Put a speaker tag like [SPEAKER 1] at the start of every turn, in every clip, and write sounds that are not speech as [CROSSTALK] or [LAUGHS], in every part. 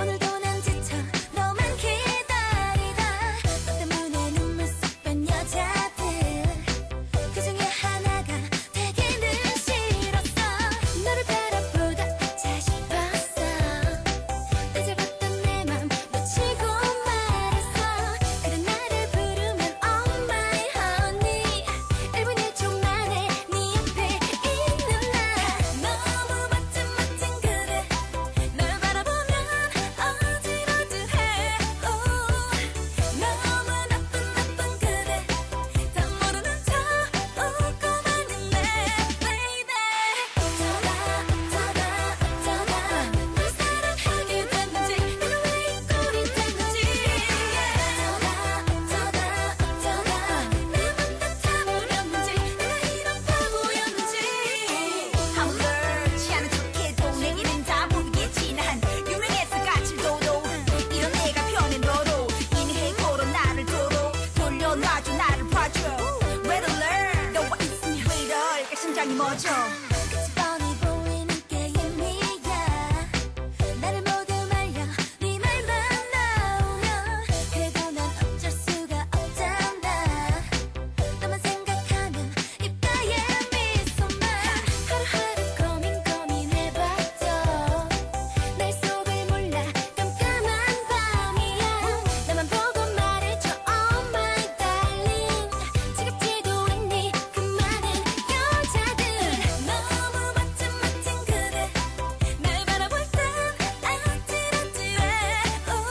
[SPEAKER 1] 오늘도 난 지쳐 너만 기다리다 너 때문에 눈물 쏙 뺀 여자들 그 중에 하나가 되기는 싫었어 너를 바라보다 자식봤어 따져봤던 내 맘 놓치고 말았어 그래 나를 부르면 Oh my honey 1분 1초 만에 네 옆에 있는 나 너무 멋진 멋진 그대 널 바라보면 어지러지해 너무 나쁜 나쁜 그대 다 모르는 척 웃고 만는네 baby 어쩌다 어쩌다 어쩌다 널 사랑하게 됐는지 내가 왜 꼴이 됐는지 어쩌다 어쩌다 어쩌다 내맘 다잡버렸는지 내가 이런 바보였는지
[SPEAKER 2] 아무렇지 않은 척해도 내일은 다 모르겠지 난 유명했어 까칠도도 이런 내가 변해 너로 인행으로 나를 도로 돌려놔줘 나를 봐줘 Red alert 너와 있으면 왜 이럴까 심장이 멎어
[SPEAKER 1] 끝이 뻔히 보이는 게임이야 나를 모두 말려 네 말만 나오면 그래도 난 어쩔 수가 없잖아 너만 생각하면 입가에 미소만 하루하루 고민 고민해봤죠 날 속을 몰라 깜깜한 밤이야 나만 보고 말해줘 Oh my darling 지겹지도 않니 그 많은 여자들 너무 멋진 멋진 그대 날 바라볼 땐 아찔아찔해 오, 너무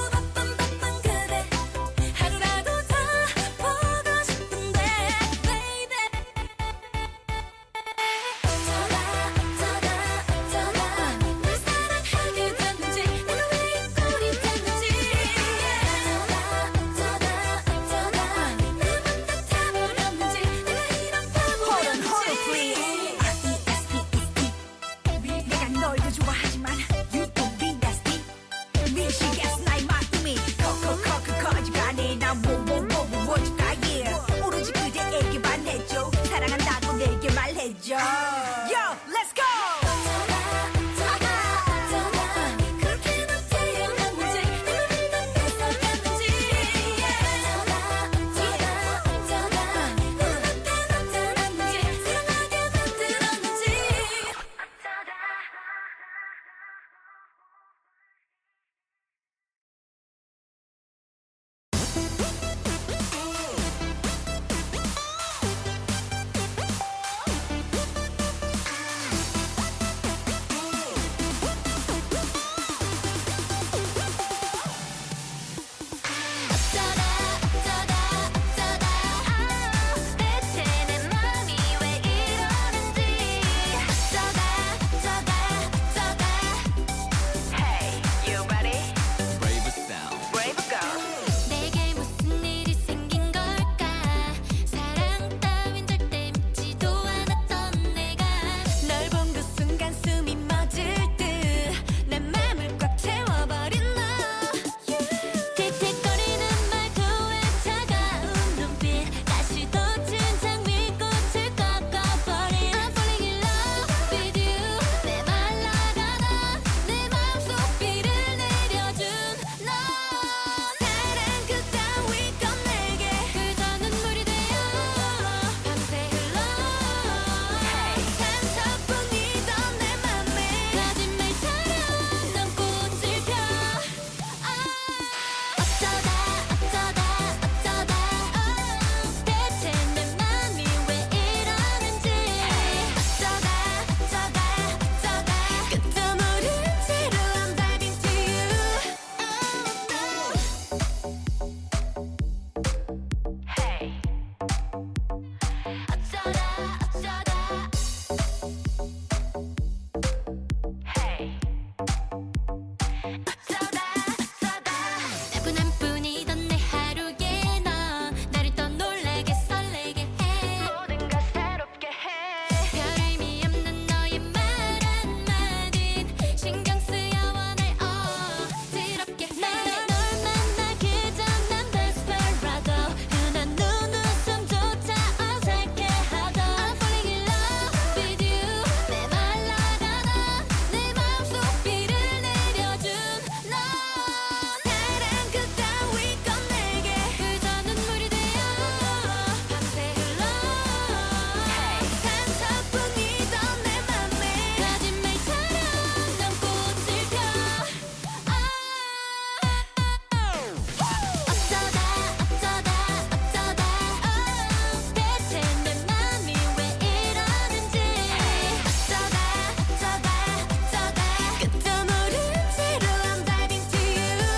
[SPEAKER 1] 바쁜 바쁜 그대 하루라도 더 보고 싶은데 baby 어쩌다 어쩌다 어쩌다 널 사랑하게 됐는지 내가 왜 꼴이 됐는지 어쩌다 어쩌다 어쩌다 내맘 다 타버렸는지 내가 이런
[SPEAKER 2] Hold on hold on
[SPEAKER 1] 바보였는지
[SPEAKER 2] please R-E-S-P-E-C 내가 널 더 좋아하지만 You don't be nasty 미치겠어 나의 마음이 커커커커 커져가네 난뭐뭐뭐뭐 원칙다 yeah 오로지 그대에게 반해줘 사랑한다고 내게 말해줘 Yo let's go
[SPEAKER 1] 그렇게 난 태어났는지 내가 일만 뺏어갔는지 어쩌다 어쩌다 눈앞에 나타났는지 사랑하게 만들었는지
[SPEAKER 3] 어쩌다 어쩌다
[SPEAKER 1] 그 Oh. Oh. 그 Oh,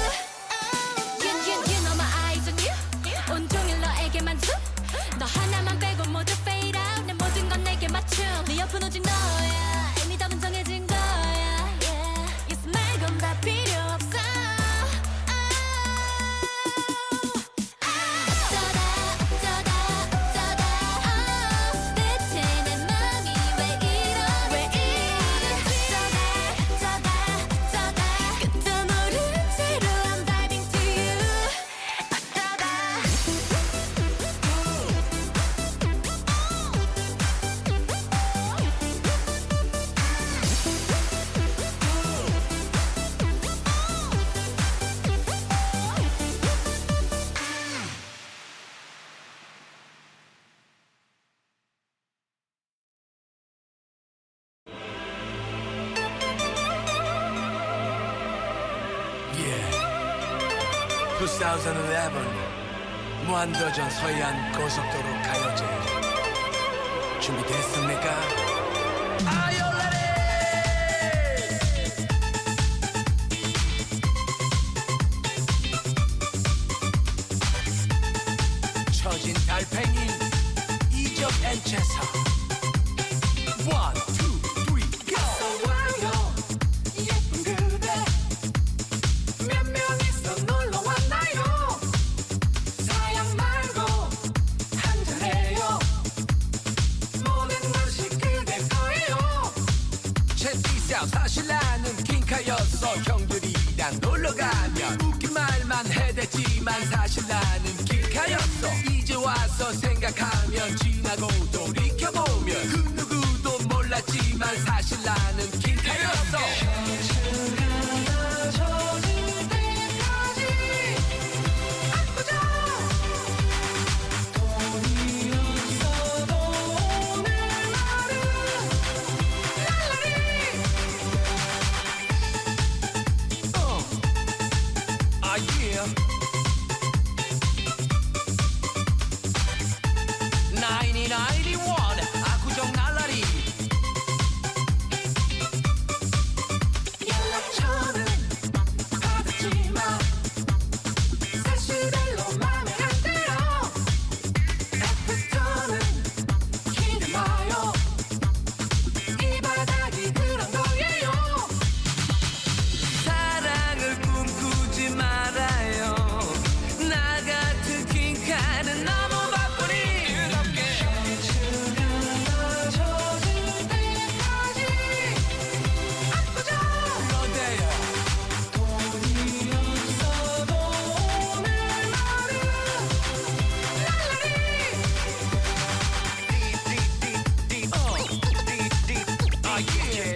[SPEAKER 1] 아, 어, Oh, 네
[SPEAKER 4] 2011 그 무한도전 서해안 고속도로 가요제 준비됐습니까? Are you ready? 처진 달팽이 이적 엔체사 One, two, three, go! 좋아요 예쁜 그대 몇 명이서 놀러 왔나요 사양 말고 한잔해요 모든 것이 그대 거예요 제티스하우 사실 나는 킹카였어 형들이랑 놀러가면 웃긴 말만 해댔지만 사실 나는 킹카였어 이제 와서 생각하면 지나고 돌이켜보면 그 누구도 몰랐지만 사실 나는 킹카였어 아 yeah. 1991 아구정 날라리 연락처는 받았지만 사실 별로 맘에 안 들어 애프터는 기대 마요 이 바닥이 그런 거예요 사랑을 꿈꾸지 말아요 나 같은 킹카는 너무 바쁘니 유럽게 젖을 때까지 아프죠 그런데요 돈이 없어도 오늘날은 날라리 아 예.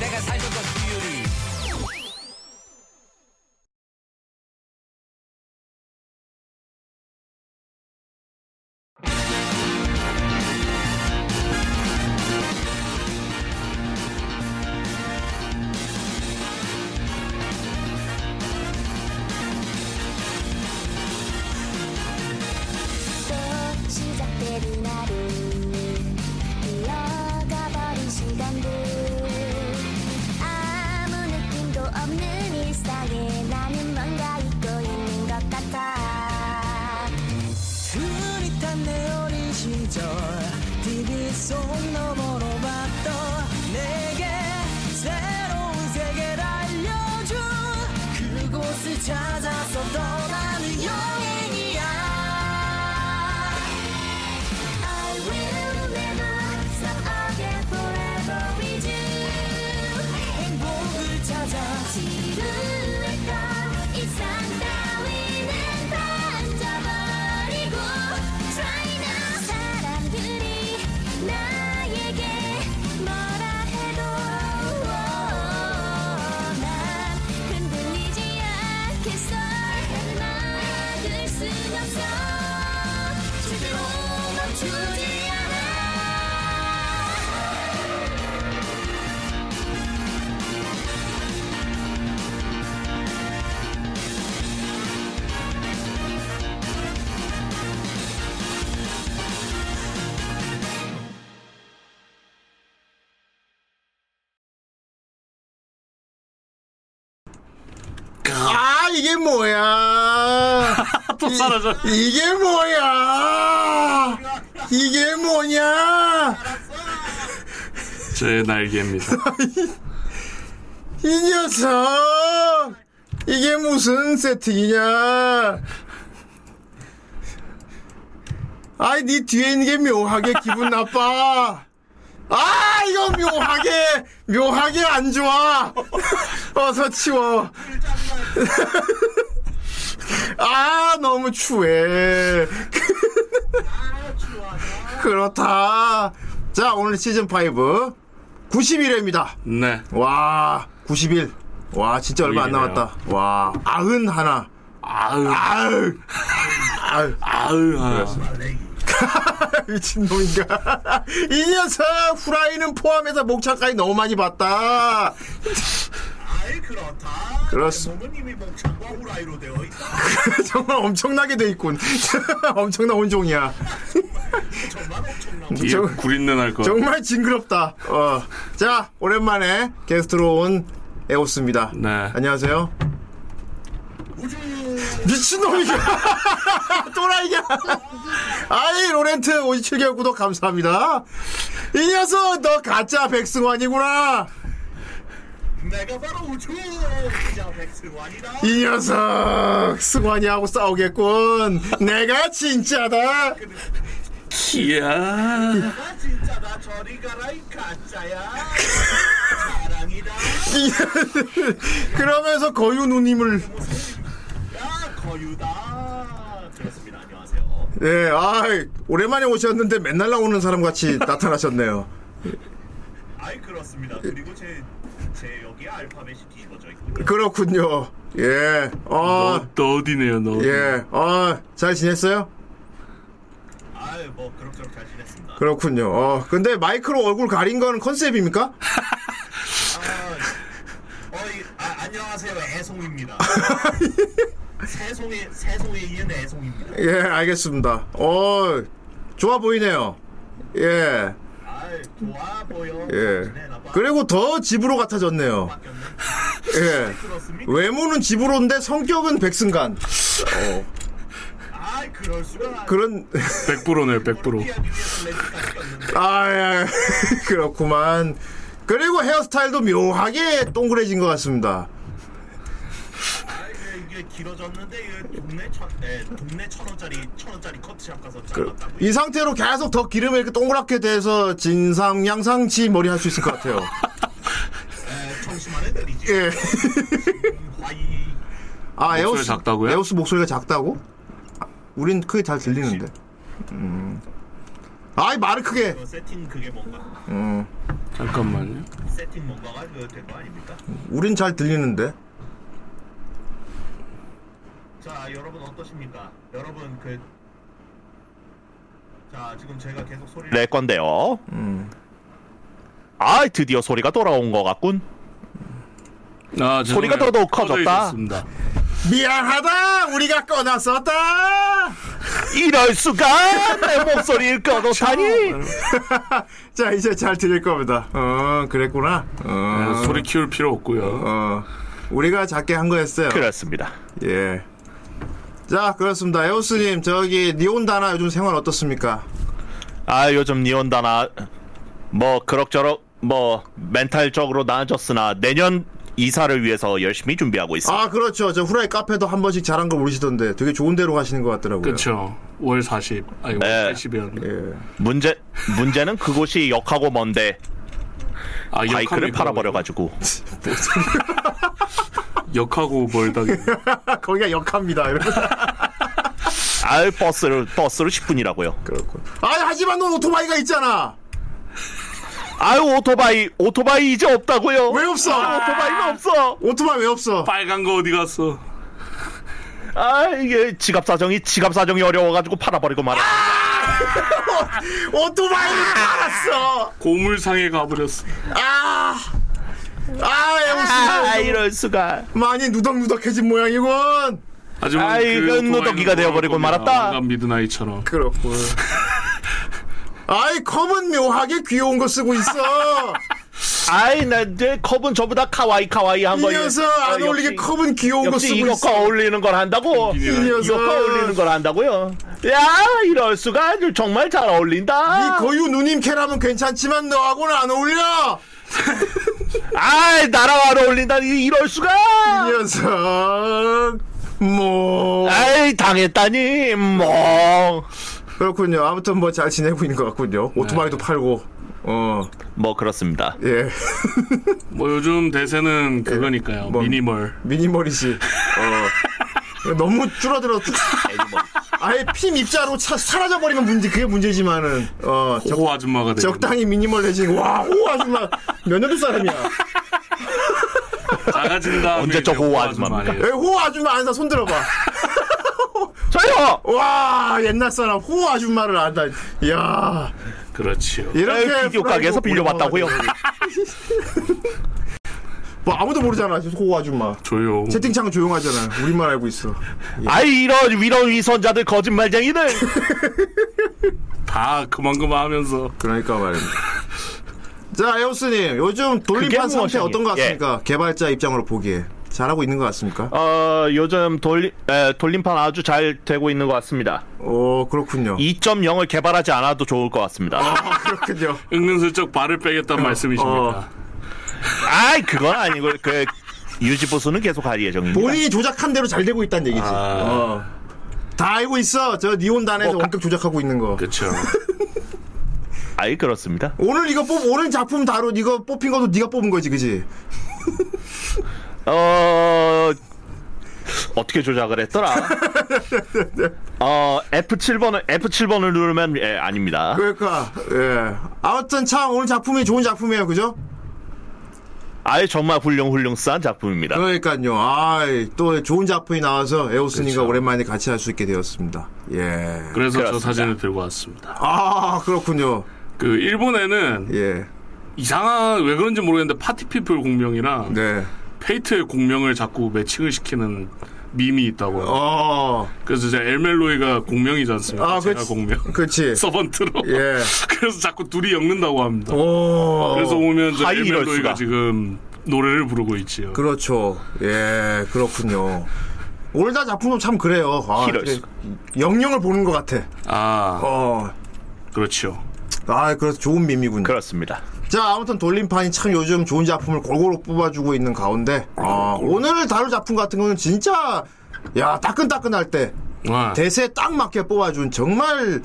[SPEAKER 4] 내가 살던 건 비율이
[SPEAKER 1] 또 시작되는 하루 흘러가버린 시간들 아무 느낌도 없는 일상에 나는 뭔가 잊고 있는 것 같아
[SPEAKER 5] 눈이 탄 내 어린 시절 TV 속 너머로 봤던 내게 새로운 세계를 알려준 그곳을 찾아서 떠나는 여행이야
[SPEAKER 1] I will never stop again forever with you
[SPEAKER 5] 행복을 찾아
[SPEAKER 1] 지루했던 일상 따위는 던져버리고 Try now 사람들이 나에게 뭐라 해도 난 흔들리지 않겠어 막을 순 없어 절대로 멈추지 않아
[SPEAKER 6] 아 이게 뭐야?
[SPEAKER 7] [LAUGHS] 또 사라져.
[SPEAKER 6] 이, 이게 뭐야? 이게 뭐냐?
[SPEAKER 7] 제 날개입니다.
[SPEAKER 6] 이 녀석! 이게 무슨 세팅이냐? 아이 네 뒤에 있는 게 묘하게 기분 나빠. 아 이거 묘하게 묘하게 안 좋아. 어서 치워. 아 너무 추해. 그렇다. 자 오늘 시즌 5 91회입니다.
[SPEAKER 7] 네.
[SPEAKER 6] 와 91. 와 진짜 얼마 안 남았다. 와 아흔 하나.
[SPEAKER 7] 아으,
[SPEAKER 6] 아유. 아유.
[SPEAKER 7] 아으, 하나.
[SPEAKER 6] 미친놈인가? 이 녀석 후라이는 포함해서 목차까지 너무 많이 봤다.
[SPEAKER 8] 아예 그렇다.
[SPEAKER 6] 그렇습-
[SPEAKER 8] 부모님이 목창과 후라이로 되어 있다.
[SPEAKER 6] [LAUGHS] 정말 엄청나게 돼 있군. [LAUGHS] 엄청난 혼종이야.
[SPEAKER 8] 정말 엄청난
[SPEAKER 7] 이게
[SPEAKER 6] 정-
[SPEAKER 7] 구린내 날 거.
[SPEAKER 6] 정말 징그럽다. 어. 자 오랜만에 게스트로 온 에오스입니다.
[SPEAKER 7] 네.
[SPEAKER 6] 안녕하세요. 미친놈이야. [LAUGHS] 또라이야. 아이, 로렌트 57개월 구독 감사합니다. 이 녀석, 너 가짜 백승환이구나.
[SPEAKER 8] 내가 바로 우주 기자 백승환이다.
[SPEAKER 6] 이 녀석 승환이하고 싸우겠군 내가 진짜다
[SPEAKER 7] 이야.
[SPEAKER 8] 나 진짜 나 저리 가라 이 가짜야. 사랑이다.
[SPEAKER 6] 이- [LAUGHS] 그러면서 거유 누님을
[SPEAKER 8] 야 거유다. 아, 그렇습니다. 안녕하세요.
[SPEAKER 6] 네, 아 오랜만에 오셨는데 맨날 나오는 사람 같이 나타나셨네요
[SPEAKER 8] 아이 그렇습니다. 그리고 제 제 여기 알파벳이 뒤집어져 있고요.
[SPEAKER 6] 그렇군요 예.
[SPEAKER 7] 어, 너 어디네요, 너. 어디.
[SPEAKER 8] 예.
[SPEAKER 6] 예어예어잘 지냈어요
[SPEAKER 8] 아이 뭐 그럭저럭 잘 지냈습니다.
[SPEAKER 6] 그렇군요 어 근데 마이크로 얼굴 가린 건 컨셉입니까
[SPEAKER 8] 아, 어이 아, 안녕하세요 애송입니다. 새송에 새송에 이은 애송입니다.
[SPEAKER 6] 예 알겠습니다 어 좋아 보이네요 예
[SPEAKER 8] 아이 좋아 보여.
[SPEAKER 6] 예. 그리고 더 집으로 같아졌네요. 예.
[SPEAKER 8] 그렇습니까?
[SPEAKER 6] 외모는 집으로인데 성격은 백승간. 어,
[SPEAKER 8] 아 그럴 수가.
[SPEAKER 6] 그런 [LAUGHS]
[SPEAKER 7] 100%네요, 100%.
[SPEAKER 8] 피하기 위해서 레드까지 꼈는데.
[SPEAKER 6] 아 예. [LAUGHS] 그렇구만. 그리고 헤어스타일도 묘하게 동그래진 것 같습니다.
[SPEAKER 8] 아 이게 길어졌는데 이게 동네 천 예, 동네 천 원짜리 천 원짜리 커트샵 가서 잘랐다고.
[SPEAKER 6] 이 상태로 계속 더 기름에 이렇게 동그랗게 돼서 진상 양상치 머리 할 수 있을 것
[SPEAKER 7] [LAUGHS]
[SPEAKER 6] 같아요.
[SPEAKER 8] 예, 청심한 애들이지. 음,
[SPEAKER 6] 예.
[SPEAKER 8] 과이
[SPEAKER 6] 아 에오스
[SPEAKER 7] 작다고요?
[SPEAKER 6] 에오스 목소리가 작다고? 아, 우린 크게 잘 들리는데. 음. 아이 말을 크게.
[SPEAKER 8] 그 세팅 그게 뭔가
[SPEAKER 7] 잠깐만요.
[SPEAKER 8] 세팅 뭔가가 그된거 아닙니까?
[SPEAKER 6] 우린 잘 들리는데.
[SPEAKER 8] 자 여러분 어떠십니까? 여러분 그. 자 지금 제가 계속 소리를 낼 건데요. 아 드디어 소리가 돌아온 것 같군.
[SPEAKER 7] 아, 죄송해요.
[SPEAKER 8] 소리가 더더욱 커졌다.
[SPEAKER 7] 꺼져 있었습니다. 네,
[SPEAKER 6] 미안하다. 우리가 꺼놨었다.
[SPEAKER 8] 이럴 수가 내 목소리를 꺼놓다니.
[SPEAKER 6] 자 이제 잘 들릴 겁니다. 어 그랬구나.
[SPEAKER 7] 네,
[SPEAKER 8] 아.
[SPEAKER 6] 어,
[SPEAKER 7] 소리 키울 필요 없고요.
[SPEAKER 6] 어 우리가 작게 한 거였어요.
[SPEAKER 8] 그렇습니다.
[SPEAKER 6] 예. 자 그렇습니다. 에오스님 저기 니온다나 요즘 생활 어떻습니까?
[SPEAKER 8] 아 요즘 니온다나 뭐 그럭저럭 뭐 멘탈적으로 나아졌으나 내년 이사를 위해서 열심히 준비하고 있어.
[SPEAKER 6] 아 그렇죠. 저 후라이 카페도 한 번씩 잘한 거 모르시던데 되게 좋은 데로 가시는 것 같더라고요.
[SPEAKER 7] 그쵸. 월 40, 아니,
[SPEAKER 8] 네.
[SPEAKER 7] 월 80이었는데.
[SPEAKER 6] 예.
[SPEAKER 8] 문제 문제는 그곳이 역하고 먼데
[SPEAKER 7] 아,
[SPEAKER 8] 바이크를
[SPEAKER 7] 역하고
[SPEAKER 8] 팔아버려가지고
[SPEAKER 7] 역하고
[SPEAKER 8] [LAUGHS]
[SPEAKER 7] 멀다기.
[SPEAKER 6] [LAUGHS] 거기가 역합니다. 이러면서.
[SPEAKER 8] 아 버스를 버스로 10분이라고요.
[SPEAKER 6] 그렇군. 아 하지만 넌 오토바이가 있잖아.
[SPEAKER 8] 아유 오토바이 오토바이 이제 없다고요.
[SPEAKER 6] 왜 없어?
[SPEAKER 8] 아, 오토바이는 없어.
[SPEAKER 6] 오토바이 왜 없어?
[SPEAKER 7] 빨간 거 어디 갔어?
[SPEAKER 8] 아 이게 지갑 사정이 지갑 사정이 어려워가지고 팔아버리고 말아.
[SPEAKER 6] 오토바이를 팔았어.
[SPEAKER 7] 고물상에 가버렸어.
[SPEAKER 6] 아. 아, 에오스.
[SPEAKER 8] 아 이럴 수가.
[SPEAKER 6] 많이 누덕누덕해진 모양이군.
[SPEAKER 7] 하지만 그
[SPEAKER 8] 아, 이건
[SPEAKER 7] 오토바이는
[SPEAKER 8] 누더기가 되어버리고
[SPEAKER 7] 돌아올 겁니다.
[SPEAKER 8] 말았다.
[SPEAKER 7] 왕관 미드나잇처럼.
[SPEAKER 6] 그렇군. 아이 컵은 묘하게 귀여운 거 쓰고 있어.
[SPEAKER 8] 아이 나 이제 컵은 전부 다 카와이 카와이 한
[SPEAKER 6] 이
[SPEAKER 8] 거예요.
[SPEAKER 6] 녀석 안
[SPEAKER 8] 아,
[SPEAKER 6] 어울리게
[SPEAKER 8] 역시-
[SPEAKER 6] 컵은 귀여운 거
[SPEAKER 8] 역시
[SPEAKER 6] 쓰고
[SPEAKER 8] 이것과
[SPEAKER 6] 있어.
[SPEAKER 8] 어울리는 걸 한다고.
[SPEAKER 7] 이
[SPEAKER 6] 녀석.
[SPEAKER 8] 이것과 어울리는 걸 한다고요. 야 이럴 수가 정말 잘
[SPEAKER 6] 이
[SPEAKER 8] 어울린다.
[SPEAKER 6] 거유 누님 캐라면 괜찮지만 너하고는 안 어울려.
[SPEAKER 8] 아이 나라와 어울린다. 이- 이럴
[SPEAKER 6] 이
[SPEAKER 8] 수가.
[SPEAKER 6] 녀석. 뭐
[SPEAKER 8] 아이 당했다니 뭐.
[SPEAKER 6] 그렇군요. 아무튼 뭐 잘 지내고 있는 것 같군요. 오토바이도 팔고. 어,
[SPEAKER 8] 뭐 그렇습니다.
[SPEAKER 6] 예. [LAUGHS]
[SPEAKER 7] 뭐 요즘
[SPEAKER 8] 예.
[SPEAKER 7] 대세는 그거니까요.
[SPEAKER 6] 뭐-
[SPEAKER 7] 미니멀.
[SPEAKER 6] 미니멀이지. 어. 너무 줄어들었어.
[SPEAKER 8] 애니멀.
[SPEAKER 6] 아예 피 입자로 차- 사라져버리면 문제, 그게 문제지만은, 어, 적,
[SPEAKER 7] 호호 아줌마가 되고.
[SPEAKER 6] 적당히 미니멀해지고, 와, 오, 아줌마, 몇 년도 사람이야.
[SPEAKER 7] 작아진 다음에 그러니까 뭐
[SPEAKER 8] 언제 저
[SPEAKER 7] 이제
[SPEAKER 8] 호호
[SPEAKER 7] 호호
[SPEAKER 8] 아줌마입니까?
[SPEAKER 6] 에,
[SPEAKER 7] 아줌마예요.
[SPEAKER 6] 호 아줌마 안사 손 들어봐.
[SPEAKER 8] 저요.
[SPEAKER 6] 와, 옛날 사람 호 아줌마를 안다. 이야.
[SPEAKER 7] 그렇지요.
[SPEAKER 6] 이렇게.
[SPEAKER 8] 에이, 비디오 가게에서 빌려봤다고요?
[SPEAKER 6] [LAUGHS] 뭐 아무도 모르잖아, 호 아줌마.
[SPEAKER 7] 조용.
[SPEAKER 6] 채팅창 은 조용하잖아. 우리만 알고 있어.
[SPEAKER 7] 예.
[SPEAKER 8] 아이 이런 위로
[SPEAKER 7] [LAUGHS]
[SPEAKER 8] 위선자들 거짓말쟁이들.
[SPEAKER 7] 다 그만 그만 하면서
[SPEAKER 6] 그러니까 말입니다. 자, 에오스님, 요즘
[SPEAKER 8] 그게
[SPEAKER 6] 돌림판 상태
[SPEAKER 8] 무엇이니? 예.
[SPEAKER 6] 어떤 것 같습니까? 개발자 입장으로 보기에. 잘하고 있는 것 같습니까?
[SPEAKER 8] 어 요즘 돌 에, 돌림판 아주 잘 되고 있는 것 같습니다.
[SPEAKER 6] 오, 어, 그렇군요.
[SPEAKER 8] 2.0을 개발하지 않아도 좋을 것 같습니다.
[SPEAKER 6] 아, 그렇군요.
[SPEAKER 7] 은근슬쩍 발을 빼겠다는 말씀이십니까?
[SPEAKER 6] 어.
[SPEAKER 8] 아이 그건 아니고 그 유지 보수는 계속 할 예정입니다.
[SPEAKER 6] 본인이 조작한 대로 잘 되고 있다는 얘기지.
[SPEAKER 7] 아.
[SPEAKER 6] 어. 다 알고 있어. 저 니온단에서
[SPEAKER 8] 뭐, 가-
[SPEAKER 6] 원격 조작하고 있는 거.
[SPEAKER 7] 그렇죠.
[SPEAKER 8] 아이 그렇습니다.
[SPEAKER 6] 오늘 이거 뽑 오늘 작품 다룬 이거 뽑힌 것도 네가 뽑은 거지, 그지?
[SPEAKER 8] 어 어떻게
[SPEAKER 7] [LAUGHS]
[SPEAKER 8] 조작을 했더라? 어 F7번을 F7번을 누르면 예, 아닙니다.
[SPEAKER 6] 그러니까 예. 아무튼 참 오늘 작품이 좋은 작품이에요, 그죠?
[SPEAKER 8] 아이 정말 훌륭 훌륭한 작품입니다.
[SPEAKER 6] 그러니까요. 아, 또 좋은 작품이 나와서 에오스님과
[SPEAKER 7] 그렇죠.
[SPEAKER 6] 오랜만에 같이 할 수 있게 되었습니다. 예.
[SPEAKER 7] 그래서 저
[SPEAKER 8] 그렇습니다.
[SPEAKER 7] 사진을 들고 왔습니다.
[SPEAKER 6] 아, 그렇군요.
[SPEAKER 7] 그 일본에는
[SPEAKER 6] 예.
[SPEAKER 7] 이상한 왜 그런지 모르겠는데 파티피플 공명이랑
[SPEAKER 6] 네.
[SPEAKER 7] 페이트의 공명을 자꾸 매칭을 시키는 밈이 있다고요.
[SPEAKER 6] 어.
[SPEAKER 7] 그래서 이제 엘멜로이가 공명이지 않습니까?
[SPEAKER 6] 아,
[SPEAKER 7] 제가
[SPEAKER 6] 그렇지.
[SPEAKER 7] 공명.
[SPEAKER 6] 그렇지.
[SPEAKER 7] [LAUGHS] 서번트로.
[SPEAKER 6] 예.
[SPEAKER 7] [LAUGHS] 그래서 자꾸 둘이 엮는다고 합니다.
[SPEAKER 6] 오.
[SPEAKER 7] 그래서 보면 저
[SPEAKER 8] 아이, 어. 이럴 수가.
[SPEAKER 7] 엘멜로이가 지금 노래를 부르고 있지요.
[SPEAKER 6] 그렇죠. 예, 그렇군요. 오늘 다 작품도 참 그래요. 아,
[SPEAKER 8] 이럴
[SPEAKER 6] 그래.
[SPEAKER 8] 수가.
[SPEAKER 6] 영영을 보는 것 같아.
[SPEAKER 7] 아,
[SPEAKER 6] 어.
[SPEAKER 7] 그렇죠.
[SPEAKER 6] 아, 그래서 좋은 밈이군요.
[SPEAKER 8] 그렇습니다.
[SPEAKER 6] 자, 아무튼 돌림판이 참 요즘 좋은 작품을 골고루 뽑아주고 있는 가운데, 아, 오늘 다룰 작품 같은 거는 진짜, 야, 따끈따끈할 때,
[SPEAKER 7] 와.
[SPEAKER 6] 대세에 딱 맞게 뽑아준 정말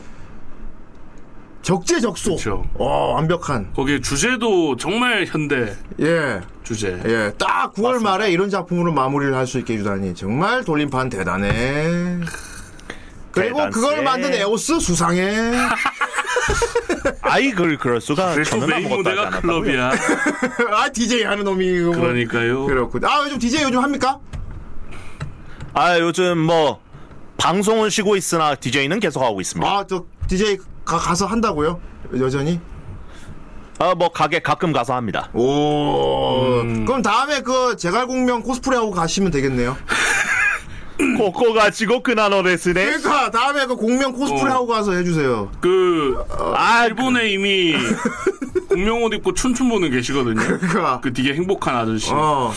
[SPEAKER 6] 적재적소.
[SPEAKER 7] 그쵸.
[SPEAKER 6] 어, 완벽한.
[SPEAKER 7] 그렇죠. 거기에 주제도 정말 현대
[SPEAKER 6] 예,
[SPEAKER 7] 주제.
[SPEAKER 6] 예. 딱 9월 말에 이런 작품으로 마무리를 할 수 있게 해주다니. 정말 돌림판 대단해. 그리고
[SPEAKER 8] 대단세.
[SPEAKER 6] 그걸 만든 에오스
[SPEAKER 7] [LAUGHS]
[SPEAKER 6] 수상해.
[SPEAKER 8] 아이 그 그럴 수가
[SPEAKER 7] 그래서
[SPEAKER 8] 저는
[SPEAKER 7] 메인
[SPEAKER 8] 아무것도 하지
[SPEAKER 7] 무대가
[SPEAKER 6] [LAUGHS]
[SPEAKER 8] 않았다고요.
[SPEAKER 7] 클럽이야.
[SPEAKER 6] 아, DJ 하는 놈이. 이거 뭐.
[SPEAKER 7] 그러니까요.
[SPEAKER 6] 그렇군. 아, 요즘 DJ 요즘 합니까?
[SPEAKER 8] 아 요즘 뭐 방송은 쉬고 있으나 DJ는 계속 하고 있습니다.
[SPEAKER 6] 아, 저 DJ 가, 가서 한다고요? 여전히?
[SPEAKER 8] 아 뭐 가게 가끔 가서 합니다.
[SPEAKER 6] 오. 그럼 다음에 그 제갈공명 코스프레하고 가시면 되겠네요.
[SPEAKER 8] 코코 가지고 그나노를 쓰네.
[SPEAKER 6] 그러니까 다음에 그 공명 코스프레하고 가서 해주세요.
[SPEAKER 7] 그
[SPEAKER 8] 아
[SPEAKER 6] [LAUGHS]
[SPEAKER 7] 일본에 이미 공명 옷 입고 춤춘 분은 계시거든요.
[SPEAKER 6] 그러니까.
[SPEAKER 7] 그 되게 행복한 아저씨.
[SPEAKER 6] 어.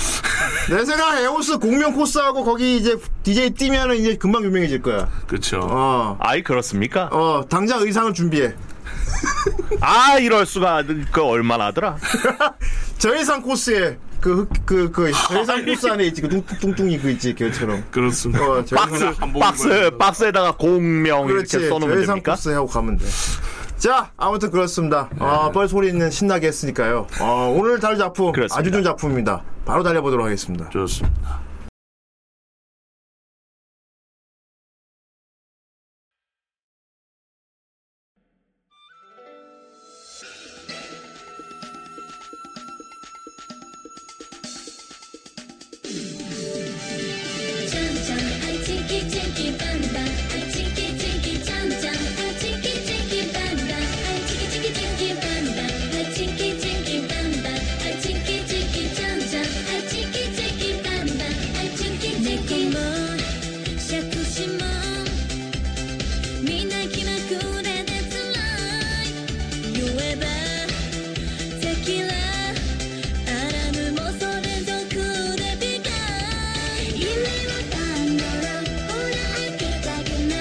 [SPEAKER 6] 내 생각 에오스 공명 코스하고 거기 이제 DJ 뛰면은 이제 금방 유명해질 거야.
[SPEAKER 7] 그렇죠.
[SPEAKER 6] 어.
[SPEAKER 8] 아이 그렇습니까?
[SPEAKER 6] 어, 당장 의상을 준비해.
[SPEAKER 8] 아 이럴 수가 그 얼마나 하더라.
[SPEAKER 6] 저예상 코스에 그, 흑- 그, 그, 저예상 코스 안에 있지. 그 뚱뚱뚱이 그 있지. 걔처럼.
[SPEAKER 7] 그렇습니다.
[SPEAKER 6] 어, 저희
[SPEAKER 7] 박스
[SPEAKER 6] 누나
[SPEAKER 7] 안 보고
[SPEAKER 8] 박스
[SPEAKER 7] 있어요.
[SPEAKER 8] 박스에다가 공명
[SPEAKER 6] 그렇지.
[SPEAKER 8] 이렇게 써놓으면
[SPEAKER 6] 저예상
[SPEAKER 8] 됩니까?
[SPEAKER 6] 코스 하고 가면 돼. 자, 아무튼 그렇습니다. 어, 뻘 소리는 신나게 했으니까요. 어, 오늘 다룰 작품
[SPEAKER 8] 네. 그렇습니다.
[SPEAKER 6] 아주 좋은 작품입니다. 바로 달려보도록 하겠습니다.
[SPEAKER 7] 좋습니다.
[SPEAKER 1] 짠짠 아 치키 치키 반반 아 치키 치키 짠짠 아 치키 치키 반반 아 치키 치키 치키 반반 아 치키 치키 반반 아 치키 치키 짠짠 아 치키 치키 반반 아 치키 치키 뭐 샤쿠시 뭐みんな気まぐれでつらい言えばテキラ「アラムもそれぞくでピカ」「夢をたんだらほら開けたくな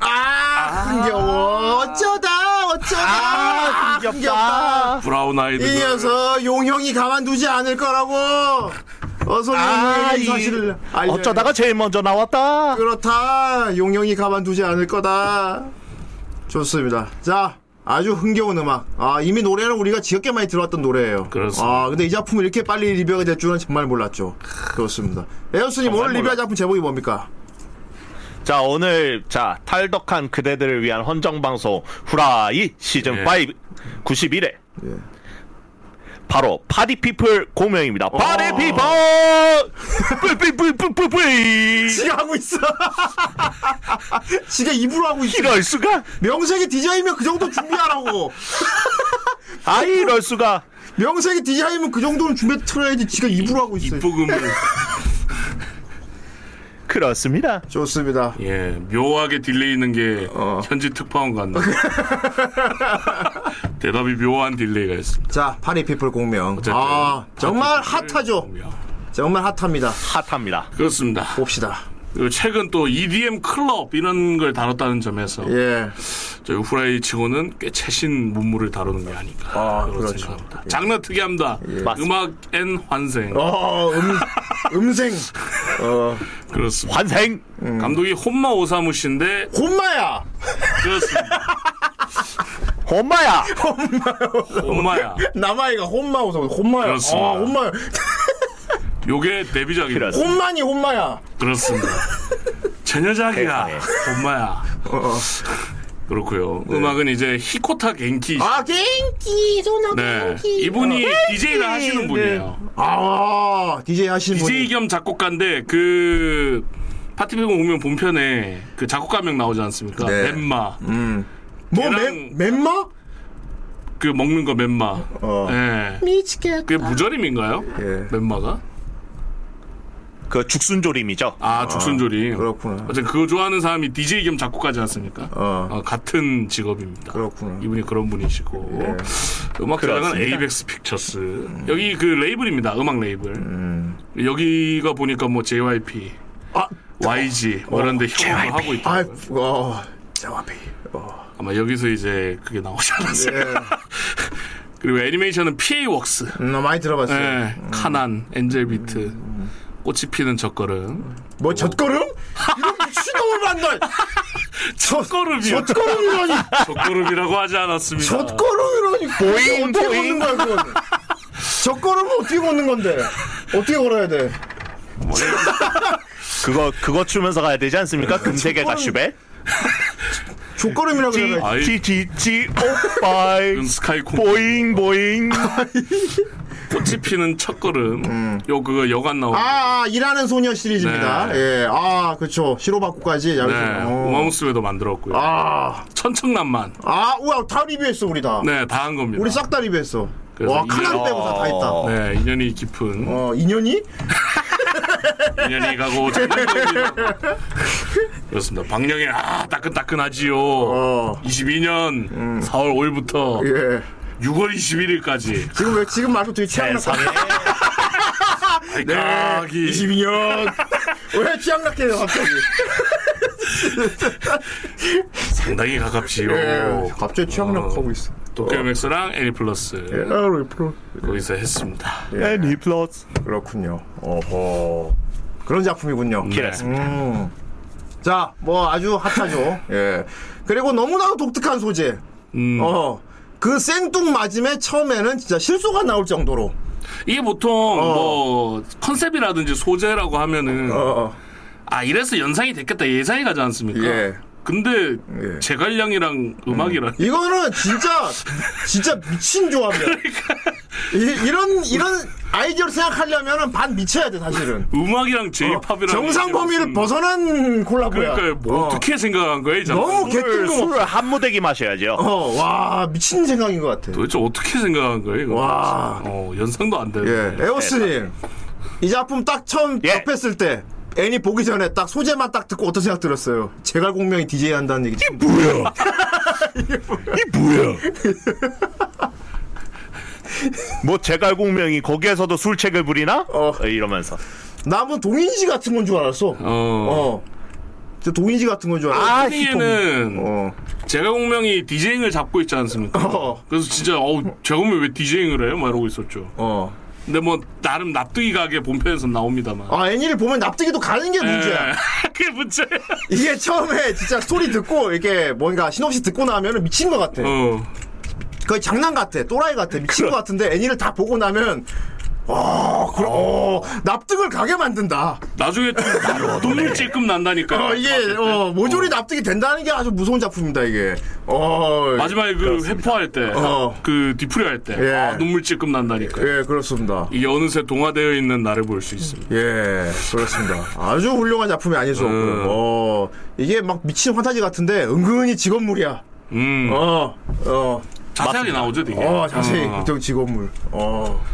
[SPEAKER 6] 아, 어쩌다 어쩌다
[SPEAKER 8] 아. 아,
[SPEAKER 6] 흥겹다.
[SPEAKER 8] 귀엽다.
[SPEAKER 7] 브라운 아이드.
[SPEAKER 6] 이
[SPEAKER 7] 걸.
[SPEAKER 6] 녀석 용형이 가만두지 않을 거라고 어서
[SPEAKER 8] 아,
[SPEAKER 6] 용형이
[SPEAKER 8] 이
[SPEAKER 6] 사실을 알려
[SPEAKER 8] 어쩌다가 제일 먼저 나왔다.
[SPEAKER 6] 그렇다 용형이 가만두지 않을 거다 좋습니다 자 아주 흥겨운 음악 아 이미 노래는 우리가 지겹게 많이 들어왔던 노래예요
[SPEAKER 7] 그렇습니다.
[SPEAKER 6] 아 근데 이 작품을 이렇게 빨리 리뷰가 될 줄은 정말 몰랐죠 그렇습니다 에어스님
[SPEAKER 8] 정말
[SPEAKER 6] 오늘 리뷰할
[SPEAKER 8] 몰랐-
[SPEAKER 6] 작품 제목이 뭡니까
[SPEAKER 8] 자 오늘 자 탈덕한 그대들을 위한 헌정 방송 후라이 시즌
[SPEAKER 7] 예.
[SPEAKER 8] 5 91회
[SPEAKER 6] 예.
[SPEAKER 8] 바로 파디피플 공명입니다.
[SPEAKER 7] 어.
[SPEAKER 8] 파디피플 뿌뿌뿌뿌뿌뿌
[SPEAKER 6] 지가 하고 있어 [LAUGHS] 지가 입으로 하고 있어
[SPEAKER 8] 이럴 수가?
[SPEAKER 6] 명색이 디자인이면 그 정도 준비하라고
[SPEAKER 8] 아 이럴 수가?
[SPEAKER 6] 명색이 디자인이면 그 정도는 준비 틀어야지 지가 입으로 하고 있어요 [LAUGHS]
[SPEAKER 7] 이쁘금을
[SPEAKER 8] 그렇습니다.
[SPEAKER 6] 좋습니다
[SPEAKER 7] 예 묘하게 딜레이 있는 게
[SPEAKER 6] 어.
[SPEAKER 7] 현지 특파원
[SPEAKER 6] [LAUGHS]
[SPEAKER 7] 같네. 대답이 묘한 딜레이가 있습니다.
[SPEAKER 6] 자 파리피플 공명
[SPEAKER 7] 어쨌든
[SPEAKER 6] 아 정말
[SPEAKER 7] 파티를
[SPEAKER 6] 핫하죠
[SPEAKER 7] 공명.
[SPEAKER 6] 정말 핫합니다
[SPEAKER 8] 핫합니다.
[SPEAKER 7] 그렇습니다.
[SPEAKER 6] 봅시다
[SPEAKER 7] 그리고 최근 또 EDM 클럽 이런 걸 다뤘다는 점에서
[SPEAKER 6] 예
[SPEAKER 7] 저희 후라이 치고는 꽤 최신 문물을 다루는 게 아닐까
[SPEAKER 6] 아,
[SPEAKER 7] 그런
[SPEAKER 6] 그렇죠.
[SPEAKER 7] 생각합니다. 장르 특이합니다.
[SPEAKER 8] 맞습니다.
[SPEAKER 7] 음악 앤 환생
[SPEAKER 6] 어, 음, 음생. 어,
[SPEAKER 7] 그렇습니다.
[SPEAKER 8] 환생
[SPEAKER 7] 감독이 혼마 오사무 씨인데
[SPEAKER 6] 혼마야!
[SPEAKER 7] 그렇습니다.
[SPEAKER 8] 엄마야
[SPEAKER 7] 혼마야.
[SPEAKER 6] 남아이가 혼마 웃어. 혼마야.
[SPEAKER 7] 그렇습니다.
[SPEAKER 6] 아, 혼마야.
[SPEAKER 7] 요게 데뷔작입니다.
[SPEAKER 8] 그렇습니다.
[SPEAKER 6] 혼만이 혼마야.
[SPEAKER 7] 그렇습니다. 전여작이야.
[SPEAKER 8] 세상에.
[SPEAKER 7] 엄마야. 그렇고요. 음악은 이제 히코타 겐키.
[SPEAKER 6] 아, 갱키, 소나
[SPEAKER 7] 네.
[SPEAKER 6] 갱키.
[SPEAKER 7] 이분이 DJ를 하시는 분이에요.
[SPEAKER 6] 아, DJ 하시는 분이.
[SPEAKER 7] DJ 겸 작곡가인데 그 파티비공 오면 본편에 그 작곡가 명 나오지 않습니까?
[SPEAKER 6] 네.
[SPEAKER 7] 맵마.
[SPEAKER 6] 뭐,
[SPEAKER 7] 걔랑-
[SPEAKER 6] 맨, 맨마?
[SPEAKER 7] 그 먹는 거 맵마.
[SPEAKER 6] 어.
[SPEAKER 7] 예.
[SPEAKER 6] 미치겠다.
[SPEAKER 7] 그게 무절임인가요?
[SPEAKER 6] 예.
[SPEAKER 7] 맵마가?
[SPEAKER 8] 그 죽순조림이죠.
[SPEAKER 7] 아, 죽순조림.
[SPEAKER 6] 그렇구나.
[SPEAKER 7] 어쨌든 그거 좋아하는 사람이 DJ 겸 작곡가지 않습니까?
[SPEAKER 6] 어.
[SPEAKER 7] 어, 같은 직업입니다.
[SPEAKER 6] 그렇구나. 예.
[SPEAKER 7] 이분이 그런 분이시고 음악 제작은
[SPEAKER 8] 그렇습니다.
[SPEAKER 7] 에이벡스 픽처스
[SPEAKER 6] 음.
[SPEAKER 7] 여기 그 레이블입니다. 음악 레이블 여기가 보니까 뭐 JYP,
[SPEAKER 6] 아, 어,
[SPEAKER 7] YG 뭐 이런데 협업을 하고
[SPEAKER 6] 아,
[SPEAKER 7] 있다.
[SPEAKER 6] 어, 자와비. 어.
[SPEAKER 7] 아마 여기서 이제 그게 나오지 않았을까.
[SPEAKER 6] 예.
[SPEAKER 7] [LAUGHS] 그리고 애니메이션은 PA 웍스,
[SPEAKER 6] 음, 나 많이
[SPEAKER 7] 예,
[SPEAKER 6] 들어봤어요.
[SPEAKER 7] 카난, 엔젤 비트,
[SPEAKER 6] 음.
[SPEAKER 7] 꽃이 피는 첫걸음.
[SPEAKER 6] 뭐, 젖걸음? 이런
[SPEAKER 7] [LAUGHS]
[SPEAKER 6] 미친놈을 만나!
[SPEAKER 7] 첫걸음이요.
[SPEAKER 6] 젖걸음이라니!
[SPEAKER 7] 첫걸음이라고 하지 않았습니다.
[SPEAKER 6] 젖걸음이라니 그게 어떻게 걷는 거야 그건 젖걸음은 어떻게 걷는 건데 어떻게 걸어야 돼
[SPEAKER 8] 그거 그거 추면서 가야 되지
[SPEAKER 7] 네.
[SPEAKER 8] 않습니까? 금세계
[SPEAKER 6] 죽어라.
[SPEAKER 8] 가슈베.
[SPEAKER 6] 족걸음이라고 그래가지고
[SPEAKER 7] 아이.
[SPEAKER 8] 지지지 오빠이
[SPEAKER 7] 이건 네. 스카이콘
[SPEAKER 8] 보잉 보잉.
[SPEAKER 7] 꽃이 피는 첫걸음. 요 그거 여관 나오는.
[SPEAKER 6] 아, 아 일하는 소녀 시리즈입니다
[SPEAKER 7] 네.
[SPEAKER 6] 예아 그쵸 시로바쿠까지
[SPEAKER 7] 네,
[SPEAKER 6] 야외에서 어.
[SPEAKER 7] 우마무스웨도 만들었고요.
[SPEAKER 6] 아,
[SPEAKER 7] 천청남만.
[SPEAKER 6] 아, 우와, 다 리뷰했어, 우리 다.
[SPEAKER 7] 네, 다 한 겁니다.
[SPEAKER 6] 아. 우리 싹 다 리뷰했어.
[SPEAKER 7] 그래서
[SPEAKER 6] 와,
[SPEAKER 7] 이-
[SPEAKER 6] 카나리 빼고 다, 다 했다.
[SPEAKER 8] 어.
[SPEAKER 7] 네, 인연이 깊은
[SPEAKER 6] 어, 인연이?
[SPEAKER 7] 인연이
[SPEAKER 6] [LAUGHS]
[SPEAKER 7] 가고 장난감이라고. 그렇습니다. 방영이 아 따끈따끈하지요.
[SPEAKER 6] 어. 음.
[SPEAKER 7] 22년 4월 5일부터
[SPEAKER 6] 예.
[SPEAKER 7] 6월 21일까지
[SPEAKER 6] 지금 왜, 지금 말도 되게 취향락해.
[SPEAKER 8] 세상에.
[SPEAKER 6] 네.
[SPEAKER 7] 알까기
[SPEAKER 6] 22년. [LAUGHS] 왜 취향락해요, 갑자기?
[SPEAKER 7] 상당히 가깝지요.
[SPEAKER 6] 예. 갑자기 취향락하고 있어.
[SPEAKER 7] 도쿄맥스랑 애니플러스
[SPEAKER 6] 예, 아, 프로.
[SPEAKER 7] 거기서 했습니다.
[SPEAKER 8] 애니 플러스.
[SPEAKER 6] 그렇군요. 어허. 그런 작품이군요.
[SPEAKER 8] 그렇습니다.
[SPEAKER 6] 음. 자, 뭐 아주 핫하죠. 예. 그리고 너무나도 독특한 소재.
[SPEAKER 7] 음,
[SPEAKER 6] 어. 그 생뚱맞음에 처음에는 진짜 실수가 나올 정도로.
[SPEAKER 7] 이게 보통 뭐 컨셉이라든지 소재라고 하면은
[SPEAKER 6] 어.
[SPEAKER 7] 아 이래서 연상이 됐겠다 예상이 가지 않습니까?
[SPEAKER 6] 예.
[SPEAKER 7] 근데
[SPEAKER 6] 예.
[SPEAKER 7] 제갈량이랑 음악이랑 [LAUGHS]
[SPEAKER 6] 이거는 진짜 진짜 미친 조합이야. 이, 이런 이런 아이디어를 생각하려면은 반 미쳐야 돼 사실은.
[SPEAKER 7] 음악이랑 제이팝이랑
[SPEAKER 6] 어. 정상 범위를 벗어난 콜라보야.
[SPEAKER 7] 그러니까 뭐
[SPEAKER 6] 어. 뭐?
[SPEAKER 7] 어떻게 생각한 거예요? 이 작품?
[SPEAKER 6] 너무 개
[SPEAKER 8] 술을,
[SPEAKER 6] 뜬금.
[SPEAKER 8] 술을 한 무대기 마셔야죠.
[SPEAKER 6] 어, 와 미친 생각인 것 같아.
[SPEAKER 7] 도대체 어떻게 생각한 거예요? 이거?
[SPEAKER 6] 와.
[SPEAKER 7] 어, 연상도 안 되는.
[SPEAKER 6] 예, 에오스님 이 작품 딱 처음
[SPEAKER 8] 네, 예.
[SPEAKER 6] 접했을 때 애니 보기 전에 딱 소재만 딱 듣고 어떤 생각 들었어요? 제갈 공명이 DJ 한다는 얘기. 지 [LAUGHS]
[SPEAKER 8] 뭐야? 이 뭐야? 뭐 제갈공명이 거기에서도 술책을 부리나?
[SPEAKER 6] 어.
[SPEAKER 8] 이러면서
[SPEAKER 6] 나무 동인지 같은 건 줄 알았어.
[SPEAKER 7] 어.
[SPEAKER 6] 어. 저 동인지 같은 건 줄 알아요.
[SPEAKER 8] 아, 히통.
[SPEAKER 7] 는
[SPEAKER 6] 어.
[SPEAKER 7] 제가 공명이 디제잉을 잡고 있지 않습니까?
[SPEAKER 6] 어.
[SPEAKER 7] 그래서 진짜 어우 제가 공명 왜 디제잉을 해요? 막 이러고 있었죠.
[SPEAKER 6] 어.
[SPEAKER 7] 근데 뭐 나름 납득이 가게 본편에서 나옵니다만.
[SPEAKER 6] 아, 애니를 보면 납득이 또 가는 게
[SPEAKER 8] 네.
[SPEAKER 6] 문제야.
[SPEAKER 7] 예. [LAUGHS] 그게 문제야.
[SPEAKER 6] 이게 처음에 진짜 스토리 듣고 이렇게 뭔가 신없이 듣고 나면은 미친 것 같아.
[SPEAKER 7] 어.
[SPEAKER 6] 거의 장난 같아. 또라이 같아. 미친 것 같은데 애니를 다 보고 나면 어, 그럼 어, 납득을 가게 만든다. [LAUGHS]
[SPEAKER 7] 나중에 좀 눈물 찔끔 난다니까요. 아,
[SPEAKER 6] 어, 이게
[SPEAKER 7] 네.
[SPEAKER 6] 어, 모조리 납득이 된다는 게 아주 무서운 작품입니다, 이게. 어.
[SPEAKER 7] 마지막에 그 회포할 때,
[SPEAKER 6] 어.
[SPEAKER 7] 그 뒤풀이 할 때,
[SPEAKER 6] 예.
[SPEAKER 7] 아, 눈물 찔끔 난다니까요.
[SPEAKER 6] 예, 그렇습니다.
[SPEAKER 7] 이게 어느새 동화되어 있는 나를 볼 수 있습니다.
[SPEAKER 6] 예, 그렇습니다. 아주 훌륭한 작품이 아니죠.
[SPEAKER 7] 음.
[SPEAKER 6] 어, 이게 막 미친 환타지 같은데 은근히 직업물이야.
[SPEAKER 7] 음.
[SPEAKER 6] 어, 어,
[SPEAKER 7] 자세하게 나오죠, 되게.
[SPEAKER 6] 어, 자세히
[SPEAKER 7] 어.
[SPEAKER 6] 그 직업물. 어.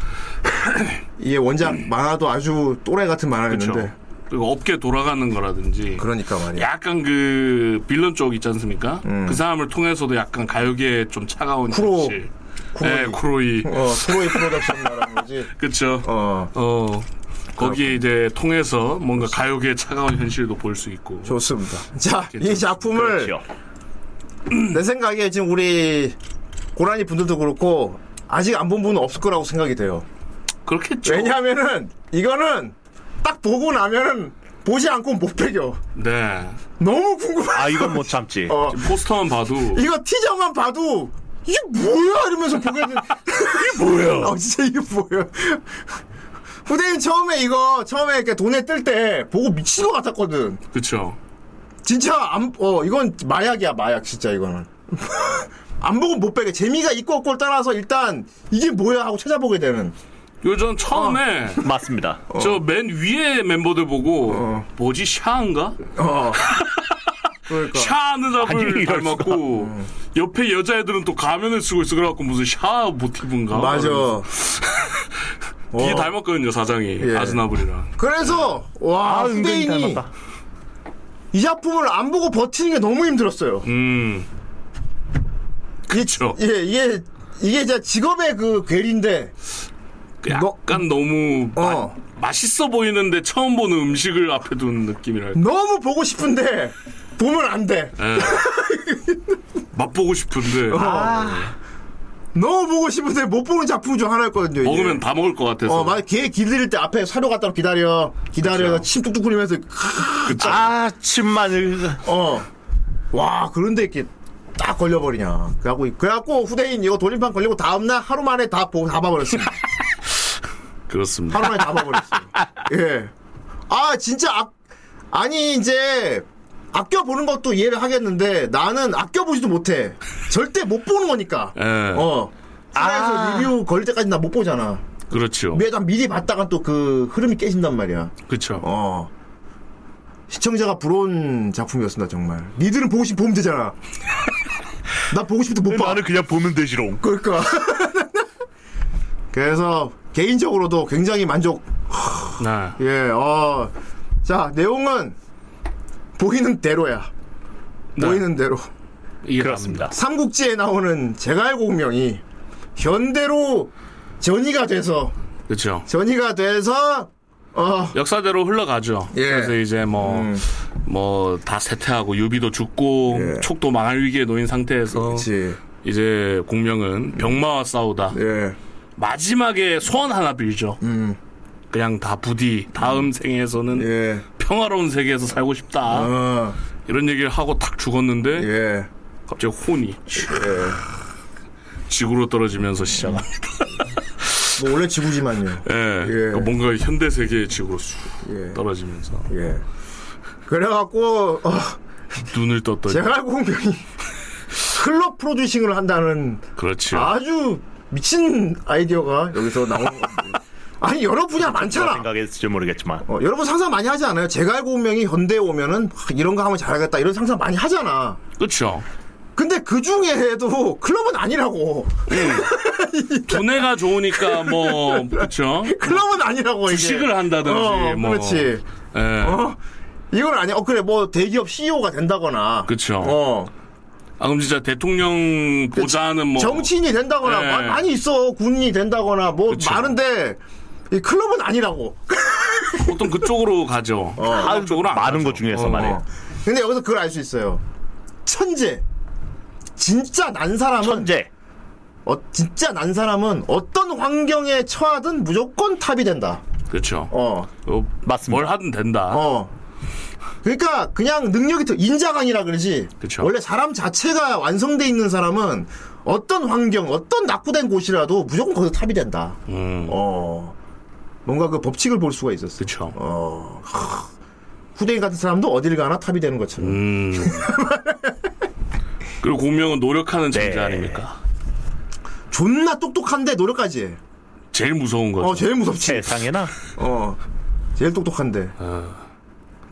[SPEAKER 6] 이게 원작 만화도 아주 또래 같은
[SPEAKER 7] 그쵸.
[SPEAKER 6] 만화였는데.
[SPEAKER 7] 그리고 업계 돌아가는 거라든지.
[SPEAKER 6] 그러니까 말이야.
[SPEAKER 7] 약간 그 빌런 쪽 있지 않습니까? 그 사람을 통해서도 약간 가요계에 좀 차가운
[SPEAKER 6] 음. 쿠로.
[SPEAKER 7] 현실.
[SPEAKER 6] 쿠로이.
[SPEAKER 7] 네, 쿠로이.
[SPEAKER 6] 어, 프로의 프로덕션 말하는 거지.
[SPEAKER 7] 그쵸. 어.
[SPEAKER 6] 어,
[SPEAKER 7] 거기에 이제 통해서 뭔가 가요계의 차가운 현실도 볼 수 있고.
[SPEAKER 6] 좋습니다. 자, 이
[SPEAKER 7] 괜찮-
[SPEAKER 6] 작품을
[SPEAKER 8] 그렇죠.
[SPEAKER 6] 내 생각에 지금 우리 고라니 분들도 그렇고 아직 안 본 분은 없을 거라고 생각이 돼요.
[SPEAKER 7] 그렇겠죠.
[SPEAKER 6] 왜냐하면은 이거는 딱 보고 나면은 보지 않고 못 배겨.
[SPEAKER 7] 네.
[SPEAKER 6] 너무 궁금해.
[SPEAKER 8] 아, 이건 못 참지.
[SPEAKER 6] 어,
[SPEAKER 7] 포스터만 봐도
[SPEAKER 6] 이거 티저만 봐도 이게 뭐야 이러면서 보게 되 이게 [LAUGHS] 뭐야? 어, 진짜 이게 뭐야? 후대인 처음에 이거 처음에 이렇게 돈에 뜰 때 보고 미친 것 같았거든.
[SPEAKER 7] 그쵸.
[SPEAKER 6] 진짜 안, 어, 이건 마약이야, 마약, 진짜 이거는. [LAUGHS] 안 보고 못 빼게. 재미가 있고 없고를 따라서 일단 이게 뭐야 하고 찾아보게 되는.
[SPEAKER 7] 요전 처음에
[SPEAKER 8] 맞습니다.
[SPEAKER 7] 저 맨 위에 멤버들 보고
[SPEAKER 6] 어.
[SPEAKER 7] 뭐지 샤인가? [LAUGHS]
[SPEAKER 6] 어. 그러니까. 어.
[SPEAKER 8] 아니,
[SPEAKER 7] 샤느답을
[SPEAKER 8] 이럴
[SPEAKER 7] 닮았고 옆에 여자애들은 또 가면을 쓰고 있어 그래갖고 무슨 샤 모티브인가?
[SPEAKER 6] 맞아.
[SPEAKER 7] 그러면서 뒤에
[SPEAKER 6] 어.
[SPEAKER 7] 닮았거든요 사장이
[SPEAKER 6] 예.
[SPEAKER 7] 아즈나블이랑
[SPEAKER 6] 그래서, 와,
[SPEAKER 8] 아, 은근히
[SPEAKER 6] 후대인이
[SPEAKER 8] 닮았다.
[SPEAKER 6] 이 작품을 안 보고 버티는 게 너무 힘들었어요.
[SPEAKER 7] 음 그쵸
[SPEAKER 6] 예, 이게, 이게 진짜 직업의 그 괴리인데,
[SPEAKER 7] 약간 너무
[SPEAKER 6] 어.
[SPEAKER 7] 마- 맛있어 보이는데 처음 보는 음식을 앞에 둔 느낌이랄까
[SPEAKER 6] 너무 보고 싶은데, 보면 안 돼.
[SPEAKER 7] 예.
[SPEAKER 6] [LAUGHS]
[SPEAKER 7] 맛보고 싶은데
[SPEAKER 6] 어.
[SPEAKER 8] 아.
[SPEAKER 6] 너무 보고 싶은데 못 보는 작품 중 하나였거든요. 이게.
[SPEAKER 7] 먹으면 다 먹을 것 같아서
[SPEAKER 6] 어, 만약 걔 길들일 때 앞에 사료 갖다 놓고 기다려. 기다려.
[SPEAKER 7] 그쵸.
[SPEAKER 6] 침 뚝뚝 흘리면서.
[SPEAKER 7] 그쵸
[SPEAKER 8] 아, 침만. 흘-
[SPEAKER 6] 어. 와, 그런데 이렇게 딱 걸려버리냐. 그래갖고, 그래갖고 후대인 이거 돌림판 걸리고 다음날 하루 만에 다 보고 다 봐버렸습니다.
[SPEAKER 7] 그렇습니다
[SPEAKER 6] 하루 만에 다 봐버렸어요. [LAUGHS] 예. 아, 진짜 악, 아니, 이제, 아껴보는 것도 이해를 하겠는데 나는 아껴보지도 못해. 절대 못 보는 거니까.
[SPEAKER 7] 예.
[SPEAKER 6] 어. 하나에서 리뷰 걸릴 때까지 나 못 보잖아.
[SPEAKER 7] 그렇죠
[SPEAKER 6] 매장 미리 봤다가 또 그 흐름이 깨진단 말이야.
[SPEAKER 7] 그쵸
[SPEAKER 6] 어. 시청자가 부러운 작품이었습니다, 정말. 니들은 보고 싶으면 보면 되잖아. 나 보고 싶어도 못 봐.
[SPEAKER 8] 나는 그냥 보면 되지롱.
[SPEAKER 6] 그러니까. [LAUGHS] 그래서 개인적으로도 굉장히 만족.
[SPEAKER 7] 네.
[SPEAKER 6] 예, 어. 자, 내용은 보이는 대로야.
[SPEAKER 7] 네.
[SPEAKER 6] 보이는 대로.
[SPEAKER 7] 이게
[SPEAKER 8] 그렇습니다.
[SPEAKER 6] 삼국지에 나오는 제가 알고 운명이 현대로 전이가 돼서
[SPEAKER 7] 그렇죠.
[SPEAKER 6] 어. 전이가 돼서 어,
[SPEAKER 7] 역사대로 흘러가죠.
[SPEAKER 6] 예. 음.
[SPEAKER 7] 그래서 이제 뭐 뭐 다 세퇴하고 유비도 죽고
[SPEAKER 6] 예.
[SPEAKER 7] 촉도 망할 위기에 놓인 상태에서
[SPEAKER 6] 그렇지.
[SPEAKER 7] 이제 공명은 병마와 싸우다
[SPEAKER 6] 예.
[SPEAKER 7] 마지막에 소원 하나 빌죠.
[SPEAKER 6] 음.
[SPEAKER 7] 그냥 다 부디 다음 생에서는
[SPEAKER 6] 예.
[SPEAKER 7] 평화로운 세계에서 살고 싶다
[SPEAKER 6] 어.
[SPEAKER 7] 이런 얘기를 하고 탁 죽었는데
[SPEAKER 6] 예.
[SPEAKER 7] 갑자기 혼이
[SPEAKER 6] 예.
[SPEAKER 7] 지구로 떨어지면서 시작합니다.
[SPEAKER 6] 뭐 원래 지구지만요.
[SPEAKER 7] 예. 그러니까 뭔가 현대 세계의 지구로 쑥
[SPEAKER 6] 예.
[SPEAKER 7] 떨어지면서
[SPEAKER 6] 예. 그래갖고 어,
[SPEAKER 7] 눈을 떴더니
[SPEAKER 6] 제가 알고 온 병이 클럽 프로듀싱을 한다는
[SPEAKER 7] 그렇죠.
[SPEAKER 6] 아주 미친 아이디어가 여기서 나온 겁니다. [LAUGHS] 아니 여러 분야 많잖아.
[SPEAKER 8] 생각했을지 모르겠지만.
[SPEAKER 6] 어, 여러분 상상 많이 하지 않아요? 제가 알고 온 명이 현대에 오면은 아, 이런 거 하면 잘하겠다 이런 상상 많이 하잖아.
[SPEAKER 7] 그렇죠.
[SPEAKER 6] 근데 그 중에도 클럽은 아니라고. [LAUGHS]
[SPEAKER 7] 두뇌가 좋으니까 뭐 그렇죠.
[SPEAKER 6] 클럽은 아니라고 이게.
[SPEAKER 7] 주식을 한다든지
[SPEAKER 6] 어,
[SPEAKER 7] 뭐.
[SPEAKER 6] 그렇지.
[SPEAKER 7] 예.
[SPEAKER 6] 어? 이건 아니야. 어 그래 뭐 대기업 CEO가 된다거나.
[SPEAKER 7] 그쵸.
[SPEAKER 6] 어.
[SPEAKER 7] 아 그럼 진짜 대통령 보좌는 뭐
[SPEAKER 6] 정치인이 된다거나
[SPEAKER 7] 예.
[SPEAKER 6] 마- 많이 있어 군인이 된다거나 뭐
[SPEAKER 7] 그쵸.
[SPEAKER 6] 많은데 이 클럽은 아니라고
[SPEAKER 7] 보통 그쪽으로 가죠. 음악 쪽으로 안
[SPEAKER 8] 많은
[SPEAKER 7] 가죠.
[SPEAKER 8] 것 중에서
[SPEAKER 7] 어.
[SPEAKER 8] 말해요.
[SPEAKER 6] 어. 근데 여기서 그걸 알 수 있어요. 천재. 진짜 난 사람은
[SPEAKER 8] 천재.
[SPEAKER 6] 어, 진짜 난 사람은 어떤 환경에 처하든 무조건 탑이 된다.
[SPEAKER 7] 그렇죠.
[SPEAKER 6] 어.
[SPEAKER 7] 어,
[SPEAKER 8] 맞습니다.
[SPEAKER 7] 뭘 하든 된다.
[SPEAKER 6] 어. 그러니까 그냥 능력이 더 인자강이라 그러지.
[SPEAKER 7] 그쵸.
[SPEAKER 6] 원래 사람 자체가 완성돼 있는 사람은 어떤 환경, 어떤 낙후된 곳이라도 무조건 거기서 탑이 된다.
[SPEAKER 7] 음,
[SPEAKER 6] 어. 뭔가 그 법칙을 볼 수가 있었어.
[SPEAKER 7] 그렇죠.
[SPEAKER 6] 어. 하. 후대인 같은 사람도 어딜 가나 탑이 되는 것처럼.
[SPEAKER 7] 음. 그리고 공명은 노력하는 존재
[SPEAKER 8] 네.
[SPEAKER 7] 아닙니까?
[SPEAKER 6] 존나 똑똑한데 노력까지 해.
[SPEAKER 7] 제일 무서운 거죠.
[SPEAKER 6] 어, 제일
[SPEAKER 8] 네.
[SPEAKER 6] 무섭지.
[SPEAKER 8] 세상에나
[SPEAKER 6] 어. 제일 똑똑한데.
[SPEAKER 8] 아.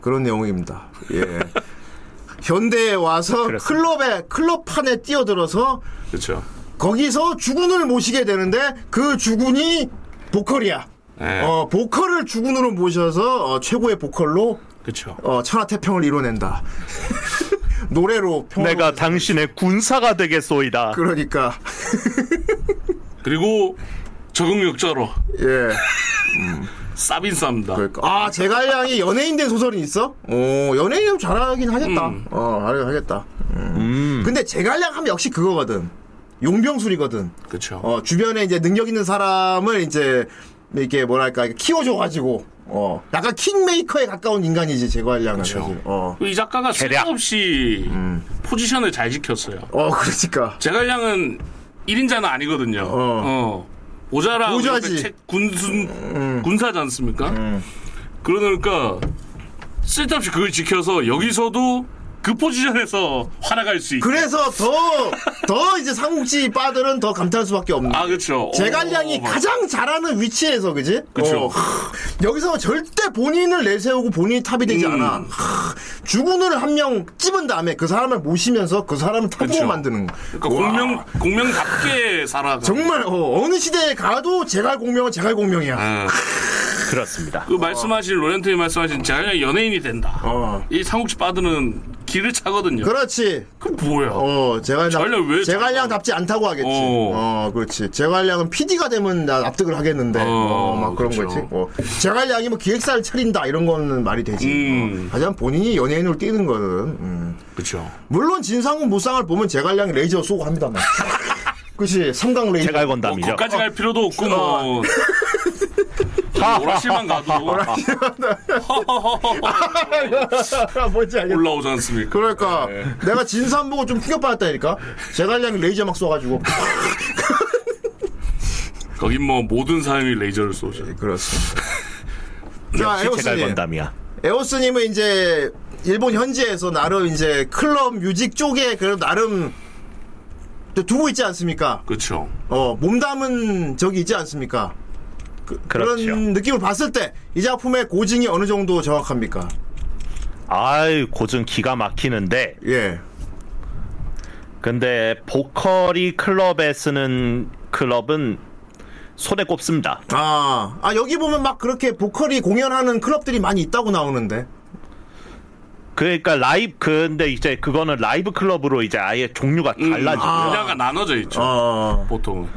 [SPEAKER 6] 그런 내용입니다. 예. 현대에 와서
[SPEAKER 8] 그렇습니다.
[SPEAKER 6] 클럽에 클럽판에 뛰어들어서
[SPEAKER 7] 그렇죠.
[SPEAKER 6] 거기서 주군을 모시게 되는데 그 주군이 보컬이야.
[SPEAKER 7] 네.
[SPEAKER 6] 어, 보컬을 주군으로 모셔서 어, 최고의 보컬로
[SPEAKER 7] 그렇죠.
[SPEAKER 6] 어, 천하태평을 이뤄낸다. [LAUGHS] 노래로 평화
[SPEAKER 8] 내가 당신의 군사가 되겠소이다.
[SPEAKER 6] 그러니까
[SPEAKER 7] 그리고 적응력자로
[SPEAKER 6] 예
[SPEAKER 7] 싸빈 쌉니다.
[SPEAKER 6] 그러니까 아 제갈량이 연예인 된 소설은 있어? 오 연예인이면 잘하긴 하겠다.
[SPEAKER 7] 음.
[SPEAKER 6] 어 잘하겠다. 근데 제갈량 하면 역시 그거거든. 용병술이거든.
[SPEAKER 7] 그렇죠.
[SPEAKER 6] 어, 주변에 이제 능력 있는 사람을 이제 이렇게 뭐랄까 키워줘가지고 어 약간 킹메이커에 가까운 인간이지 제갈량은
[SPEAKER 7] 그쵸.
[SPEAKER 6] 사실. 어,
[SPEAKER 7] 이 작가가
[SPEAKER 8] 계략.
[SPEAKER 7] 쓸데없이 포지션을 잘 지켰어요.
[SPEAKER 6] 어 [LAUGHS] 그러니까.
[SPEAKER 7] 제갈량은 1인자는 아니거든요. 어.
[SPEAKER 6] 어.
[SPEAKER 7] 모자라
[SPEAKER 6] 모자지.
[SPEAKER 7] 우리 책 군순 군사지 않습니까? 그러니까 쓸데없이 그걸 지켜서 여기서도 그 포지션에서 활약할 수 있게.
[SPEAKER 6] 그래서 더, 더 이제 삼국지 빠들은 더 감탄할 수밖에 없는.
[SPEAKER 7] 아 그렇죠.
[SPEAKER 6] 제갈량이 가장 잘하는 위치에서, 그지?
[SPEAKER 7] 그쵸.
[SPEAKER 6] 어, 하, 여기서 절대 본인을 내세우고 본인이 탑이 되지
[SPEAKER 7] 음.
[SPEAKER 6] 않아. 하, 주군을 한 명 찝은 다음에 그 사람을 모시면서 그 사람을 탑으로
[SPEAKER 7] 그쵸.
[SPEAKER 6] 만드는 거.
[SPEAKER 7] 그러니까 공명 공명답게 살아가.
[SPEAKER 6] 정말 어, 느 시대에 가도 제갈 공명은 제갈 공명이야.
[SPEAKER 7] 예.
[SPEAKER 8] 그렇습니다.
[SPEAKER 7] 그 말씀하신 로렌트님 말씀하신 제갈량이 연예인이 된다.
[SPEAKER 6] 어.
[SPEAKER 7] 이 삼국지 빠드는 길을 차거든요.
[SPEAKER 6] 그렇지.
[SPEAKER 7] 그 뭐야?
[SPEAKER 6] 어,
[SPEAKER 7] 제갈량 왜
[SPEAKER 6] 제갈량, 제갈량 답지 않다고 하겠지.
[SPEAKER 7] 어.
[SPEAKER 6] 어, 그렇지. 제갈량은 PD가 되면 나 납득을 하겠는데,
[SPEAKER 7] 어,
[SPEAKER 6] 어, 막 그런
[SPEAKER 7] 그렇죠.
[SPEAKER 6] 거지. 어. 제갈량이 뭐 기획사를 차린다, 이런 거는 말이 되지.
[SPEAKER 7] 음.
[SPEAKER 6] 어. 하지만 본인이 연예인으로 뛰는 거는, 음.
[SPEAKER 7] 그렇죠.
[SPEAKER 6] 물론 진상군 무쌍을 보면 제갈량이 레이저 쏘고 합니다만. 그치, 삼강 레이저.
[SPEAKER 8] 제갈
[SPEAKER 7] 뭐
[SPEAKER 8] 건담이죠.
[SPEAKER 7] 거기까지 갈 필요도 없고
[SPEAKER 6] 어.
[SPEAKER 7] 뭐 오락실만 가도
[SPEAKER 6] [LAUGHS] 뭔지 알겠다.
[SPEAKER 7] 올라오지 않습니까?
[SPEAKER 6] 그러니까 내가 진상 보고 좀 충격받았다니까. 제갈량이 레이저 막 쏘가지고.
[SPEAKER 7] 거긴 뭐 모든 사람이 레이저를 쏘죠.
[SPEAKER 6] 어. 그렇습니다.
[SPEAKER 8] 역시 제갈
[SPEAKER 6] 에오스님.
[SPEAKER 8] 건담이야.
[SPEAKER 6] 에오스님은 이제 일본 현지에서 나름 이제 클럽 뮤직 쪽에 그래도 나름 또 두고 있지 않습니까?
[SPEAKER 7] 그렇죠.
[SPEAKER 6] 어 몸담은 적이 있지 않습니까? 그, 런
[SPEAKER 8] 그렇죠.
[SPEAKER 6] 느낌을 봤을 때 이 작품의 고증이 어느 정도 정확합니까?
[SPEAKER 8] 아이 고증 기가 막히는데
[SPEAKER 6] 예.
[SPEAKER 8] 근데 보컬이 클럽에 쓰는 클럽은 손에 꼽습니다.
[SPEAKER 6] 아, 아 여기 보면 막 그렇게 보컬이 공연하는 클럽들이 많이 있다고 나오는데.
[SPEAKER 8] 그러니까 라이브 근데 이제 그거는 라이브 클럽으로 이제 아예 종류가 달라지고요.
[SPEAKER 7] 분야가 나눠져 있죠.
[SPEAKER 6] 아. 어.
[SPEAKER 7] 보통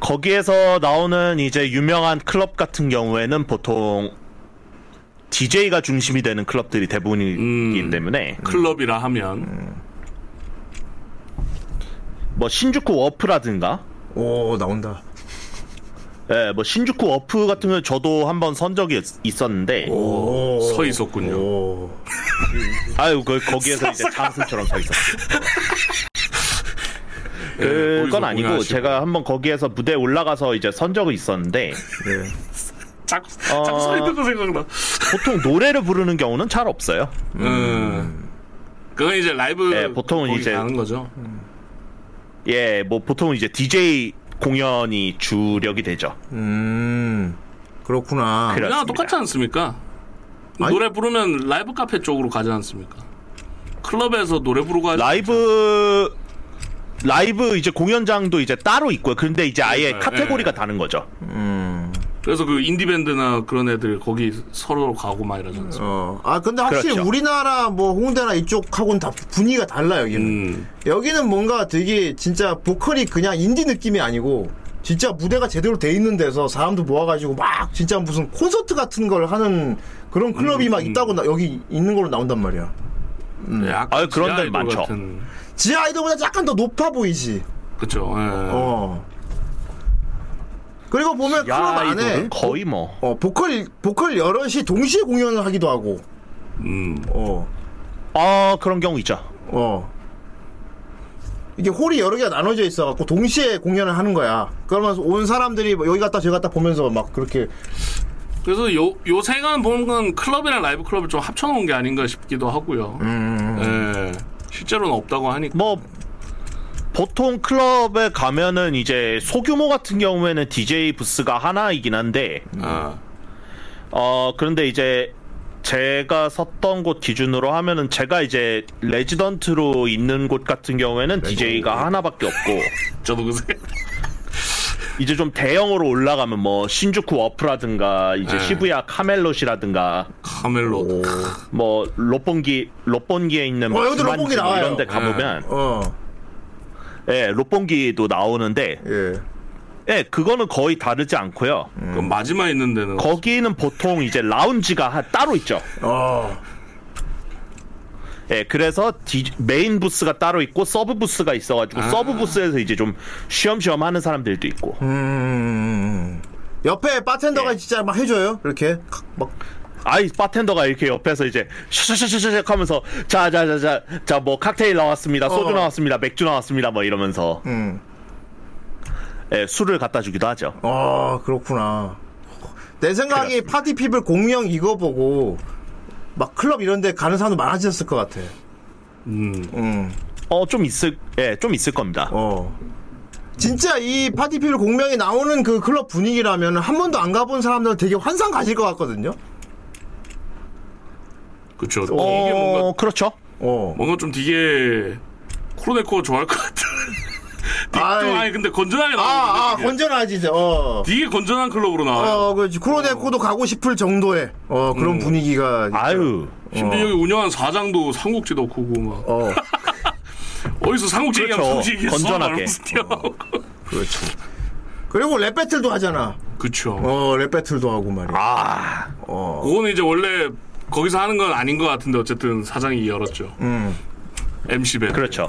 [SPEAKER 8] 거기에서 나오는 이제 유명한 클럽 같은 경우에는 보통 DJ가 중심이 되는 클럽들이 대부분이기
[SPEAKER 7] 음.
[SPEAKER 8] 때문에
[SPEAKER 7] 클럽이라 하면
[SPEAKER 8] 뭐 신주쿠 워프라든가
[SPEAKER 6] 오 나온다.
[SPEAKER 8] 예, 뭐 신주쿠 워프 같은 경우 저도 한번 선 적이 있- 있었는데
[SPEAKER 6] 어.
[SPEAKER 7] 서 있었군요.
[SPEAKER 6] 오.
[SPEAKER 8] 아유 그 거기에서 이제 장승처럼 서 있었어. 네,
[SPEAKER 7] 예,
[SPEAKER 8] 그건 아니고 제가 한번 거기에서 무대에 올라가서 이제 선 적이 있었는데
[SPEAKER 6] 네.
[SPEAKER 7] 자꾸
[SPEAKER 6] 어.
[SPEAKER 7] 자꾸 서 있는 거 생각나.
[SPEAKER 8] 보통 노래를 부르는 경우는 잘 없어요.
[SPEAKER 7] 음. 그건 이제 라이브
[SPEAKER 8] 네, 보통은
[SPEAKER 7] 거기
[SPEAKER 8] 이제-
[SPEAKER 7] 가는 거죠.
[SPEAKER 8] 예, 뭐 보통 이제 DJ 공연이 주력이 되죠.
[SPEAKER 6] 음. 그렇구나.
[SPEAKER 8] 그래.
[SPEAKER 7] 그냥
[SPEAKER 8] 그렇습니다.
[SPEAKER 7] 아, 똑같지 않습니까?
[SPEAKER 6] 아니.
[SPEAKER 7] 노래 부르면 라이브 카페 쪽으로 가지 않습니까? 클럽에서 노래 부르고 하지
[SPEAKER 8] 라이브 라이브 이제 공연장도 이제 따로 있고요. 근데 이제 아예
[SPEAKER 7] 그러니까요.
[SPEAKER 8] 카테고리가 다른 거죠.
[SPEAKER 7] 그래서 그 인디밴드나 그런 애들 거기 서로 가고 막 이러지 않습니까?
[SPEAKER 6] 어. 아, 근데 확실히
[SPEAKER 8] 그렇죠.
[SPEAKER 6] 우리나라 뭐 홍대나 이쪽하고는 다 분위기가 달라, 여기는.
[SPEAKER 7] 음.
[SPEAKER 6] 여기는 뭔가 되게 진짜 보컬이 그냥 인디 느낌이 아니고 진짜 무대가 제대로 돼 있는 데서 사람들 모아가지고 막 진짜 무슨 콘서트 같은 걸 하는 그런 클럽이 막 있다고 나, 여기 있는 걸로 나온단 말이야.
[SPEAKER 7] 약간
[SPEAKER 8] 음. 아유, 그런
[SPEAKER 7] 지하
[SPEAKER 8] 데
[SPEAKER 7] 네, 아이돌
[SPEAKER 8] 많죠.
[SPEAKER 7] 같은.
[SPEAKER 6] 지하 아이돌보다 약간 더 높아 보이지.
[SPEAKER 7] 그쵸. 예.
[SPEAKER 6] 어. 그리고 보면 클럽
[SPEAKER 8] 야
[SPEAKER 6] 안에
[SPEAKER 8] 이거는 거의 뭐
[SPEAKER 6] 어, 보컬 보컬 여럿이 동시에 공연을 하기도 하고.
[SPEAKER 7] 음.
[SPEAKER 6] 어.
[SPEAKER 8] 아, 그런 경우 있죠.
[SPEAKER 6] 어. 이게 홀이 여러 개가 나눠져 있어갖고 동시에 공연을 하는 거야. 그러면서 온 사람들이 뭐 여기 갔다 저기 갔다 보면서 막 그렇게
[SPEAKER 7] 그래서 요, 요새간 보는 건 클럽이랑 라이브 클럽을 좀 합쳐놓은 게 아닌가 싶기도 하고요. 예.
[SPEAKER 8] 음,
[SPEAKER 7] 실제로는 없다고 하니까.
[SPEAKER 8] 뭐 보통 클럽에 가면은 이제 소규모 같은 경우에는 DJ 부스가 하나이긴 한데
[SPEAKER 7] 아.
[SPEAKER 8] 어 그런데 이제 제가 섰던 곳 기준으로 하면은 제가 이제 레지던트로 있는 곳 같은 경우에는 DJ가 하나밖에 없고
[SPEAKER 7] 저도 그새. [LAUGHS]
[SPEAKER 8] 이제 좀 대형으로 올라가면 뭐 신주쿠 워프라든가 이제
[SPEAKER 7] 네.
[SPEAKER 8] 시부야 카멜롯이라든가
[SPEAKER 7] 카멜로.
[SPEAKER 8] 뭐 로pon기 로pon기에 있는
[SPEAKER 6] 어, 여기도
[SPEAKER 8] 주만지
[SPEAKER 6] 롯본기
[SPEAKER 8] 뭐
[SPEAKER 6] 나와요.
[SPEAKER 8] 이런 데 가보면
[SPEAKER 6] 어.
[SPEAKER 8] 예, 로pon기도 나오는데
[SPEAKER 6] 예.
[SPEAKER 8] 예, 그거는 거의 다르지 않고요.
[SPEAKER 7] 그 마지막 있는
[SPEAKER 8] 음.
[SPEAKER 7] 데는.
[SPEAKER 8] 거기는 보통 이제 라운지가 하- 따로 있죠.
[SPEAKER 6] 어.
[SPEAKER 8] 예, 그래서 디- 메인 부스가 따로 있고 서브 부스가 있어가지고 서브 부스에서 이제 좀 쉬엄쉬엄 하는 사람들도 있고.
[SPEAKER 6] 음. 옆에 바텐더가
[SPEAKER 8] 예.
[SPEAKER 6] 진짜 막 해줘요. 이렇게 막
[SPEAKER 8] 아이 바텐더가 이렇게 옆에서 이제 샤샤샤샤샥 하면서 자자자자 자 뭐 칵테일 나왔습니다, 소주
[SPEAKER 6] 어.
[SPEAKER 8] 나왔습니다, 맥주 나왔습니다 뭐 이러면서 예, 술을 갖다 주기도 하죠.
[SPEAKER 6] 아 그렇구나. 내 생각에
[SPEAKER 8] 그렇습니다.
[SPEAKER 6] 파티 피플 공연 이거 보고 막 클럽 이런데 가는 사람도 많아졌을 것 같아.
[SPEAKER 7] 음.
[SPEAKER 6] 음,
[SPEAKER 8] 어 좀 있을 예, 좀 있을 겁니다.
[SPEAKER 6] 어. 진짜 이 파티 피플 공명이 나오는 그 클럽 분위기라면 한 번도 안 가본 사람들은 되게 환상 가질 것 같거든요.
[SPEAKER 7] 그쵸.
[SPEAKER 8] 어,
[SPEAKER 7] 이게 뭔가,
[SPEAKER 8] 그렇죠.
[SPEAKER 6] 어.
[SPEAKER 7] 뭔가 좀 되게 코로네코가 좋아할 것 [LAUGHS] 같아. 좀,
[SPEAKER 6] 아,
[SPEAKER 7] 아니, 근데 건전하게
[SPEAKER 6] 아, 아,
[SPEAKER 7] 나오는데.
[SPEAKER 6] 건전하지 이제. 어.
[SPEAKER 7] 되게 건전한 클럽으로 나와요.
[SPEAKER 6] 어, 그 코로네코도 가고 싶을 정도의 어 그런 분위기가.
[SPEAKER 8] 음. 아유.
[SPEAKER 7] 심지어 여기 운영한 사장도 삼국지도 크고 막.
[SPEAKER 6] 어.
[SPEAKER 7] [LAUGHS] 어디서 삼국지
[SPEAKER 8] 그렇죠.
[SPEAKER 7] 얘기하면 삼국지 얘기했어?
[SPEAKER 8] 건전하게.
[SPEAKER 7] 말하면서 뛰어나오고.
[SPEAKER 6] 그렇죠. 그리고 랩 배틀도 하잖아.
[SPEAKER 7] [LAUGHS] 그쵸.
[SPEAKER 6] 어, 랩 배틀도 하고 말이야.
[SPEAKER 8] 아.
[SPEAKER 7] 그거는 이제 원래 거기서 하는 건 아닌 것 같은데 어쨌든 사장이 열었죠. MC 배.
[SPEAKER 8] 음. 그렇죠.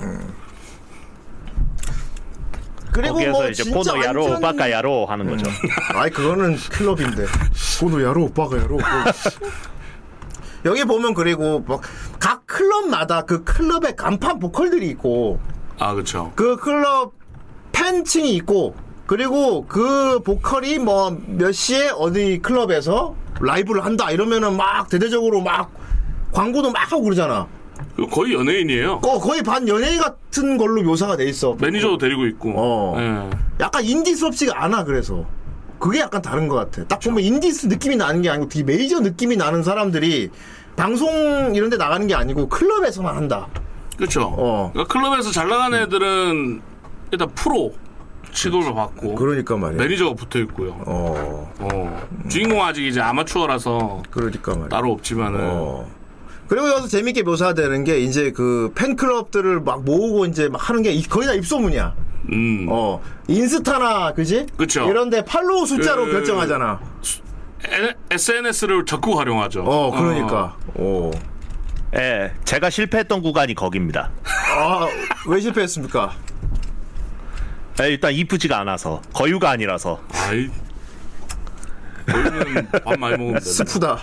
[SPEAKER 6] 그리고
[SPEAKER 8] 아, 거기에서
[SPEAKER 6] 뭐
[SPEAKER 8] 이제
[SPEAKER 6] 진짜 음.
[SPEAKER 8] 포노 야로
[SPEAKER 6] 완전-
[SPEAKER 8] 바까 야로 하는 거죠.
[SPEAKER 6] 아이 그거는 클럽인데 오늘 야로 오빠가 야로 그거. 여기 보면 그리고 막 각 클럽마다 그 클럽의 간판 보컬들이 있고
[SPEAKER 7] 아 그렇죠.
[SPEAKER 6] 그 클럽 팬층이 있고 그리고 그 보컬이 뭐 몇 시에 어디 클럽에서 라이브를 한다 이러면은 막 대대적으로 막 광고도 막 하고 그러잖아
[SPEAKER 7] 그거 거의
[SPEAKER 8] 어.
[SPEAKER 7] 연예인이에요.
[SPEAKER 6] 거, 거의 반 연예인 같은 걸로 묘사가 돼 있어
[SPEAKER 7] 매니저도 데리고 있고.
[SPEAKER 6] 어.
[SPEAKER 7] 예.
[SPEAKER 6] 약간 인디스럽지가 않아 그래서 그게 약간 다른 것 같아 딱 보면 인디스 느낌이 나는 게 아니고 되게 메이저 느낌이 나는 사람들이 방송 이런 데 나가는 게 아니고 클럽에서만 한다
[SPEAKER 7] 그렇죠.
[SPEAKER 6] 어.
[SPEAKER 7] 그러니까 클럽에서 잘 나가는 애들은 일단 프로 시도를 받고
[SPEAKER 6] 그러니까 말이야
[SPEAKER 7] 매니저가 붙어 있고요.
[SPEAKER 6] 어
[SPEAKER 7] 어. 주인공 아직 이제 아마추어라서
[SPEAKER 6] 그러니까 말이야
[SPEAKER 7] 따로 없지만은
[SPEAKER 6] 어. 그리고 여기서 재밌게 묘사되는 게 이제 그 팬클럽들을 막 모으고 이제 막 하는 게 이- 거의 다 입소문이야.
[SPEAKER 7] 음.
[SPEAKER 6] 어. 인스타나 그지?
[SPEAKER 7] 그쵸.
[SPEAKER 6] 이런데 팔로우 숫자로
[SPEAKER 7] 그-
[SPEAKER 6] 결정하잖아.
[SPEAKER 7] SNS를 적극 활용하죠.
[SPEAKER 6] 어, 그러니까.
[SPEAKER 7] 아.
[SPEAKER 6] 어.
[SPEAKER 8] 예, 제가 실패했던 구간이 거기입니다.
[SPEAKER 6] 아, 왜 실패했습니까?
[SPEAKER 8] 예, 일단 이쁘지가 않아서 거유가 아니라서
[SPEAKER 7] 어. 아이. 저희는 밥 많이 먹으면 되네.
[SPEAKER 6] 슬프다.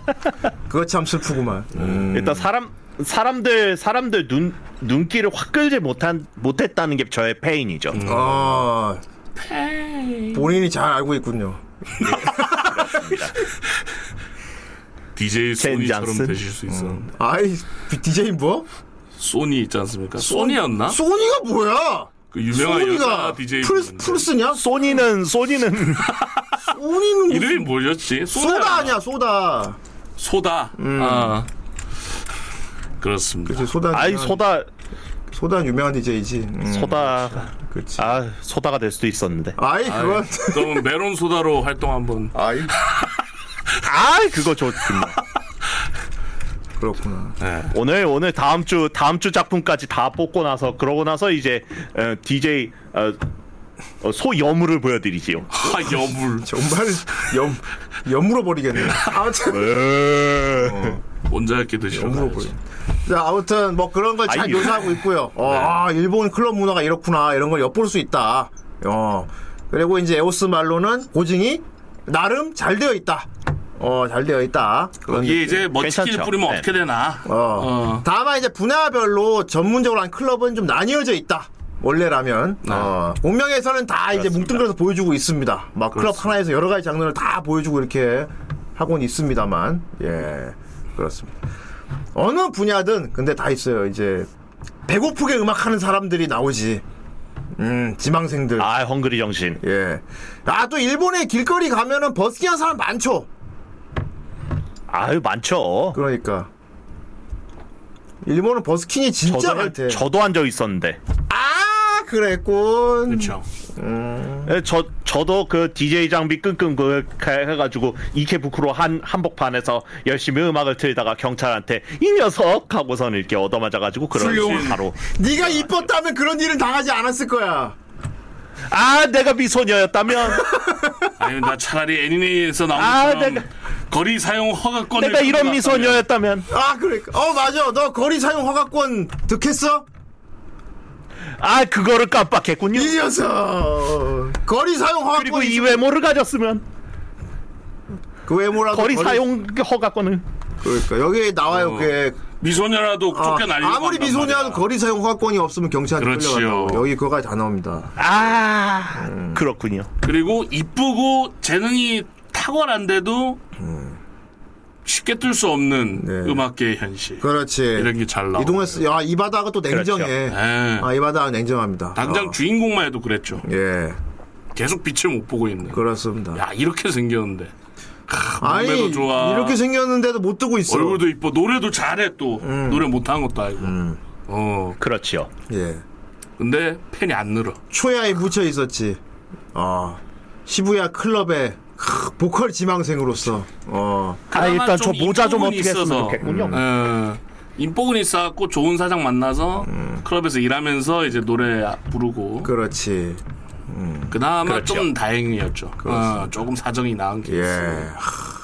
[SPEAKER 6] [LAUGHS] 그거 참 슬프구만.
[SPEAKER 8] 일단 사람 사람들 사람들 눈 눈길을 확 끌지 못한 못했다는 게 저의 페인이죠.
[SPEAKER 6] 아. 본인이 잘 알고 있군요.
[SPEAKER 7] DJ 소니처럼
[SPEAKER 8] 잔슨?
[SPEAKER 7] 되실 수 있었는데.
[SPEAKER 6] 아이, DJ 뭐?
[SPEAKER 7] 소니 있지 않습니까? 소니였나?
[SPEAKER 6] 소니가 뭐야?
[SPEAKER 7] 그 아? 유명한
[SPEAKER 6] 소니가
[SPEAKER 7] 여자 DJ
[SPEAKER 6] 플스,
[SPEAKER 7] 분인데.
[SPEAKER 6] 플스냐?
[SPEAKER 8] 소니는
[SPEAKER 6] [LAUGHS]
[SPEAKER 8] 소니는
[SPEAKER 6] 소니는 무슨
[SPEAKER 7] 이름이 뭐였지?
[SPEAKER 6] 소다 아니야 음. 소다.
[SPEAKER 7] 소다. 아. 그렇습니다.
[SPEAKER 6] 그 소다.
[SPEAKER 8] 아이 소다
[SPEAKER 6] 음. 소다 유명한 DJ지. 음,
[SPEAKER 8] 소다
[SPEAKER 6] 그렇지. 아,
[SPEAKER 8] 아 소다가 될 수도 있었는데.
[SPEAKER 6] 이 그건
[SPEAKER 7] 그럼 메론 소다로 활동 한번.
[SPEAKER 6] 아이 [LAUGHS]
[SPEAKER 8] 아 그거 좋군요.
[SPEAKER 6] 그렇구나.
[SPEAKER 8] 오늘 오늘 다음 주 다음 주 작품까지 다 뽑고 나서 그러고 나서 이제 어, DJ 어, 어, 소 여물을 보여드리지요.
[SPEAKER 7] 아 여물
[SPEAKER 6] 정말 염 염으로 버리겠네. 아무튼 어.
[SPEAKER 7] 혼자 이렇게 드시는
[SPEAKER 6] 염으로 버리. 자 아무튼 뭐 그런 걸 잘
[SPEAKER 8] 아이,
[SPEAKER 6] 묘사하고 있고요. 어, 아 일본 클럽 문화가 이렇구나 이런 걸 엿볼 수 있다. 어 그리고 이제 에오스 말로는 고증이 나름 잘 되어 있다. 어 잘 되어 있다. 그런
[SPEAKER 7] 이게 이제 멋지기를
[SPEAKER 8] 괜찮죠.
[SPEAKER 7] 뿌리면
[SPEAKER 8] 네.
[SPEAKER 7] 어떻게 되나?
[SPEAKER 6] 어.
[SPEAKER 7] 어.
[SPEAKER 6] 다만 이제 분야별로 전문적으로 한 클럽은 좀 나뉘어져 있다. 원래라면 어, 운명에서는 다 이제
[SPEAKER 8] 네. 그렇습니다.
[SPEAKER 6] 뭉뚱그려서 보여주고 있습니다. 막 클럽 하나에서 여러 가지 장르를 다 보여주고 이렇게 하고는 있습니다만 예 그렇습니다. 어느 분야든 근데 다 있어요. 이제 배고프게 음악하는 사람들이 나오지. 음 지망생들
[SPEAKER 8] 아 헝그리 정신.
[SPEAKER 6] 예. 아 또 일본의 길거리 가면은 버스킹 하는 사람 많죠.
[SPEAKER 8] 아유 많죠.
[SPEAKER 6] 그러니까 일본은 버스킹이 진짜
[SPEAKER 8] 저도
[SPEAKER 6] 많대.
[SPEAKER 8] 한, 저도 한 적 있었는데.
[SPEAKER 6] 아 그랬군.
[SPEAKER 7] 그렇죠.
[SPEAKER 8] 예, 저 저도 그 DJ 장비 끙끙 그 해가지고 이케부쿠로 한 한복판에서 열심히 음악을 틀다가 경찰한테 이 녀석 하고선 이렇게 얻어맞아가지고 그런
[SPEAKER 7] 훌륭한.
[SPEAKER 8] 바로
[SPEAKER 7] 아.
[SPEAKER 6] 네가 이뻤다면 그런 일은 당하지 않았을 거야.
[SPEAKER 8] 아
[SPEAKER 7] [LAUGHS]
[SPEAKER 8] 내가 미소녀였다면
[SPEAKER 7] 아니면 나 차라리 애니메이션에서 나오는
[SPEAKER 8] 아,
[SPEAKER 7] 것처럼
[SPEAKER 8] 내가-
[SPEAKER 7] 거리 사용 허가권을
[SPEAKER 8] 내가 이런
[SPEAKER 7] 가져갔다면
[SPEAKER 8] 미소녀였다면
[SPEAKER 6] 아 그래. 어 맞아. 너 거리 사용 허가권 득했어?
[SPEAKER 8] 아 그거를 깜빡했군요.
[SPEAKER 6] 이 녀석. 거리 사용 허가권.
[SPEAKER 8] 그리고 이 외모를 가졌으면
[SPEAKER 6] 그 외모라도
[SPEAKER 8] 거리 사용 허가권을
[SPEAKER 6] 그러니까 여기 나와요.
[SPEAKER 7] 어.
[SPEAKER 6] 그게
[SPEAKER 7] 미소녀라도
[SPEAKER 6] 아,
[SPEAKER 7] 쫓겨날려
[SPEAKER 6] 아무리 미소녀도 거리 사용 허가권이 없으면 경찰에
[SPEAKER 7] 그렇지요.
[SPEAKER 6] 끌려간다고. 여기 그거까지 다 나옵니다.
[SPEAKER 8] 아
[SPEAKER 7] 음.
[SPEAKER 8] 그렇군요.
[SPEAKER 7] 그리고 이쁘고 재능이 탁월한데도 쉽게 뜰 수
[SPEAKER 6] 음.
[SPEAKER 7] 없는
[SPEAKER 6] 네.
[SPEAKER 7] 음악계의 현실.
[SPEAKER 6] 그렇지.
[SPEAKER 7] 이런 게 잘 나와.
[SPEAKER 6] 이동했어. 야이 바다가 또 냉정해.
[SPEAKER 8] 그렇죠.
[SPEAKER 7] 예.
[SPEAKER 6] 아이 바다가 냉정합니다.
[SPEAKER 7] 당장
[SPEAKER 6] 어.
[SPEAKER 7] 주인공만 해도 그랬죠.
[SPEAKER 6] 예
[SPEAKER 7] 계속 빛을 못 보고 있는.
[SPEAKER 6] 그렇습니다.
[SPEAKER 7] 야 이렇게 생겼는데
[SPEAKER 6] 아니
[SPEAKER 7] 몸매도 좋아.
[SPEAKER 6] 이렇게 생겼는데도 못 뜨고 있어.
[SPEAKER 7] 얼굴도 이뻐 노래도 잘해 또
[SPEAKER 8] 음.
[SPEAKER 7] 노래 못하는 것도 아니고. 어
[SPEAKER 8] 그렇지요.
[SPEAKER 6] 예.
[SPEAKER 7] 근데 팬이 안 늘어.
[SPEAKER 6] 초야에 묻혀 있었지. 어, 시부야 클럽의 크, 보컬 지망생으로서. 어,
[SPEAKER 8] 아 일단 저
[SPEAKER 7] 좀
[SPEAKER 8] 모자 좀
[SPEAKER 7] 인복은
[SPEAKER 8] 어떻게 했으면
[SPEAKER 7] 있어서.
[SPEAKER 8] 좋겠군요.
[SPEAKER 7] 예. 인복은 있어갖고 좋은 사장 만나서
[SPEAKER 8] 음.
[SPEAKER 7] 클럽에서 일하면서 이제 노래 부르고
[SPEAKER 6] 그렇지.
[SPEAKER 7] 그나마
[SPEAKER 8] 그렇죠.
[SPEAKER 7] 좀 다행이었죠.
[SPEAKER 6] 그렇습니다.
[SPEAKER 7] 어, 조금 사정이 나은 게
[SPEAKER 6] 예.
[SPEAKER 7] 있어요.
[SPEAKER 6] 하.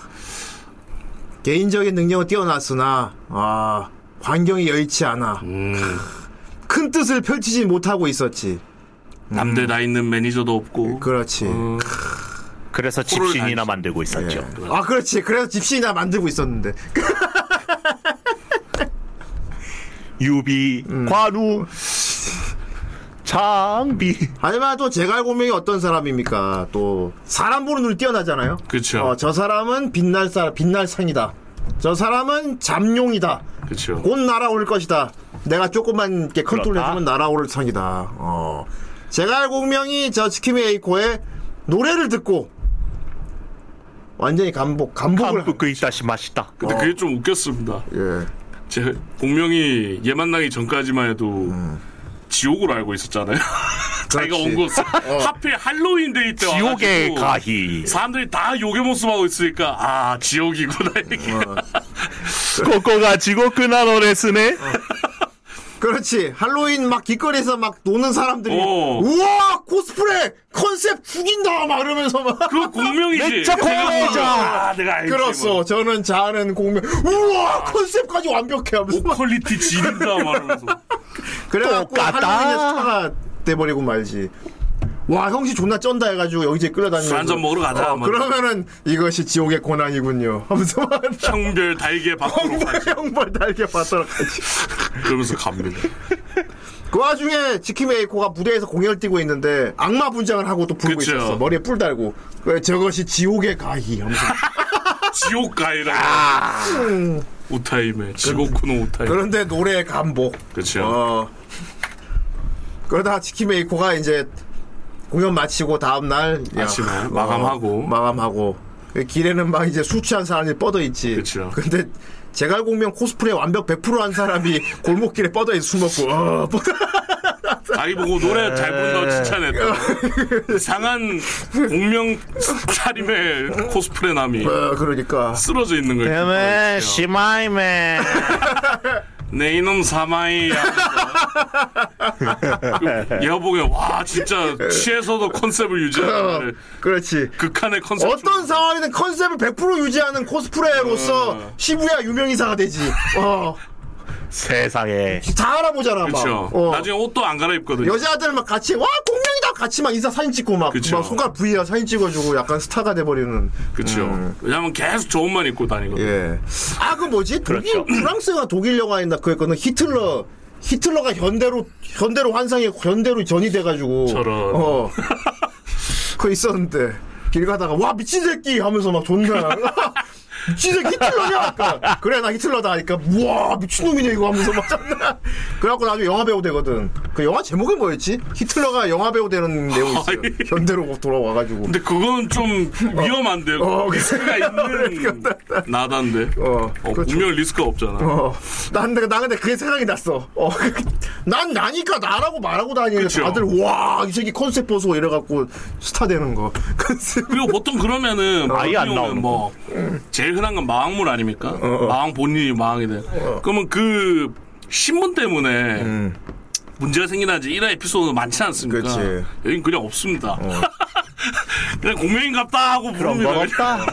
[SPEAKER 6] 개인적인 능력은 뛰어났으나, 아, 환경이 여의치 않아.
[SPEAKER 7] 음,
[SPEAKER 6] 큰 뜻을 펼치지 못하고 있었지.
[SPEAKER 7] 남대 다 있는 매니저도 없고
[SPEAKER 6] 그렇지.
[SPEAKER 7] 어,
[SPEAKER 8] 그래서
[SPEAKER 7] 코를
[SPEAKER 8] 집신이나
[SPEAKER 7] 다니지.
[SPEAKER 8] 만들고 있었죠.
[SPEAKER 6] 아, 그렇지. 그래서 집신이나 만들고 있었는데.
[SPEAKER 8] 유비, 관우, 장비.
[SPEAKER 6] 하지만 또 제가 알고 보면 어떤 사람입니까? 또, 사람 보는 눈이 뛰어나잖아요?
[SPEAKER 7] 그렇죠.
[SPEAKER 6] 어, 저 사람은 빛날 사람, 빛날 상이다. 저 사람은 잠룡이다.
[SPEAKER 7] 그렇죠.
[SPEAKER 6] 곧 날아올 것이다. 내가 조금만 이렇게 컨트롤해주면
[SPEAKER 8] 그렇다.
[SPEAKER 6] 날아올 상이다. 어. 제가 알고 분명히 저 스키미 에이코의 노래를 듣고 완전히 감복, 감복을.
[SPEAKER 8] 한국 그 있다시 맛있다.
[SPEAKER 7] 근데 그게 좀 웃겼습니다.
[SPEAKER 6] 예.
[SPEAKER 7] 제 공명이 얘 만나기 전까지만 해도 지옥으로
[SPEAKER 6] [LAUGHS]
[SPEAKER 7] 알고 있었잖아요. 자기가
[SPEAKER 6] 음. 그렇지. 어.
[SPEAKER 7] 온 곳. 하필 할로윈 데이 때
[SPEAKER 8] 지옥의
[SPEAKER 7] 와가지고
[SPEAKER 8] 가히.
[SPEAKER 7] 사람들이 다 욕의 모습하고 있으니까 아 지옥이구나 이게.
[SPEAKER 6] 어.
[SPEAKER 8] 코코가 지고크나 노래 쓰네.
[SPEAKER 6] 그렇지. 할로윈 막 길거리에서 막 노는 사람들이
[SPEAKER 7] 어.
[SPEAKER 6] 우와! 코스프레! 컨셉 죽인다! 막 이러면서 막.
[SPEAKER 7] 그 공명이지.
[SPEAKER 8] 내적
[SPEAKER 7] 내가 아 내가 알지.
[SPEAKER 6] 그렇소.
[SPEAKER 7] 뭐.
[SPEAKER 6] 저는 자아는 공명. 우와! 컨셉까지 완벽해! 하면서 막.
[SPEAKER 7] 퀄리티 뭐. 지린다 말하면서.
[SPEAKER 6] 어. 그래갖고
[SPEAKER 8] 똑같다.
[SPEAKER 6] 할로윈의 스타가 돼버리고 말지. 와 형씨 존나 쩐다 해가지고 여기저기 끌려다니면서
[SPEAKER 7] 술한잔 먹으러 가자,
[SPEAKER 6] 어,
[SPEAKER 7] 뭐.
[SPEAKER 6] 그러면은 이것이 지옥의 고난이군요. [LAUGHS] 하면서 막
[SPEAKER 7] 형별 달게 밖으로 가지.
[SPEAKER 6] 형벌 달게 받도록 하지.
[SPEAKER 7] 그러면서 갑니다.
[SPEAKER 6] 그 와중에 지키메이코가 무대에서 공연을 뛰고 있는데 악마 분장을 하고 또 부르고
[SPEAKER 7] 그쵸.
[SPEAKER 6] 있었어. 머리에 뿔 달고 그래, 저것이 지옥의 가히. 하면서
[SPEAKER 7] 지옥 가이라. 오타임에 지옥쿠노 오타임.
[SPEAKER 6] 아. 그런데 노래의 감복.
[SPEAKER 7] 그렇죠.
[SPEAKER 6] 어. 그러다 치키메이코가 이제 공연 마치고 다음날 어,
[SPEAKER 7] 아침에 마감하고.
[SPEAKER 6] 마감하고 그 길에는 막 이제 술 취한 사람이 뻗어 있지.
[SPEAKER 7] 그쵸.
[SPEAKER 6] 근데
[SPEAKER 7] [LAUGHS]
[SPEAKER 6] 제갈공명 코스프레 완벽 100%한 사람이 골목길에 뻗어 있어 술 먹고 어, 뻗어.
[SPEAKER 7] 자기 보고 노래 잘 부른다고
[SPEAKER 6] 네.
[SPEAKER 7] 칭찬했다. 상한 공명 차림의 코스프레 남이
[SPEAKER 6] 어, 그러니까.
[SPEAKER 7] 쓰러져 있는 거예요.
[SPEAKER 8] 그러면
[SPEAKER 7] 진짜.
[SPEAKER 8] 시마이맨
[SPEAKER 7] 내 이놈 사마이야. 그 여보게 와 진짜 취해서도 컨셉을
[SPEAKER 6] 어,
[SPEAKER 7] 유지하는
[SPEAKER 6] 그렇지.
[SPEAKER 7] 극한의 컨셉.
[SPEAKER 6] 어떤 상황이든 컨셉을 100% 유지하는 코스프레로서
[SPEAKER 7] 어.
[SPEAKER 6] 시부야 유명인사가 되지. 어.
[SPEAKER 8] 세상에
[SPEAKER 6] 다 알아보잖아, 막.
[SPEAKER 7] 그렇죠.
[SPEAKER 6] 어.
[SPEAKER 7] 나중에 옷도 안 갈아입거든요.
[SPEAKER 6] 여자들 막 같이, 와, 공명이다! 같이 막 인사 사진 찍고 막,
[SPEAKER 7] 그쵸.
[SPEAKER 6] 막 손가락 부위야 사진 찍어주고 약간 스타가 돼버리는.
[SPEAKER 7] 그렇죠. 왜냐면 계속 저 옷만 입고 다니거든요.
[SPEAKER 6] 음. 예. 아, 그 뭐지? 독일,
[SPEAKER 7] [CLEARS THROAT]
[SPEAKER 8] 그렇죠.
[SPEAKER 6] 프랑스가 독일 영화인가 그랬거든. 히틀러. 히틀러가 현대로, 현대로 환상이 현대로 전이 돼가지고.
[SPEAKER 7] 저런.
[SPEAKER 6] 어. 그거 있었는데. 길 가다가, 와, 미친 새끼! 하면서 막 존나. [LAUGHS] 미친 새끼 히틀러냐? 아까. 그래, 나 히틀러다. 하니까, 우와, 미친놈이네, 이거 하면서 막 잤나. 그래갖고 나중에 영화배우 되거든. 그 영화 제목이 뭐였지? 히틀러가 영화배우 되는 내용이 있어요.
[SPEAKER 7] 아이.
[SPEAKER 6] 현대로 돌아와가지고.
[SPEAKER 7] 근데 그거는 좀 위험한데요.
[SPEAKER 6] 어,
[SPEAKER 7] 리스크가
[SPEAKER 6] [LAUGHS]
[SPEAKER 7] 있는 나단데.
[SPEAKER 6] 어,
[SPEAKER 7] 어,
[SPEAKER 6] 그렇죠.
[SPEAKER 7] 분명 리스크가 없잖아.
[SPEAKER 6] 어, 난, 근데- 나 근데 그게 생각이 났어. [LAUGHS] 어, 난 나니까 나라고 말하고 다니는
[SPEAKER 7] 그쵸.
[SPEAKER 6] 다들 와, 이 새끼 컨셉 보소 이래갖고 스타 되는 거. [LAUGHS] 컨셉.
[SPEAKER 7] 그리고 보통 그러면은
[SPEAKER 8] 아예 안
[SPEAKER 7] 마왕이 오면
[SPEAKER 8] 나오는
[SPEAKER 7] 뭐 제일 흔한 건 마왕물 아닙니까?
[SPEAKER 6] 어,
[SPEAKER 7] 마왕 본인이 마왕이 돼. 그러면 그 신문 때문에 문제가 생기나지 일화 에피소드 많지 않습니까?
[SPEAKER 6] 음. 그치.
[SPEAKER 7] 여긴 그냥 없습니다.
[SPEAKER 6] 어.
[SPEAKER 7] [LAUGHS] 그냥 공명인갑다 하고
[SPEAKER 8] 그런 건
[SPEAKER 7] 부릅니다.
[SPEAKER 8] 없다
[SPEAKER 6] 뭐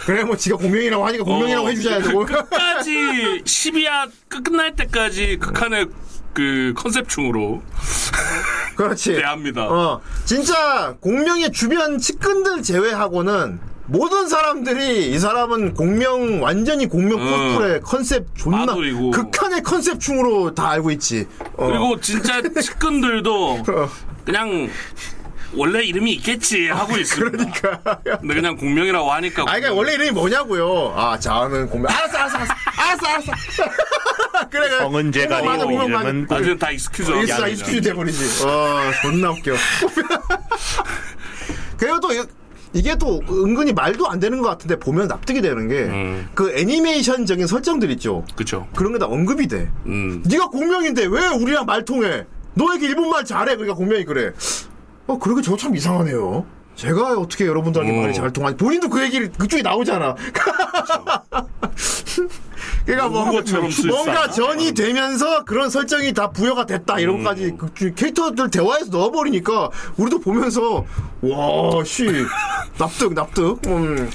[SPEAKER 6] 그래, 뭐 지가 공명이라고 하니까 공명이라고
[SPEAKER 7] 어,
[SPEAKER 6] 해주셔야 되고.
[SPEAKER 7] 끝까지 12화 끝- 끝날 때까지 극한의 그 컨셉충으로
[SPEAKER 6] [LAUGHS] 그렇지.
[SPEAKER 7] 대합니다.
[SPEAKER 6] 어, 진짜 공명의 주변 측근들 제외하고는 모든 사람들이 이 사람은 공명 완전히 공명 코스프레 컨셉 존나
[SPEAKER 7] 어. 마돌이고.
[SPEAKER 6] 극한의 컨셉충으로 다 알고 있지. 어.
[SPEAKER 7] 그리고 진짜 측근들도
[SPEAKER 6] 어.
[SPEAKER 7] 그냥 원래 이름이 있겠지 하고 있습니다.
[SPEAKER 6] 아, 그러니까.
[SPEAKER 7] 근데 그냥 공명이라고 하니까.
[SPEAKER 6] 아, 그러니까 원래 이름이 뭐냐고요. 아, 자는 공명. 알았어, 알았어, 알았어, 알았어, 알았어. [LAUGHS] 그래, 그래.
[SPEAKER 8] 정은재가
[SPEAKER 6] 공명 맞아,
[SPEAKER 8] 아니고
[SPEAKER 6] 공명 맞아.
[SPEAKER 8] 이름은
[SPEAKER 7] 나중에 다 익스큐즈 하고
[SPEAKER 6] 일사
[SPEAKER 7] 그냥.
[SPEAKER 6] 익스큐즈 돼버리지. 어, 존나 웃겨. [LAUGHS] 그리고 또 이- 이게 또 은근히 말도 안 되는 것 같은데 보면 납득이 되는 게 그
[SPEAKER 7] 음.
[SPEAKER 6] 애니메이션적인 설정들 있죠.
[SPEAKER 7] 그쵸.
[SPEAKER 6] 그런 게 다 언급이 돼.
[SPEAKER 7] 음.
[SPEAKER 6] 네가 공명인데 왜 우리랑 말 통해? 너에게 일본말 잘해. 그러니까 공명이 그래. 어, 그러게 저 참 이상하네요. 제가 어떻게 여러분들한테
[SPEAKER 7] 어.
[SPEAKER 6] 말이 잘 통하니? 본인도 그 얘기를 그쪽이 나오잖아. 그러니까 뭐
[SPEAKER 7] 웃는 그렇죠. 것처럼 쓸
[SPEAKER 6] 뭔가
[SPEAKER 7] 사람. 음.
[SPEAKER 6] 전이 되면서 그런 설정이 다 부여가 됐다 이런 것까지 그 캐릭터들 대화에서 넣어버리니까 우리도 보면서 와씨 [LAUGHS] 납득 납득. 음.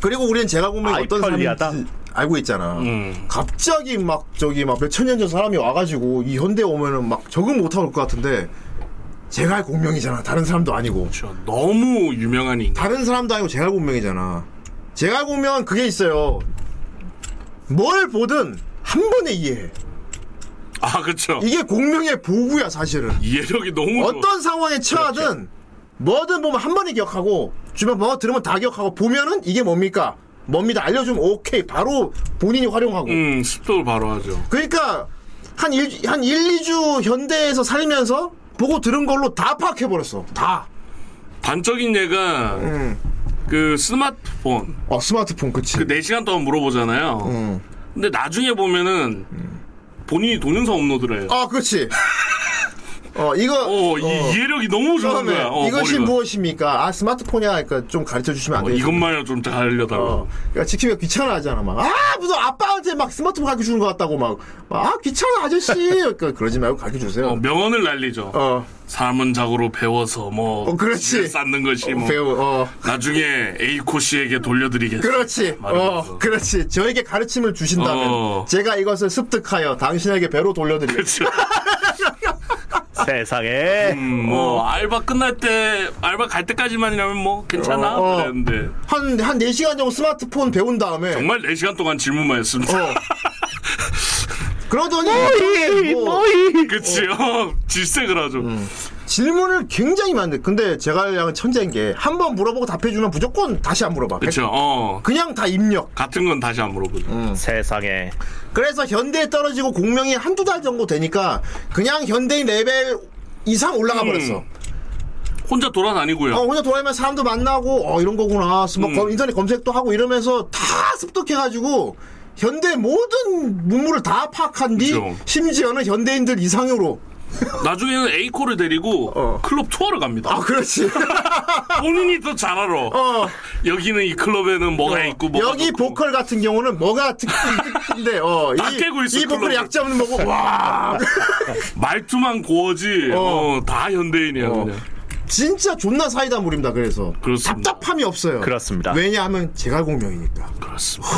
[SPEAKER 6] 그리고 우리는 제가 보면
[SPEAKER 8] 아이,
[SPEAKER 6] 어떤
[SPEAKER 8] 편리하다.
[SPEAKER 6] 사람인지 알고 있잖아.
[SPEAKER 7] 음.
[SPEAKER 6] 갑자기 막 저기 막 몇천 년 전 사람이 와가지고 이 현대 오면은 막 적응 못할 것 같은데 제가 공명이잖아. 다른 사람도 아니고.
[SPEAKER 8] 그렇죠.
[SPEAKER 7] 그쵸. 너무 유명한 인간.
[SPEAKER 6] 다른 사람도 아니고 제가 공명이잖아. 제가 공명 그게 있어요. 뭘 보든 한 번에 이해해.
[SPEAKER 7] 아, 그쵸.
[SPEAKER 6] 이게 공명의 보구야 사실은.
[SPEAKER 7] 이해력이 너무. 좋아.
[SPEAKER 6] 어떤 상황에
[SPEAKER 8] 그렇죠.
[SPEAKER 6] 처하든 뭐든 보면 한 번에 기억하고 주변 뭐 들으면 다 기억하고 보면은 이게 뭡니까? 뭡니다. 알려주면 오케이. 바로 본인이 활용하고.
[SPEAKER 7] 음, 습도를 바로 하죠.
[SPEAKER 6] 그러니까 한 일, 한 1, 2주 현대에서 살면서 보고 들은 걸로 다 파악해버렸어. 다.
[SPEAKER 7] 단적인 예가
[SPEAKER 6] 음.
[SPEAKER 7] 그 스마트폰.
[SPEAKER 6] 어, 스마트폰, 그치.
[SPEAKER 7] 그 4시간 동안 물어보잖아요.
[SPEAKER 6] 음.
[SPEAKER 7] 근데 나중에 보면은 본인이 동영상 업로드를 해요.
[SPEAKER 6] 아, 그치. 어, 이거.
[SPEAKER 7] 어, 이
[SPEAKER 6] 어,
[SPEAKER 7] 이해력이 너무 좋은
[SPEAKER 6] 처음에
[SPEAKER 7] 거야. 어,
[SPEAKER 6] 이것이
[SPEAKER 7] 머리가.
[SPEAKER 6] 무엇입니까? 아, 스마트폰이야. 그러니까 좀 가르쳐 주시면 안
[SPEAKER 7] 어,
[SPEAKER 6] 되겠
[SPEAKER 7] 이것만이라도 좀 잘 알려달라고.
[SPEAKER 6] 어, 그러니까 지키면 귀찮아 하잖아. 막, 아, 무슨 아빠한테 막 스마트폰 가르쳐 주는 것 같다고 막, 막, 아, 귀찮아, 아저씨. 그러니까 그러지 말고 가르쳐 주세요.
[SPEAKER 7] 어,
[SPEAKER 6] 어,
[SPEAKER 7] 명언을 날리죠.
[SPEAKER 6] 어,
[SPEAKER 7] 삶은 자고로 배워서 뭐
[SPEAKER 6] 어, 그렇지.
[SPEAKER 7] 지혜 쌓는 것이 뭐
[SPEAKER 6] 배우, 어.
[SPEAKER 7] 나중에 에이코 씨에게 돌려드리겠다.
[SPEAKER 6] 그렇지.
[SPEAKER 7] 말하면서.
[SPEAKER 6] 어, 그렇지. 저에게 가르침을 주신다면
[SPEAKER 7] 어.
[SPEAKER 6] 제가 이것을 습득하여 당신에게 배로 돌려드리겠습니다.
[SPEAKER 7] 그렇죠.
[SPEAKER 8] 세상에
[SPEAKER 7] 음, 뭐
[SPEAKER 6] 어.
[SPEAKER 7] 알바 끝날 때 알바 갈 때까지만이라면 뭐 괜찮아
[SPEAKER 6] 어, 어.
[SPEAKER 7] 그랬는데
[SPEAKER 6] 한, 한 4시간 정도 스마트폰 배운 다음에
[SPEAKER 7] 정말 4 시간 동안 질문만 했습니다.
[SPEAKER 6] 어. 그러더니 갑자기 뭐
[SPEAKER 7] [LAUGHS] 그치요 어. 질색을 하죠.
[SPEAKER 6] 음. 질문을 굉장히 많이 근데 제가 양은 천재인 게 한 번 물어보고 답해주면 무조건 다시 안 물어봐.
[SPEAKER 7] 그렇죠. 어
[SPEAKER 6] 그냥 다 입력.
[SPEAKER 7] 같은 건 다시 안 물어보죠.
[SPEAKER 6] 음.
[SPEAKER 8] 세상에
[SPEAKER 6] 그래서 현대에 떨어지고 공명이 한두 달 정도 되니까 그냥 현대인 레벨 이상 올라가
[SPEAKER 7] 음.
[SPEAKER 6] 버렸어.
[SPEAKER 7] 혼자 돌아다니고요.
[SPEAKER 6] 어, 혼자 돌아다니면 사람도 만나고 어 이런 거구나. 뭐
[SPEAKER 7] 음.
[SPEAKER 6] 검- 인터넷 검색도 하고 이러면서 다 습득해가지고 현대 모든 문물을 다 파악한 뒤
[SPEAKER 7] 그죠.
[SPEAKER 6] 심지어는 현대인들 이상으로
[SPEAKER 7] 나중에는 에이코를 데리고
[SPEAKER 6] 어.
[SPEAKER 7] 클럽 투어를 갑니다.
[SPEAKER 6] 아 [LAUGHS] 그렇지.
[SPEAKER 7] 본인이 더 잘 알아.
[SPEAKER 6] 어.
[SPEAKER 7] 여기는 이 클럽에는 뭐가 있고 뭐가
[SPEAKER 6] 여기
[SPEAKER 7] 없고.
[SPEAKER 6] 보컬 같은 경우는 뭐가 특인데 어,
[SPEAKER 7] [LAUGHS] 다
[SPEAKER 6] 이,
[SPEAKER 7] 깨고 있어,
[SPEAKER 6] 이 보컬
[SPEAKER 7] 클럽을.
[SPEAKER 6] 약점은 뭐고 와 [LAUGHS]
[SPEAKER 7] 말투만 고어지
[SPEAKER 6] 어.
[SPEAKER 7] 어, 다 현대인이야
[SPEAKER 6] 어.
[SPEAKER 7] 그냥.
[SPEAKER 6] 진짜 존나 사이다 물입니다. 그래서
[SPEAKER 7] 그렇습니다.
[SPEAKER 6] 답답함이 없어요.
[SPEAKER 8] 그렇습니다.
[SPEAKER 6] 왜냐하면 재갈공명이니까.
[SPEAKER 7] 그렇습니다.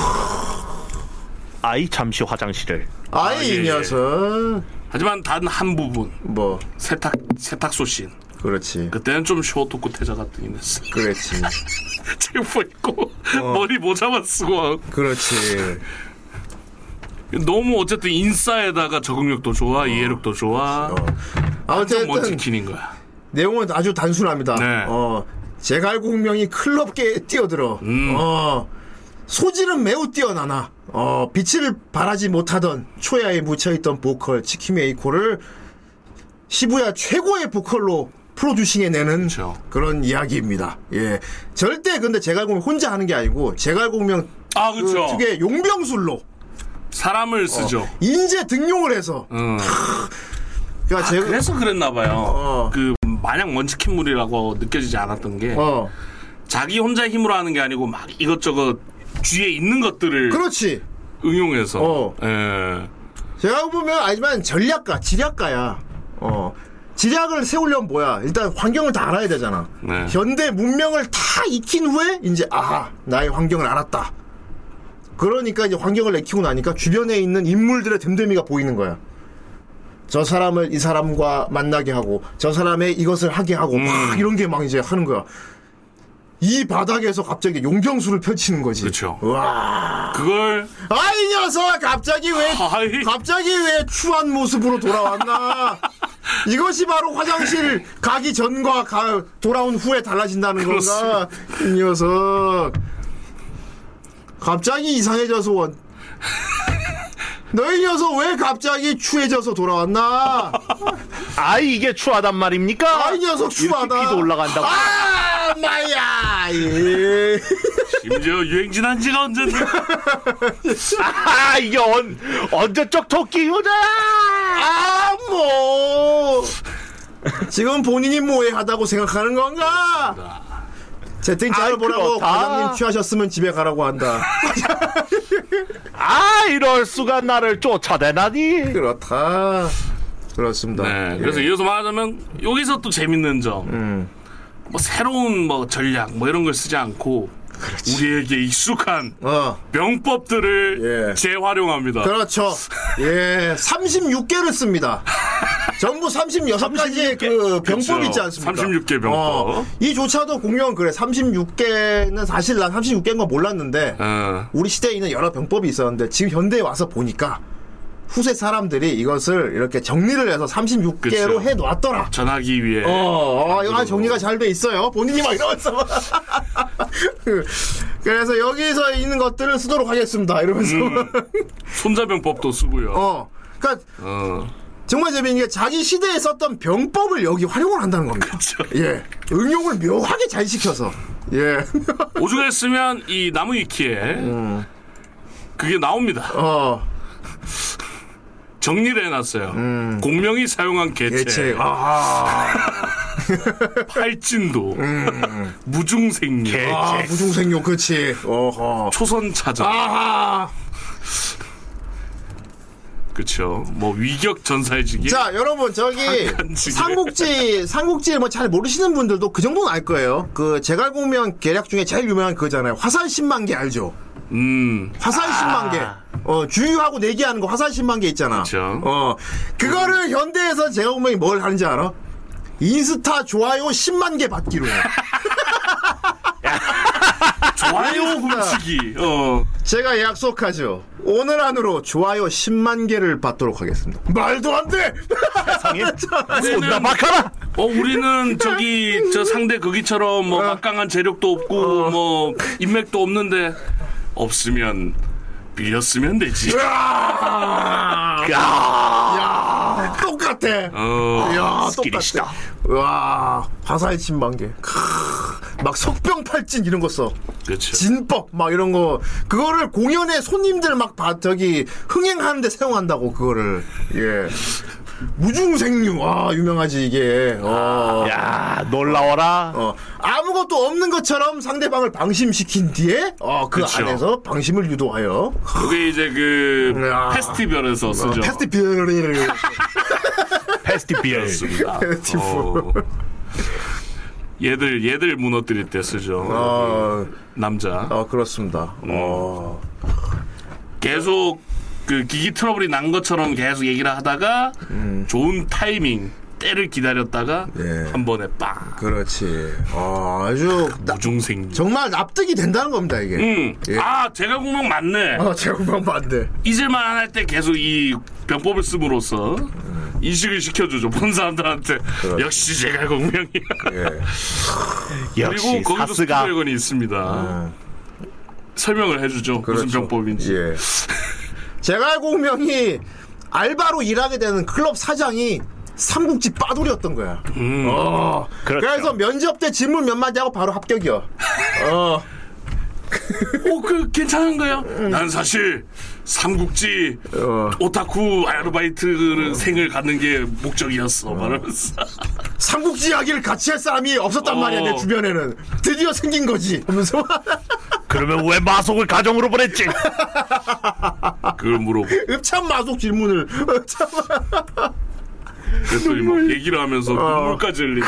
[SPEAKER 8] 아이 잠시 화장실을
[SPEAKER 6] 아이
[SPEAKER 7] 예,
[SPEAKER 6] 이
[SPEAKER 7] 예.
[SPEAKER 6] 녀석
[SPEAKER 7] 하지만 단 한 부분
[SPEAKER 6] 뭐
[SPEAKER 7] 세탁 세탁소 씬
[SPEAKER 6] 그렇지
[SPEAKER 7] 그때는 좀 쇼토코 태자 같긴 [LAUGHS] 했어.
[SPEAKER 6] 그렇지
[SPEAKER 7] 체포 입고
[SPEAKER 6] 어.
[SPEAKER 7] 머리 모자만 쓰고 하고.
[SPEAKER 6] 그렇지
[SPEAKER 7] 너무 어쨌든 인싸에다가 적응력도 좋아
[SPEAKER 6] 어.
[SPEAKER 7] 이해력도 좋아.
[SPEAKER 6] 아무튼
[SPEAKER 7] 뭔 지키는 거야.
[SPEAKER 6] 내용은 아주 단순합니다.
[SPEAKER 7] 네.
[SPEAKER 6] 어, 제갈공명이 클럽계에 뛰어들어.
[SPEAKER 7] 음.
[SPEAKER 6] 어, 소질은 매우 뛰어나나 어, 빛을 발하지 못하던 초야에 묻혀있던 보컬 치키메이코를 시부야 최고의 보컬로 프로듀싱해내는
[SPEAKER 7] 그쵸.
[SPEAKER 6] 그런 이야기입니다. 예, 절대 근데 제갈공명 혼자 하는 게 아니고 제갈공명
[SPEAKER 7] 아
[SPEAKER 6] 그
[SPEAKER 7] 그렇죠.
[SPEAKER 6] 특유의 어. 용병술로
[SPEAKER 7] 사람을 쓰죠.
[SPEAKER 6] 인재 등용을 해서
[SPEAKER 7] 음. 아,
[SPEAKER 6] 그러니까 제-
[SPEAKER 7] 그래서 그랬나 봐요.
[SPEAKER 6] 어.
[SPEAKER 7] 그 마냥 원치킨물이라고 느껴지지 않았던 게
[SPEAKER 6] 어,
[SPEAKER 7] 자기 혼자 힘으로 하는 게 아니고 막 이것저것 뒤에 있는
[SPEAKER 6] 그렇죠.
[SPEAKER 7] 것들을
[SPEAKER 6] 그렇지.
[SPEAKER 7] 응용해서
[SPEAKER 6] 어.
[SPEAKER 7] 예.
[SPEAKER 6] 제가 보면 알지만 전략가, 지략가야. 어. 지략을 세우려면 뭐야? 일단 환경을 다 알아야 되잖아.
[SPEAKER 7] 네.
[SPEAKER 6] 현대 문명을 다 익힌 후에 이제 아 나의 환경을 알았다. 그러니까 이제 환경을 익히고 나니까 주변에 있는 인물들의 됨됨이가 보이는 거야. 저 사람을 이 사람과 만나게 하고 저 사람의 이것을 하게 하고
[SPEAKER 7] 음.
[SPEAKER 6] 막 이런 게 막 이제 하는 거야. 이 바닥에서 갑자기 용병술을 펼치는 거지.
[SPEAKER 7] 그쵸.
[SPEAKER 6] 와.
[SPEAKER 7] 그걸
[SPEAKER 6] 아이 녀석 갑자기 왜
[SPEAKER 7] 아이.
[SPEAKER 6] 갑자기 왜 추한 모습으로 돌아왔나? 이것이 바로 화장실 가기 전과 가- 돌아온 후에 달라진다는 건가? 이 녀석 갑자기 이상해져서 원. 너희 녀석 왜 갑자기 추해져서 돌아왔나?
[SPEAKER 8] 아이 이게 추하단 말입니까?
[SPEAKER 6] 아이 녀석 추하다.
[SPEAKER 8] 이렇게 피도 올라간다고
[SPEAKER 6] 아 마야. 예.
[SPEAKER 7] 심지어 유행진한 지가 언젠데
[SPEAKER 8] 아 이게 언, 언제적 토끼구나
[SPEAKER 6] 아, 뭐. 지금 본인이 모해하다고 생각하는 건가? 채팅 잘
[SPEAKER 8] 아이,
[SPEAKER 6] 보라고
[SPEAKER 8] 그렇다.
[SPEAKER 6] 과장님 취하셨으면 집에 가라고 한다.
[SPEAKER 8] 아 이럴 수가 나를
[SPEAKER 6] [LAUGHS]
[SPEAKER 8] 쫓아대나니
[SPEAKER 6] 그렇다. 그렇습니다.
[SPEAKER 7] 네, 그래서
[SPEAKER 6] 예.
[SPEAKER 7] 이어서 말하자면 여기서 또 재밌는 점.
[SPEAKER 6] 음.
[SPEAKER 7] 뭐 새로운 뭐 전략 뭐 이런 걸 쓰지 않고 우리에게 익숙한
[SPEAKER 6] 어,
[SPEAKER 7] 명법들을
[SPEAKER 6] 예.
[SPEAKER 7] 재활용합니다.
[SPEAKER 6] 그렇죠. 예, 36개를 씁니다. 전부 36가지의 그 병법
[SPEAKER 7] 그렇죠.
[SPEAKER 6] 있지 않습니까? 어,
[SPEAKER 7] 36개 병법.
[SPEAKER 6] 이조차도 공룡 그래. 36개는 사실 난 36개인 건 몰랐는데
[SPEAKER 7] 어.
[SPEAKER 6] 우리 시대에 있는 여러 병법이 있었는데 지금 현대에 와서 보니까 후세 사람들이 이것을 이렇게 정리를 해서 36개로
[SPEAKER 7] 그쵸.
[SPEAKER 6] 해놨더라.
[SPEAKER 7] 전하기 위해
[SPEAKER 6] 어, 어, 이거 아주 정리가 잘 돼 있어요. 본인이 막 이러면서. 막. [LAUGHS] 그래서 여기서 있는 것들을 쓰도록 하겠습니다. 이러면서.
[SPEAKER 7] 손자병법도 쓰고요.
[SPEAKER 6] 어. 그러니까
[SPEAKER 7] 어.
[SPEAKER 6] 정말 재미있는 게 자기 시대에 썼던 병법을 여기 활용을 한다는 겁니다. 예. 응용을 묘하게 잘 시켜서. 예.
[SPEAKER 7] 오죽 했으면 이 나무 위키에 그게 나옵니다.
[SPEAKER 6] 어.
[SPEAKER 7] [LAUGHS] 정리를 해놨어요.
[SPEAKER 6] 음.
[SPEAKER 7] 공명이 사용한 개체,
[SPEAKER 6] 대체. 아.
[SPEAKER 7] 팔진도,
[SPEAKER 6] 음.
[SPEAKER 7] [LAUGHS] 무중생리,
[SPEAKER 6] [LAUGHS] 아, 무중생용, 그렇지. 어허.
[SPEAKER 7] 초선차전,
[SPEAKER 6] 아하.
[SPEAKER 7] 그렇죠. 뭐 위격 전사의지기.
[SPEAKER 6] 자, 여러분, 저기,
[SPEAKER 7] 간지게.
[SPEAKER 6] 삼국지, 삼국지 뭐 잘 모르시는 분들도 그 정도는 알 거예요. 그, 제갈공명 계략 중에 제일 유명한 그거잖아요. 화살 10만 개 알죠?
[SPEAKER 7] 음,
[SPEAKER 6] 화살 10만 개. 어, 주유하고 내기하는 거 화살 10만 개 있잖아.
[SPEAKER 7] 그쵸.
[SPEAKER 6] 어, 그거를 현대에서 제갈공명이 뭘 하는지 알아? 인스타 좋아요 10만 개 받기로 해.
[SPEAKER 7] [LAUGHS] 좋아요
[SPEAKER 6] 알겠습니다.
[SPEAKER 7] 훔치기. 어,
[SPEAKER 6] 제가 약속하죠. 오늘 안으로 좋아요 10만 개를 받도록 하겠습니다. 말도 안 [LAUGHS] 돼! 네,
[SPEAKER 8] 존나
[SPEAKER 6] 아,
[SPEAKER 8] 박하라
[SPEAKER 7] 어, 우리는 저기 저 상대 거기처럼
[SPEAKER 6] 어.
[SPEAKER 7] 뭐 막강한 재력도 없고 뭐 인맥도 없는데 없으면 빌렸으면 되지.
[SPEAKER 6] 야, 똑같아.
[SPEAKER 7] 어,
[SPEAKER 6] 야,
[SPEAKER 8] 스킬이시다.
[SPEAKER 6] 와, 화살 10만 개. 크으, 막 석병팔진 이런 거 써.
[SPEAKER 7] 그렇죠.
[SPEAKER 6] 진법 막 이런 거. 그거를 공연에 손님들 막 바, 저기 흥행하는데 사용한다고 그거를. 예. 무중생류 아 유명하지 이게 어.
[SPEAKER 8] 야 놀라워라.
[SPEAKER 6] 어, 아무것도 없는 것처럼 상대방을 방심시킨 뒤에 어, 그
[SPEAKER 7] 그쵸.
[SPEAKER 6] 안에서 방심을 유도하여
[SPEAKER 7] 그게 이제 그
[SPEAKER 6] 야.
[SPEAKER 7] 페스티벌에서 쓰죠.
[SPEAKER 8] [LAUGHS]
[SPEAKER 6] 페스티벌을
[SPEAKER 8] 페스티비엘.
[SPEAKER 7] 그렇습니다.
[SPEAKER 6] 페스티벌.
[SPEAKER 7] 어. 얘들 얘들 무너뜨릴 때 쓰죠.
[SPEAKER 6] 어,
[SPEAKER 7] 남자
[SPEAKER 6] 어, 그렇습니다. 어,
[SPEAKER 7] 계속 그 기기 트러블이 난 것처럼 계속 얘기를 하다가 좋은 타이밍 때를 기다렸다가
[SPEAKER 6] 예.
[SPEAKER 7] 한 번에 빵
[SPEAKER 6] 그렇지. 어, 아주 나-
[SPEAKER 7] 무중생.
[SPEAKER 6] 정말 납득이 된다는 겁니다 이게.
[SPEAKER 7] 음.
[SPEAKER 6] 예.
[SPEAKER 7] 아 제가 공명 맞네.
[SPEAKER 6] 아, 제공방 반대.
[SPEAKER 7] 잊을만 안 할 때 계속 이 병법을 씀으로써 인식을 시켜주죠. 본 사람들한테 역시 제가 공명이야.
[SPEAKER 6] 예.
[SPEAKER 8] 역시
[SPEAKER 6] 네.
[SPEAKER 7] 그리고 거기도
[SPEAKER 8] 사스가
[SPEAKER 7] 스토리건이 있습니다.
[SPEAKER 6] 아.
[SPEAKER 7] 설명을 해주죠. 아, 무슨
[SPEAKER 6] 그렇죠.
[SPEAKER 7] 병법인지.
[SPEAKER 6] 예. 제가 알고 운명이 알바로 일하게 되는 클럽 사장이 삼국지 빠돌이었던 거야.
[SPEAKER 7] 음.
[SPEAKER 6] 어.
[SPEAKER 8] 그렇죠.
[SPEAKER 6] 래서 면접 때 질문 몇 마디 하고 바로 합격이야. 어.
[SPEAKER 7] 오, 그 괜찮은가요? 난 사실 삼국지
[SPEAKER 6] 음. 어.
[SPEAKER 7] 오타쿠 아르바이트 생을 갖는 게 목적이었어. 말하면서 [LAUGHS]
[SPEAKER 6] 삼국지 이야기를 같이 할 사람이 없었단
[SPEAKER 7] 어.
[SPEAKER 6] 말이야 내 주변에는 드디어 생긴 거지 하면서
[SPEAKER 8] 그러면 왜 마속을
[SPEAKER 6] [LAUGHS]
[SPEAKER 8] 가정으로 보냈지?
[SPEAKER 7] 그걸 물어보.
[SPEAKER 6] 읍참 마속 질문을 읍참
[SPEAKER 7] 그랬더니 막 얘기를 하면서
[SPEAKER 6] 어.
[SPEAKER 7] 눈물까지 흘리고.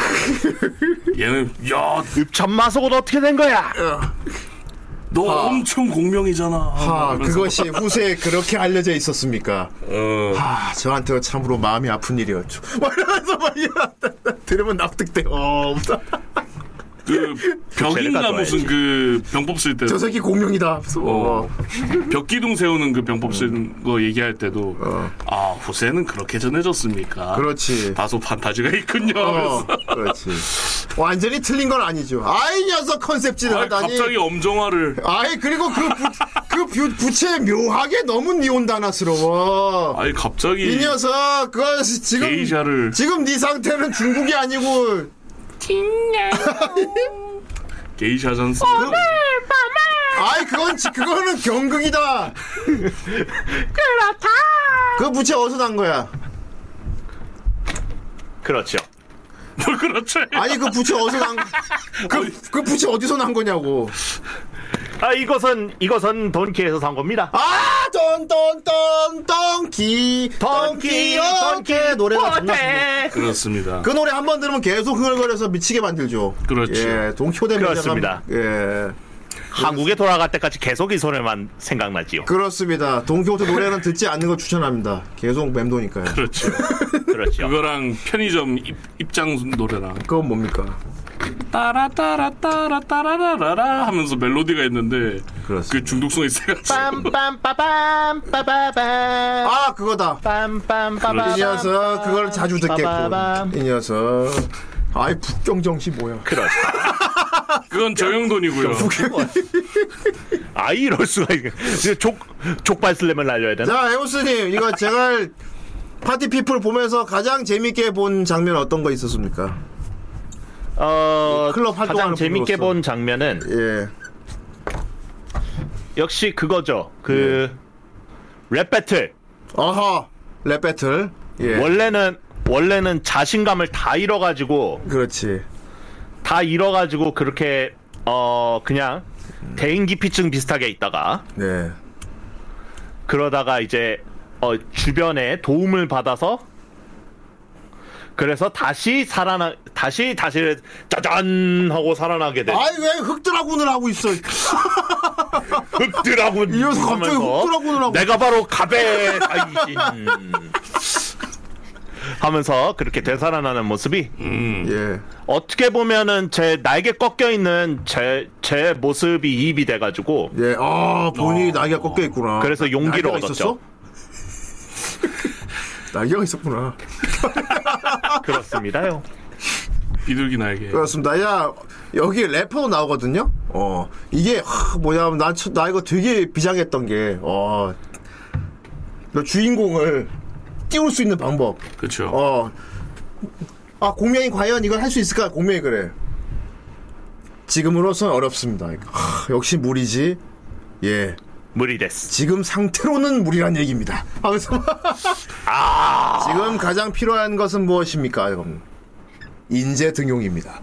[SPEAKER 7] 얘는 야,
[SPEAKER 8] 읍참 마속은 어떻게 된 거야?
[SPEAKER 7] 너 엄청 공명이잖아.
[SPEAKER 6] 아,
[SPEAKER 7] 하면서
[SPEAKER 6] 그것이 후세에 그렇게 알려져 있었습니까?
[SPEAKER 7] 어.
[SPEAKER 6] 아, 저한테는 참으로 마음이 아픈 일이었죠. 막 이러면서 막 이러면서 들으면 납득돼. 어, [LAUGHS]
[SPEAKER 7] 그 벽인가
[SPEAKER 8] 재능가
[SPEAKER 7] 무슨
[SPEAKER 8] 좋아야지.
[SPEAKER 7] 그 병법 쓸 때.
[SPEAKER 6] 저 새끼 공룡이다. 어.
[SPEAKER 7] 어. 벽기둥 세우는 그
[SPEAKER 6] 음.
[SPEAKER 7] 병법 쓰는 거 얘기할 때도 아 후세는 그렇게 전해졌습니까?
[SPEAKER 6] 어. 그렇지.
[SPEAKER 7] 다소 판타지가 있군요.
[SPEAKER 6] 어,
[SPEAKER 7] 하면서.
[SPEAKER 6] 그렇지. 완전히 틀린 건 아니죠. 아이 녀석 컨셉질
[SPEAKER 7] 아,
[SPEAKER 6] 하다니.
[SPEAKER 7] 갑자기 엄정화를
[SPEAKER 6] 아이 그리고 그, 부, 그 부, 부채 묘하게 너무 니온다나스러워.
[SPEAKER 7] 아니 갑자기
[SPEAKER 6] 이 녀석 그거 지금
[SPEAKER 7] 게이샤를
[SPEAKER 6] 지금 네 상태는 중국이 아니고
[SPEAKER 7] 게이샤전스
[SPEAKER 6] 어, 네. 아이 그건 지- 그거는 경극이다. 그렇다. 그 부채 어디서 난 거야?
[SPEAKER 8] 그렇죠.
[SPEAKER 7] 뭐 그렇죠.
[SPEAKER 6] 아니 그 부채 어디서 난? 그, 그 부채 어디서 난 거냐고.
[SPEAKER 8] 아 이것은 이것은 돈키에서 산 겁니다.
[SPEAKER 6] 아, 똥똥똥 똥키 똥키 똥키
[SPEAKER 8] 뭐
[SPEAKER 6] 노래가 정말 좋네.
[SPEAKER 7] 그렇습니다.
[SPEAKER 6] 그 노래 한 번 들으면 계속 흥얼거려서 미치게 만들죠.
[SPEAKER 7] 그렇죠.
[SPEAKER 6] 예, 동키호테 매장
[SPEAKER 8] 그렇습니다.
[SPEAKER 6] 예,
[SPEAKER 8] 한국에 돌아갈 때까지 계속 이 소리만 생각나지요.
[SPEAKER 6] 그렇습니다. 동키호테 노래는 듣지 않는 걸 추천합니다. 계속 맴도니까요.
[SPEAKER 7] 그, 렇죠
[SPEAKER 8] 그렇죠.
[SPEAKER 7] 그거랑 편의점 입, 입장 노래랑
[SPEAKER 6] 그건 뭡니까?
[SPEAKER 7] 따라 따라 따라 따라라라 하면서 멜로디가 있는데
[SPEAKER 6] 그렇습니다.
[SPEAKER 7] 그 중독성이 세가지고
[SPEAKER 9] 빰빰빠밤빠바밤
[SPEAKER 6] 아, 그거다.
[SPEAKER 9] 빰빰빠밤
[SPEAKER 6] 이 녀석 그걸 자주 듣겠고. 이 녀석. 아이 북경 정시 뭐야?
[SPEAKER 8] 그렇죠.
[SPEAKER 7] 그건 정영돈이고요.
[SPEAKER 8] 아 이럴 수가 있. 족 족발 슬램을 날려야 되나?
[SPEAKER 6] [LAUGHS] 자, 에오스님 이거 제가 파티 피플 보면서 가장 재밌게 본 장면 어떤 거 있었습니까?
[SPEAKER 8] 어
[SPEAKER 6] 클럽 활동하는
[SPEAKER 8] 가장 재밌게
[SPEAKER 6] 분으로서.
[SPEAKER 8] 본 장면은
[SPEAKER 6] 예.
[SPEAKER 8] 역시 그거죠. 그 랩 배틀.
[SPEAKER 6] 어허 랩 배틀 예
[SPEAKER 8] 원래는 원래는 자신감을 다 잃어가지고
[SPEAKER 6] 그렇지
[SPEAKER 8] 다 잃어가지고 그렇게 어 그냥 대인기피증 비슷하게 있다가
[SPEAKER 6] 네
[SPEAKER 8] 그러다가 이제 어 주변에 도움을 받아서 그래서 다시 살아나 다시 다시 짜잔 하고 살아나게 돼.
[SPEAKER 6] 아이 왜 흑드라군을 하고 있어
[SPEAKER 8] 흑드라고
[SPEAKER 6] 이 녀석 갑자기 흑드라군을 하고
[SPEAKER 8] 내가 바로 갑의 다이신 하면서 그렇게 되살아나는 모습이
[SPEAKER 6] 예
[SPEAKER 8] 어떻게 보면은 제 날개 꺾여 있는 제 제 모습이 이입이 돼가지고
[SPEAKER 6] 예, 아, 본인이 날개가 꺾여 있구나.
[SPEAKER 8] 어. 그래서
[SPEAKER 6] 나-
[SPEAKER 8] 용기를
[SPEAKER 6] 날개가
[SPEAKER 8] 얻었죠.
[SPEAKER 6] 있었어? 날개가 [LAUGHS] 있었구나.
[SPEAKER 8] 그렇습니다요.
[SPEAKER 7] 비둘기 날개.
[SPEAKER 6] 그렇습니다. 야, 여기 래퍼도 나오거든요? 어, 이게, 하, 뭐냐, 난, 첫- 나 이거 되게 비장했던 게, 어, 그 주인공을 띄울 수 있는 방법.
[SPEAKER 7] 그렇죠.
[SPEAKER 6] 어. 아, 공명이 과연 이걸 할 수 있을까? 공명이 그래. 지금으로선 어렵습니다. 하, 역시 무리지. 예.
[SPEAKER 8] 무리데스.
[SPEAKER 6] 지금 상태로는 무리란 얘기입니다. 하면서 아, [LAUGHS] 지금 가장 필요한 것은 무엇입니까? 여러분? 인재 등용입니다.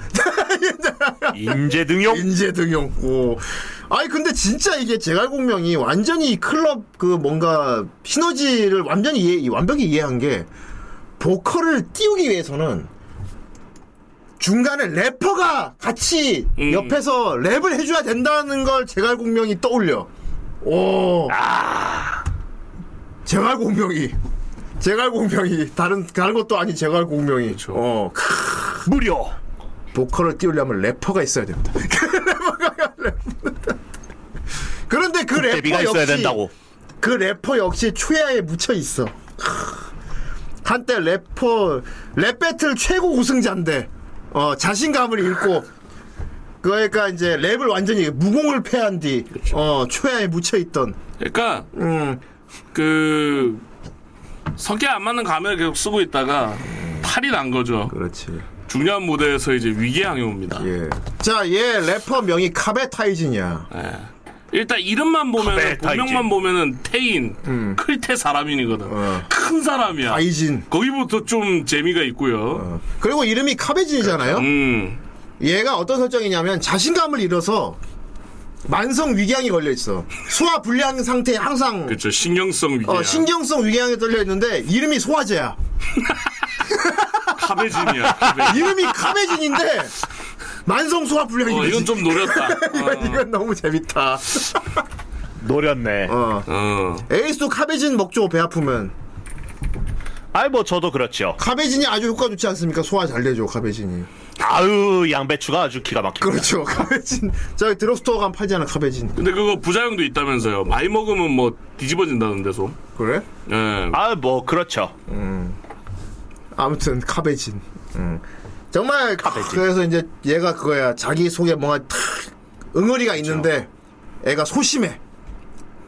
[SPEAKER 8] 인재 등용
[SPEAKER 6] 인재 등용. 오. 아니 근데 진짜 이게 제갈공명이 완전히 이 클럽 그 뭔가 시너지를 완전히 이해, 이- 완벽히 이해한 게 보컬을 띄우기 위해서는 중간에 래퍼가 같이
[SPEAKER 7] 음.
[SPEAKER 6] 옆에서 랩을 해줘야 된다는 걸 제갈공명이 떠올려. 오. 제갈공명이. 제갈공명이 다른 다른 것도 아닌 제갈공명이.
[SPEAKER 8] 그렇죠.
[SPEAKER 6] 어. 크.
[SPEAKER 8] 무료
[SPEAKER 6] 보컬을 띄우려면 래퍼가 있어야 됩니다. [LAUGHS] 래퍼가- 래퍼. 그런데 그
[SPEAKER 8] 대비가
[SPEAKER 6] 래퍼
[SPEAKER 8] 있어야
[SPEAKER 6] 역시
[SPEAKER 8] 된다고.
[SPEAKER 6] 그 래퍼 역시 초야에 묻혀 있어. 크. 한때 래퍼 랩 배틀 최고 우승자인데 어, 자신감을 잃고 그러니까 이제 랩을 완전히 무공을 패한 뒤
[SPEAKER 8] 그렇죠.
[SPEAKER 6] 어, 초야에 묻혀 있던
[SPEAKER 7] 그러니까
[SPEAKER 6] 음,
[SPEAKER 7] 그 성격 안 맞는 가면을 계속 쓰고 있다가 탈이 난 거죠.
[SPEAKER 6] 그렇지.
[SPEAKER 7] 중요한 무대에서 이제 위기양이 옵니다.
[SPEAKER 6] 예. 자, 얘 래퍼 명이 카베타이진이야.
[SPEAKER 7] 일단 이름만
[SPEAKER 6] 아, 네,
[SPEAKER 7] 보면
[SPEAKER 8] 카베타이지.
[SPEAKER 7] 본명만 보면은 태인 클테 사람인이거든.
[SPEAKER 6] 음. 어.
[SPEAKER 7] 큰 사람이야.
[SPEAKER 6] 아이진.
[SPEAKER 7] 거기부터 좀 재미가 있고요.
[SPEAKER 6] 어. 그리고 이름이 카베진이잖아요.
[SPEAKER 7] 음,
[SPEAKER 6] 얘가 어떤 설정이냐면 자신감을 잃어서 만성 위궤양이 걸려 있어. 소화 불량 상태에 항상
[SPEAKER 7] 그렇죠. 신경성 위기양.
[SPEAKER 6] 어, 신경성 위궤양에 떨려 있는데 이름이 소화제야. [LAUGHS]
[SPEAKER 7] 카베진이야. 카베진. [LAUGHS]
[SPEAKER 6] 이름이 카베진인데 만성 소화 불량이.
[SPEAKER 7] 어, 이건
[SPEAKER 6] [LAUGHS]
[SPEAKER 7] 좀 아. 노렸다.
[SPEAKER 6] 이건, 이건 너무 재밌다.
[SPEAKER 8] 노렸네.
[SPEAKER 6] 어.
[SPEAKER 7] 어, 어.
[SPEAKER 6] 에이스도 카베진 먹죠 배 아프면.
[SPEAKER 8] 아이 뭐 저도 그렇죠.
[SPEAKER 6] 카베진이 아주 효과 좋지 않습니까? 소화 잘 되죠 카베진이.
[SPEAKER 8] 아유 양배추가 아주 기가 막힙니다.
[SPEAKER 6] 그렇죠 [LAUGHS] 카베진. 저기 드럭스토어 가면 팔잖아 카베진.
[SPEAKER 7] 근데 그거 부작용도 있다면서요. 많이 먹으면 뭐 뒤집어진다는데 서
[SPEAKER 6] 그래?
[SPEAKER 7] 예.
[SPEAKER 8] 아 뭐 그렇죠.
[SPEAKER 6] 아무튼 카베진.
[SPEAKER 7] 음.
[SPEAKER 6] 정말 그래서 이제 얘가 그거야 자기 속에 뭔가 탁 응어리가 있는데 애가 소심해.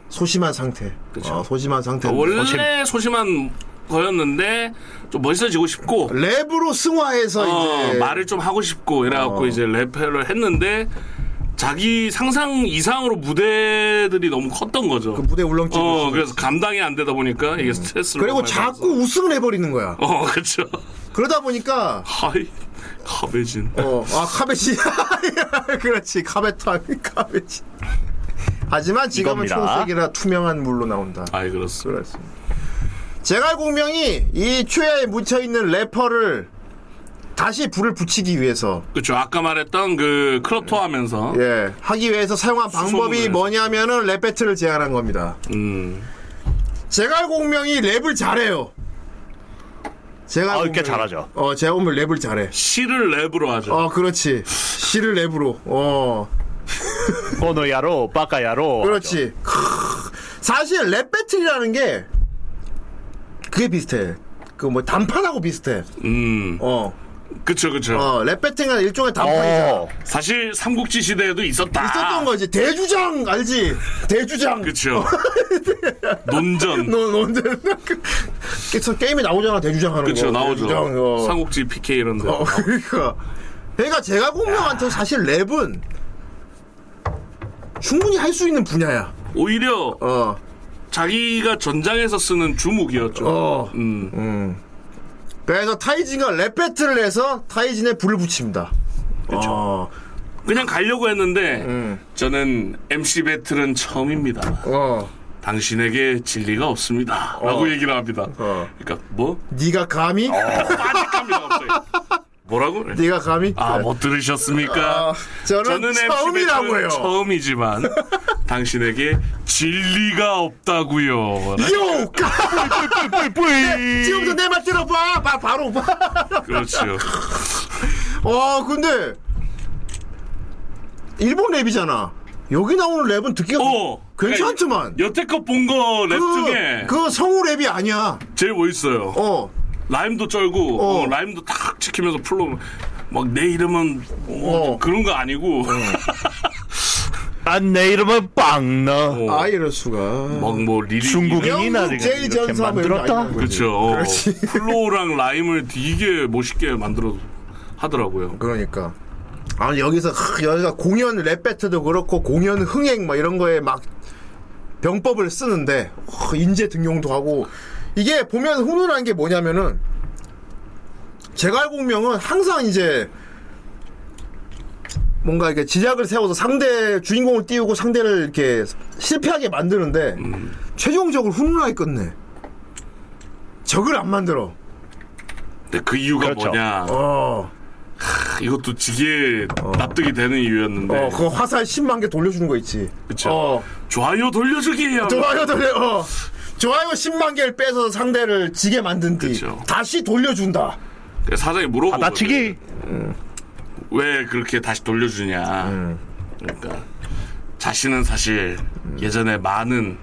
[SPEAKER 6] 소심한 상태.
[SPEAKER 7] 그쵸.
[SPEAKER 6] 어, 소심한 상태.
[SPEAKER 7] 원래 소심. 한 거였는데 좀 멋있어지고 싶고
[SPEAKER 6] 랩으로 승화해서
[SPEAKER 7] 어,
[SPEAKER 6] 이제
[SPEAKER 7] 말을 좀 하고 싶고
[SPEAKER 6] 어.
[SPEAKER 7] 이래갖고 이제 랩을 했는데 자기 상상 이상으로 무대들이 너무 컸던 거죠.
[SPEAKER 6] 그 무대 울렁증.
[SPEAKER 7] 어, 그래서 감당이 안 되다 보니까 이게 스트레스를
[SPEAKER 6] 그리고
[SPEAKER 7] 많이
[SPEAKER 6] 자꾸 우승을 해버리는 거야.
[SPEAKER 7] 받아서. 어, [LAUGHS] 그렇죠.
[SPEAKER 6] 그러다 보니까
[SPEAKER 7] 하이 가베진.
[SPEAKER 6] 어, 아 카베지. [LAUGHS] 그렇지 카베타 카베지. 하지만 지금은
[SPEAKER 8] 이겁니다.
[SPEAKER 6] 초록색이라 투명한 물로 나온다.
[SPEAKER 7] 아이 그렇습니다.
[SPEAKER 6] 그렇습니다. 제갈공명이 이 최야에 묻혀있는 래퍼를 다시 불을 붙이기 위해서
[SPEAKER 7] 그렇죠. 아까 말했던 그 클럽 토 하면서
[SPEAKER 6] 예 하기 위해서 사용한 방법이
[SPEAKER 7] 수소문을.
[SPEAKER 6] 뭐냐면은 랩 배틀을 제안한 겁니다.
[SPEAKER 7] 음.
[SPEAKER 6] 제갈공명이 랩을 잘해요. 제가
[SPEAKER 8] 아, 꽤 잘하죠.
[SPEAKER 6] 어, 제가 보면 랩을 잘해.
[SPEAKER 7] 시를 랩으로 하죠.
[SPEAKER 6] 어, 그렇지. 시를 랩으로. 어,
[SPEAKER 8] 코노야로 빠까야로.
[SPEAKER 6] 그렇지. 크으. 사실 랩 배틀이라는 게 그게 비슷해. 그 뭐 단판하고 비슷해.
[SPEAKER 7] 음.
[SPEAKER 6] 어,
[SPEAKER 7] 그렇죠. 그렇죠.
[SPEAKER 6] 어, 랩 배틀은 일종의 단판이잖아.
[SPEAKER 8] 어.
[SPEAKER 7] 사실 삼국지 시대에도 있었다.
[SPEAKER 6] 있었던 거지. 대주장 알지? 대주장.
[SPEAKER 7] 그렇죠.
[SPEAKER 6] [LAUGHS]
[SPEAKER 7] 논전.
[SPEAKER 6] 넌 언제 그, 그래서 게임에 나오잖아 대주장 하는
[SPEAKER 7] 그렇죠.
[SPEAKER 6] 거.
[SPEAKER 7] 나오죠.
[SPEAKER 6] 대주장, 어.
[SPEAKER 7] 삼국지 PK 이런 데.
[SPEAKER 6] 어, 그러니까. 그러니까 제가 공명한테 사실 랩은 충분히 할 수 있는 분야야.
[SPEAKER 7] 오히려
[SPEAKER 6] 어,
[SPEAKER 7] 자기가 전장에서 쓰는 주목이었죠.
[SPEAKER 6] 어.
[SPEAKER 7] 음.
[SPEAKER 6] 그래서 타이진과 랩 배틀을 해서 타이진에 불을 붙입니다. 그렇죠. 어,
[SPEAKER 7] 그냥 가려고 했는데
[SPEAKER 6] 음.
[SPEAKER 7] 저는 MC 배틀은 처음입니다.
[SPEAKER 6] 어.
[SPEAKER 7] 당신에게 진리가 없습니다. 라고 얘기를 합니다.
[SPEAKER 6] 어.
[SPEAKER 7] 그러니까 뭐?
[SPEAKER 6] 네가 감히?
[SPEAKER 7] 아. 빠직합니다 갑자기. 뭐라고?
[SPEAKER 6] 네가 감히?
[SPEAKER 7] 아,
[SPEAKER 6] 그래.
[SPEAKER 7] 못 들으셨습니까?
[SPEAKER 6] 아, 저는
[SPEAKER 7] MC
[SPEAKER 6] 처음이라고
[SPEAKER 7] 배틀은
[SPEAKER 6] 해요. [LAUGHS]
[SPEAKER 7] 처음이지만 당신에게 진리가 없다고요.
[SPEAKER 6] 요! 까! 네,
[SPEAKER 8] 뿌이.
[SPEAKER 6] 지금부터 내 말 들어봐! 바, 바로 봐!
[SPEAKER 7] 그렇죠.
[SPEAKER 6] 와 근데 일본 랩이잖아. 여기 나오는 랩은 듣기가
[SPEAKER 7] 어,
[SPEAKER 6] 괜찮지만
[SPEAKER 7] 그러니까 여태껏 본 거 랩 중에
[SPEAKER 6] 그, 그 성우 랩이 아니야.
[SPEAKER 7] 제일 멋있어요.
[SPEAKER 6] 어
[SPEAKER 7] 라임도 쩔고
[SPEAKER 6] 어.
[SPEAKER 7] 어, 라임도 탁 지키면서 풀로 막 내 이름은 뭐
[SPEAKER 6] 어.
[SPEAKER 7] 그런 거 아니고 [LAUGHS]
[SPEAKER 8] 난내 이름은 빵너.
[SPEAKER 6] 아 이럴 수가.
[SPEAKER 7] 어. 막 뭐 리리
[SPEAKER 8] 중국인이
[SPEAKER 6] 영국
[SPEAKER 8] 나를
[SPEAKER 6] 제일
[SPEAKER 8] 이렇게
[SPEAKER 6] 전사 뭐 이런 거
[SPEAKER 8] 만들었다.
[SPEAKER 6] 아니야?
[SPEAKER 7] 그렇죠. 어,
[SPEAKER 6] 그렇지.
[SPEAKER 7] 플로우랑 라임을 되게 멋있게 만들어 하더라고요.
[SPEAKER 6] 그러니까. 아 여기서 크, 여기가 공연 랩 배트도 그렇고 공연 뭐 흥행 막 이런 거에 막 병법을 쓰는데 어, 인재 등용도 하고 이게 보면 훈훈한 게 뭐냐면은 제가 알고 운명은 항상 이제 뭔가 이렇게 지략을 세워서 상대 주인공을 띄우고 상대를 이렇게 실패하게 만드는데 최종적으로 훈훈하게 끝내. 적을 안 만들어.
[SPEAKER 7] 근데 그 이유가
[SPEAKER 8] 그렇죠.
[SPEAKER 7] 뭐냐.
[SPEAKER 6] 어,
[SPEAKER 7] 크, 이것도 되게 납득이 되는 이유였는데.
[SPEAKER 6] 어, 그 화살 10만 개 돌려주는 거 있지.
[SPEAKER 7] 그쵸.
[SPEAKER 6] 어,
[SPEAKER 7] 좋아요 돌려주기. 하고
[SPEAKER 6] 좋아요 돌려. 어. 좋아요 10만 개를 빼서 상대를 지게 만든 뒤
[SPEAKER 7] 그쵸.
[SPEAKER 6] 다시 돌려준다.
[SPEAKER 7] 그래서 사장이 물어보고.
[SPEAKER 8] 아, 나치기
[SPEAKER 7] 왜 그렇게 다시 돌려주냐.
[SPEAKER 6] 음.
[SPEAKER 7] 그러니까 자신은 사실 예전에 많은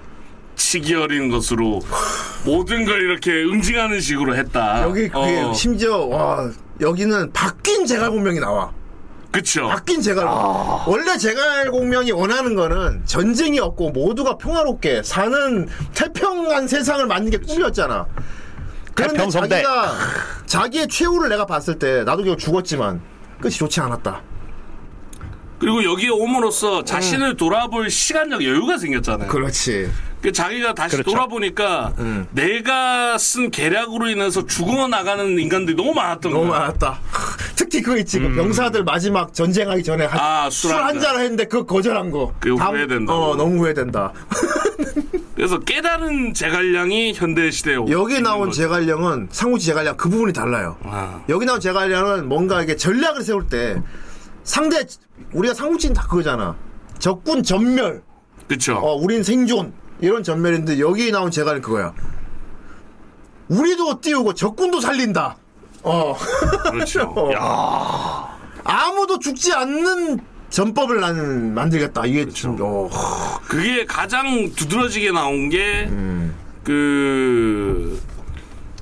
[SPEAKER 7] 치기 어린 것으로 모든 걸 이렇게 응징하는 식으로 했다.
[SPEAKER 6] 여기 그게
[SPEAKER 7] 어,
[SPEAKER 6] 심지어 와 여기는 바뀐 제갈공명이 나와.
[SPEAKER 7] 그쵸.
[SPEAKER 6] 바뀐 제갈공명. 원래 제갈공명이 원하는 거는 전쟁이 없고 모두가 평화롭게 사는 태평한 세상을 만드는 게 꿈이었잖아. 그런데
[SPEAKER 8] 태평성대.
[SPEAKER 6] 자기가 자기의 최후를 내가 봤을 때 나도 결국 죽었지만 끝이 좋지 않았다.
[SPEAKER 7] 그리고 여기에 옴으로써 자신을 돌아볼 시간적 여유가 생겼잖아요.
[SPEAKER 6] 음. 그렇지. 음.
[SPEAKER 7] 그 자기가 다시
[SPEAKER 8] 그렇죠.
[SPEAKER 7] 돌아보니까 내가 쓴 계략으로 인해서 죽어 나가는 인간들이 너무 많았던
[SPEAKER 6] 너무
[SPEAKER 7] 거야.
[SPEAKER 6] 많았다. 특히 그거 있지. 그 명사들 마지막 전쟁하기 전에
[SPEAKER 7] 음. 아, 술한 잔.
[SPEAKER 6] 술한잔 했는데 그거 거절한 거.
[SPEAKER 7] 그거
[SPEAKER 6] 다음-
[SPEAKER 7] 후회된다고.
[SPEAKER 6] 어, 너무 후회된다.
[SPEAKER 7] 그래서 깨달은 제갈량이 현대 시대에 오고
[SPEAKER 6] 여기
[SPEAKER 7] 있는
[SPEAKER 6] 나온
[SPEAKER 7] 거죠.
[SPEAKER 6] 제갈량은 상우지 제갈량 그 부분이 달라요.
[SPEAKER 7] 아.
[SPEAKER 6] 여기 나온 제갈량은 뭔가 이게 전략을 세울 때 상대 우리가 상우지는 다 그거잖아. 적군 전멸,
[SPEAKER 7] 그쵸.
[SPEAKER 6] 어 우린 생존 이런 전멸인데 여기 나온 제갈량 그거야. 우리도 띄우고 적군도 살린다. 어
[SPEAKER 7] 그렇죠.
[SPEAKER 6] [LAUGHS] 아무도 죽지 않는 전법을 나는 만들겠다. 이게
[SPEAKER 7] 그렇죠.
[SPEAKER 6] 좀 어,
[SPEAKER 7] 그게 가장 두드러지게 나온 게, 그,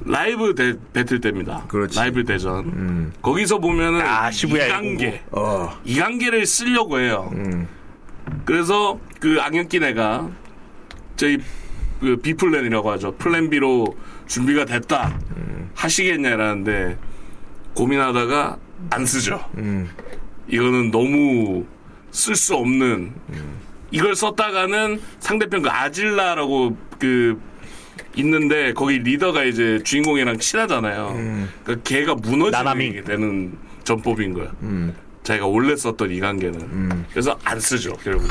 [SPEAKER 7] 라이브 대- 배틀 때입니다.
[SPEAKER 6] 그렇지. 음.
[SPEAKER 7] 라이브 대전. 거기서 보면은,
[SPEAKER 8] 아, 시부야
[SPEAKER 7] 이강계.
[SPEAKER 6] 어. 음.
[SPEAKER 7] 이관계를 쓰려고 해요. 그래서 그 악역 기네가 저희 그 B 플랜이라고 하죠. 플랜 B로 준비가 됐다 하시겠냐라는데 고민하다가 안 쓰죠. 이거는 너무 쓸 수 없는 이걸 썼다가는 상대편 그 아질라라고 그 있는데 거기 리더가 이제 주인공이랑 친하잖아요. 그러니까 걔가
[SPEAKER 8] 나나미.
[SPEAKER 7] 무너지게 되는 전법인 거야. 자기가 원래 썼던 이 관계는 그래서 안 쓰죠 결국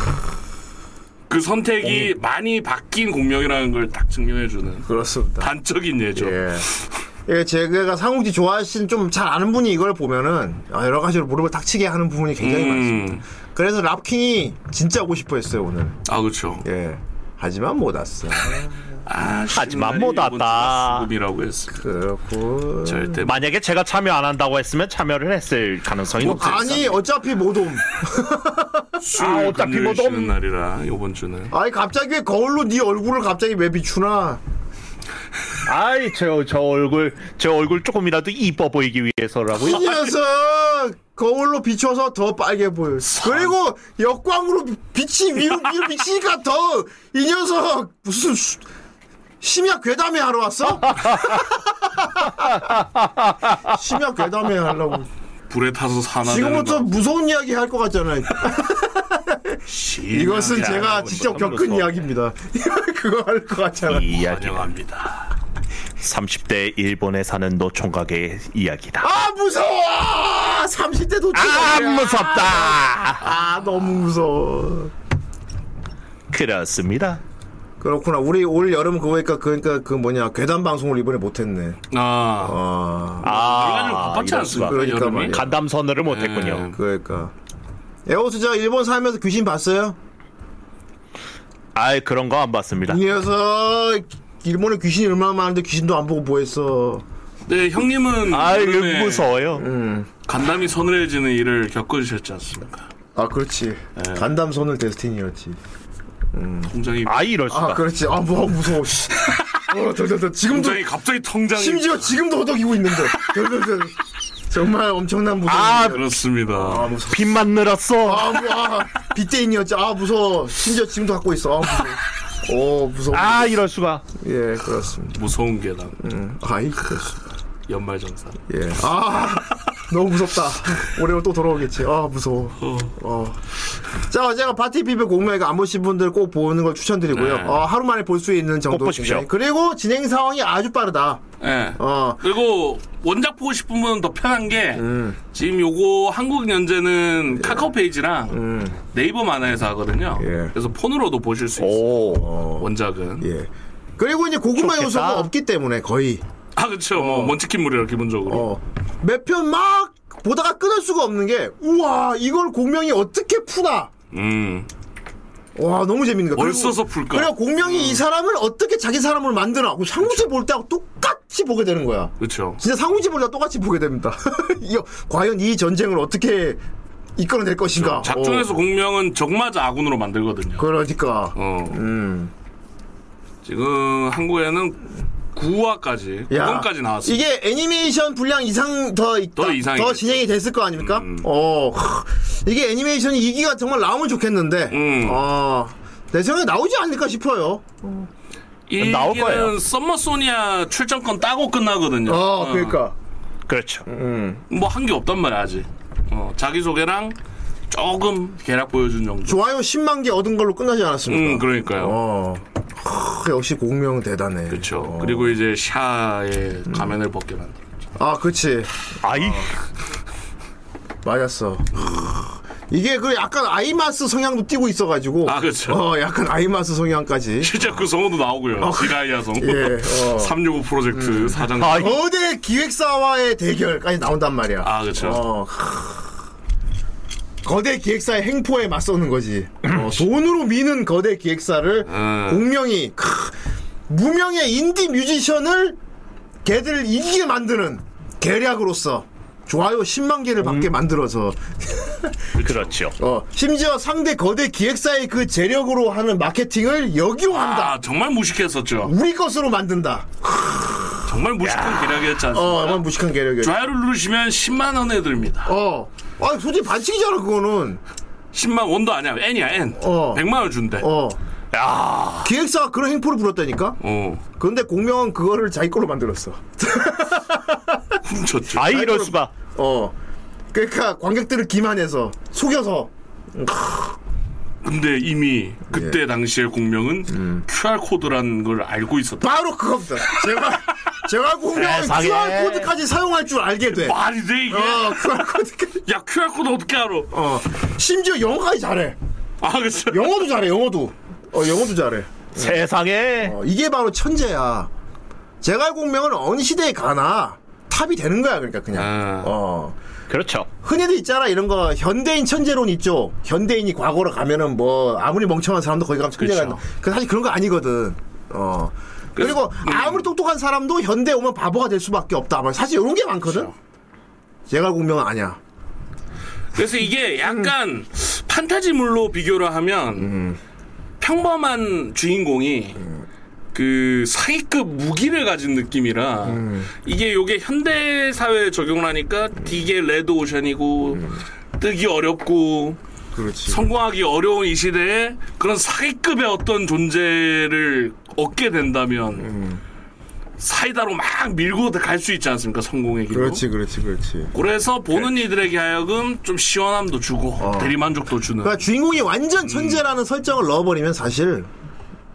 [SPEAKER 7] 그 선택이 많이 바뀐 공명이라는 걸 딱 증명해주는
[SPEAKER 6] 그렇습니다.
[SPEAKER 7] 단적인 예죠
[SPEAKER 6] 예. 예, 제가 상욱지 좋아하시는 좀 잘 아는 분이 이걸 보면은 아, 여러 가지로 무릎을 탁치게 하는 부분이 굉장히 많습니다.
[SPEAKER 7] 음.
[SPEAKER 6] 그래서 랍킹이 진짜 오고 싶어 했어요, 오늘.
[SPEAKER 7] 아 그렇죠
[SPEAKER 6] 예. 하지만 못 왔어.
[SPEAKER 7] 아,
[SPEAKER 8] 네. 하지만
[SPEAKER 7] 신나리
[SPEAKER 8] 못 왔다.
[SPEAKER 7] 일본 주마수금이라고 했습니다
[SPEAKER 6] 그렇고.
[SPEAKER 7] 절대
[SPEAKER 8] 만약에 제가 참여 안 한다고 했으면 참여를 했을 가능성이 높아요.
[SPEAKER 6] 뭐, 아니, 어차피 못 옴.
[SPEAKER 7] 술
[SPEAKER 8] 아, 어차피
[SPEAKER 7] 금요일
[SPEAKER 8] 뭐
[SPEAKER 7] 쉬는
[SPEAKER 8] 너무-
[SPEAKER 7] 날이라 요번 주는
[SPEAKER 6] 아니, 갑자기 왜 거울로 네 얼굴을 갑자기 왜 비추나?
[SPEAKER 8] 아이 저, 저 얼굴 제 얼굴 조금이라도 이뻐 보이기
[SPEAKER 6] 이
[SPEAKER 8] 위해서라고요.
[SPEAKER 6] 녀석! 거울로 비춰서 더 빨개 보여. 그리고 역광으로 빛이 위로, 위로 비치니까 더, 이 녀석! 무슨, 수- 심야 괴담회 하러 왔어? [LAUGHS] 심야 괴담회 하려고.
[SPEAKER 7] 불에 타서 사나
[SPEAKER 6] 지금부터
[SPEAKER 7] 되는 거.
[SPEAKER 6] 무서운 이야기 할 것 같잖아요.
[SPEAKER 7] 신나게
[SPEAKER 6] 이것은
[SPEAKER 7] 하는
[SPEAKER 6] 제가
[SPEAKER 7] 것도
[SPEAKER 6] 직접
[SPEAKER 8] 참
[SPEAKER 6] 겪은
[SPEAKER 8] 무서워.
[SPEAKER 6] 이야기입니다. [LAUGHS] 그거 할 것 같잖아요.
[SPEAKER 8] 이야기가
[SPEAKER 7] 환영합니다
[SPEAKER 8] 30대 일본에 사는 노총각의 이야기다.
[SPEAKER 6] 아, 무서워! 30대 도착!
[SPEAKER 8] 아 무섭다.
[SPEAKER 6] 아, 너무 무서워.
[SPEAKER 8] 그렇습니다.
[SPEAKER 6] 그렇구나. 우리 올 여름 그거니까 그러니까 그 뭐냐 괴담 방송을 이번에 못했네.
[SPEAKER 7] 아
[SPEAKER 6] 아
[SPEAKER 7] 아, 좀
[SPEAKER 8] 아
[SPEAKER 7] 바빴지
[SPEAKER 8] 이럴
[SPEAKER 7] 않습니까
[SPEAKER 8] 수가.
[SPEAKER 6] 그러니까
[SPEAKER 7] 여름이
[SPEAKER 6] 말이야.
[SPEAKER 8] 간담 선언을
[SPEAKER 7] 예.
[SPEAKER 8] 못했군요.
[SPEAKER 6] 그러니까 에오스자 일본 살면서 귀신 봤어요?
[SPEAKER 8] 아이 그런 거 안 봤습니다.
[SPEAKER 6] 이 녀석 일본에 귀신이 얼마나 많은데 귀신도 안 보고 뭐했어?
[SPEAKER 7] 네 형님은
[SPEAKER 8] 아이
[SPEAKER 7] 여름에
[SPEAKER 8] 무서워요.
[SPEAKER 6] 음.
[SPEAKER 7] 간담이 서늘해지는 일을 겪으셨지 않습니까
[SPEAKER 6] 아 그렇지
[SPEAKER 7] 네.
[SPEAKER 6] 간담 손을 데스티니였지.
[SPEAKER 7] 통장이
[SPEAKER 8] 아이 이럴 수가.
[SPEAKER 6] 아 그렇지 아 뭐 무서워. 씨. 어 덜덜덜 지금도
[SPEAKER 7] 통장이 갑자기 통장이
[SPEAKER 6] 심지어 지금도 허덕이고 있는데 덜덜덜 정말 엄청난 무서움.
[SPEAKER 8] 아,
[SPEAKER 7] 그렇습니다
[SPEAKER 6] 아 무서워.
[SPEAKER 8] 빚만 늘었어.
[SPEAKER 6] 아, 뭐, 아, 빗대인이었지. 아, 무서워. 심지어 지금도 갖고 있어. 아, 무서워. 오, 무서워.
[SPEAKER 8] 아 이럴 수가.
[SPEAKER 6] 예, 그렇습니다.
[SPEAKER 7] 무서운 계단
[SPEAKER 8] 음.
[SPEAKER 6] 아이, 그렇습니다.
[SPEAKER 7] 연말정산
[SPEAKER 6] 예. 아, 너무 무섭다. 올해는 또 돌아오겠지. 아, 무서워. 어. 자, 어제가 바티 비벼 공매가 안 보신 분들 꼭 보는 걸 추천드리고요.
[SPEAKER 7] 네.
[SPEAKER 6] 어, 하루 만에 볼 수 있는 정도.
[SPEAKER 8] 보십시오.
[SPEAKER 6] 굉장히. 그리고 진행 상황이 아주 빠르다.
[SPEAKER 7] 예.
[SPEAKER 6] 어,
[SPEAKER 7] 그리고 원작 보고 싶으면 더 편한 게
[SPEAKER 6] 음.
[SPEAKER 7] 지금 요거 한국 연재는 카카오 페이지랑 네이버 만화에서 하거든요.
[SPEAKER 6] 네. 음. 예.
[SPEAKER 7] 그래서 폰으로도 보실 수 있어요.
[SPEAKER 8] 오.
[SPEAKER 7] 원작은.
[SPEAKER 6] 예. 그리고 이제 고구마
[SPEAKER 8] 좋겠다.
[SPEAKER 6] 요소가 없기 때문에 거의
[SPEAKER 7] 아 그렇죠. 뭐 먼치킨물이라 기본적으로.
[SPEAKER 6] 어, 몇 편 막 보다가 끊을 수가 없는 게 우와 이걸 공명이 어떻게 푸나.
[SPEAKER 7] 음.
[SPEAKER 6] 와 너무 재밌는 거야.
[SPEAKER 7] 뭘
[SPEAKER 6] 그리고-
[SPEAKER 7] 써서 풀까? 음.
[SPEAKER 6] 그리고 공명이 이 사람을 어떻게 자기 사람으로 만드나. 그 상무지 볼 때하고 똑같이 보게 되는 거야.
[SPEAKER 7] 그렇죠.
[SPEAKER 6] 진짜 상무지 볼때 똑같이 보게 됩니다. [LAUGHS] 이, 과연 이 전쟁을 어떻게 이끌어낼 것인가.
[SPEAKER 7] 그렇죠. 작중에서
[SPEAKER 6] 어,
[SPEAKER 7] 공명은 적마자 아군으로 만들거든요.
[SPEAKER 6] 그러니까.
[SPEAKER 7] 어.
[SPEAKER 6] 음.
[SPEAKER 7] 지금 한국에는 9화까지,
[SPEAKER 6] 야.
[SPEAKER 7] 9권까지 나왔어요.
[SPEAKER 6] 이게 애니메이션 분량 이상 더 있다.
[SPEAKER 7] 더 이상이겠죠.
[SPEAKER 6] 진행이 됐을 거 아닙니까?
[SPEAKER 7] 음.
[SPEAKER 6] 어. 하, 이게 애니메이션이 이기가 정말 나오면 좋겠는데.
[SPEAKER 7] 음.
[SPEAKER 6] 어. 내 생각에 나오지 않을까 싶어요.
[SPEAKER 7] 이게
[SPEAKER 8] 나올 거예요.
[SPEAKER 7] 썸머 소니아 출전권 따고 끝나거든요.
[SPEAKER 6] 어, 그러니까.
[SPEAKER 8] 그렇죠.
[SPEAKER 6] 음.
[SPEAKER 7] 뭐 한 게 없단 말이야 아직. 어, 자기 소개랑 조금 계략 보여준 정도.
[SPEAKER 6] 좋아요 10만 개 얻은 걸로 끝나지 않았습니까?
[SPEAKER 7] 음, 그러니까요.
[SPEAKER 6] 어. 하, 역시 공명 대단해.
[SPEAKER 7] 그렇죠.
[SPEAKER 6] 어. 음.
[SPEAKER 7] 그리고 이제 샤의 가면을 벗게 만들.
[SPEAKER 6] 아, 그렇지.
[SPEAKER 8] 아이.
[SPEAKER 6] 맞았어. 이게 그 약간 아이마스 성향도 띄고 있어가지고.
[SPEAKER 7] 아, 그쵸.
[SPEAKER 6] 어, 약간 아이마스 성향까지.
[SPEAKER 7] 실제 그 성우도 나오고요. 디가이아 성우.
[SPEAKER 6] 예, 어. 음.
[SPEAKER 7] 365 프로젝트 사장.
[SPEAKER 8] 아이.
[SPEAKER 6] 거대 기획사와의 대결까지 나온단 말이야.
[SPEAKER 7] 아, 그쵸.
[SPEAKER 6] 어, 하. 거대 기획사의 행포에 맞서는 거지.
[SPEAKER 7] [LAUGHS]
[SPEAKER 6] 어, 돈으로 미는 거대 기획사를
[SPEAKER 7] 음.
[SPEAKER 6] 공명이 크, 무명의 인디 뮤지션을 걔들을 이기게 만드는 계략으로서 좋아요 10만 개를 받게
[SPEAKER 7] 음.
[SPEAKER 6] 만들어서
[SPEAKER 8] 그렇죠.
[SPEAKER 6] 어, 심지어 상대 거대 기획사의 그 재력으로 하는 마케팅을 역용한다.
[SPEAKER 7] 아, 정말 무식했었죠.
[SPEAKER 6] 우리 것으로 만든다.
[SPEAKER 7] 정말 무식한 계략이었지 않습니까?
[SPEAKER 6] 어, 만 무식한 계력이.
[SPEAKER 7] 좌회를 누르시면 10만 원에 드립니다.
[SPEAKER 6] 어. 아, 솔직히 반칙이잖아, 그거는.
[SPEAKER 7] 10만 원도 아니야. N이야, N.
[SPEAKER 6] 어.
[SPEAKER 7] 100만 원 준대.
[SPEAKER 6] 어.
[SPEAKER 7] 어.
[SPEAKER 8] 야.
[SPEAKER 6] 기획사가 그런 행포를 부렸다니까?
[SPEAKER 7] 어,
[SPEAKER 6] 그런데 공명은 그거를 자기 걸로 만들었어.
[SPEAKER 7] 훔쳤죠.
[SPEAKER 8] 아이 이럴 수가.
[SPEAKER 6] 어. 그러니까 관객들을 기만해서, 속여서.
[SPEAKER 7] 근데 이미 그때
[SPEAKER 6] 예.
[SPEAKER 7] 당시의 공명은
[SPEAKER 6] 음.
[SPEAKER 7] QR코드라는 걸 알고 있었다.
[SPEAKER 6] 바로 그겁니다. 제발. 제발 공명은
[SPEAKER 8] 세상에.
[SPEAKER 6] QR코드까지 사용할 줄 알게 돼. 어,
[SPEAKER 7] 말이 돼, 이게?
[SPEAKER 6] QR코드까지.
[SPEAKER 7] 야, QR코드 어떻게 알아?
[SPEAKER 6] 어. 심지어 영어까지 잘해.
[SPEAKER 7] 아, 그쵸.
[SPEAKER 6] 영어도 잘해, 영어도. 어, 영어도 잘해.
[SPEAKER 8] 세상에.
[SPEAKER 6] 어, 이게 바로 천재야. 제갈 공명은 어느 시대에 가나 탑이 되는 거야, 그러니까 그냥.
[SPEAKER 7] 아.
[SPEAKER 6] 어.
[SPEAKER 8] 그렇죠.
[SPEAKER 6] 흔히들 있잖아 이런 거 현대인 천재론 있죠. 현대인이 과거로 가면은 뭐 아무리 멍청한 사람도 거기 가면 천재가
[SPEAKER 7] 그쵸.
[SPEAKER 6] 있나. 그 사실 그런 거 아니거든. 어. 그리고 아무리 똑똑한 사람도 현대 오면 바보가 될 수밖에 없다. 아마 사실 이런 게 많거든. 제갈 공명은 아니야.
[SPEAKER 7] 그래서 이게 약간 판타지물로 비교를 하면 평범한 주인공이 그 사기급 무기를 가진 느낌이라 이게 요게 현대 사회에 적용을 하니까 되게 레드 오션이고 뜨기 어렵고
[SPEAKER 6] 그렇지.
[SPEAKER 7] 성공하기 어려운 이 시대에 그런 사기급의 어떤 존재를 얻게 된다면 사이다로 막 밀고 갈 수 있지 않습니까 성공의 길로
[SPEAKER 6] 그렇지, 그렇지, 그렇지.
[SPEAKER 7] 그래서 보는 이들에게 하여금 좀 시원함도 주고 대리만족도 주는
[SPEAKER 6] 어. 그러니까 주인공이 완전 천재라는 설정을 넣어버리면 사실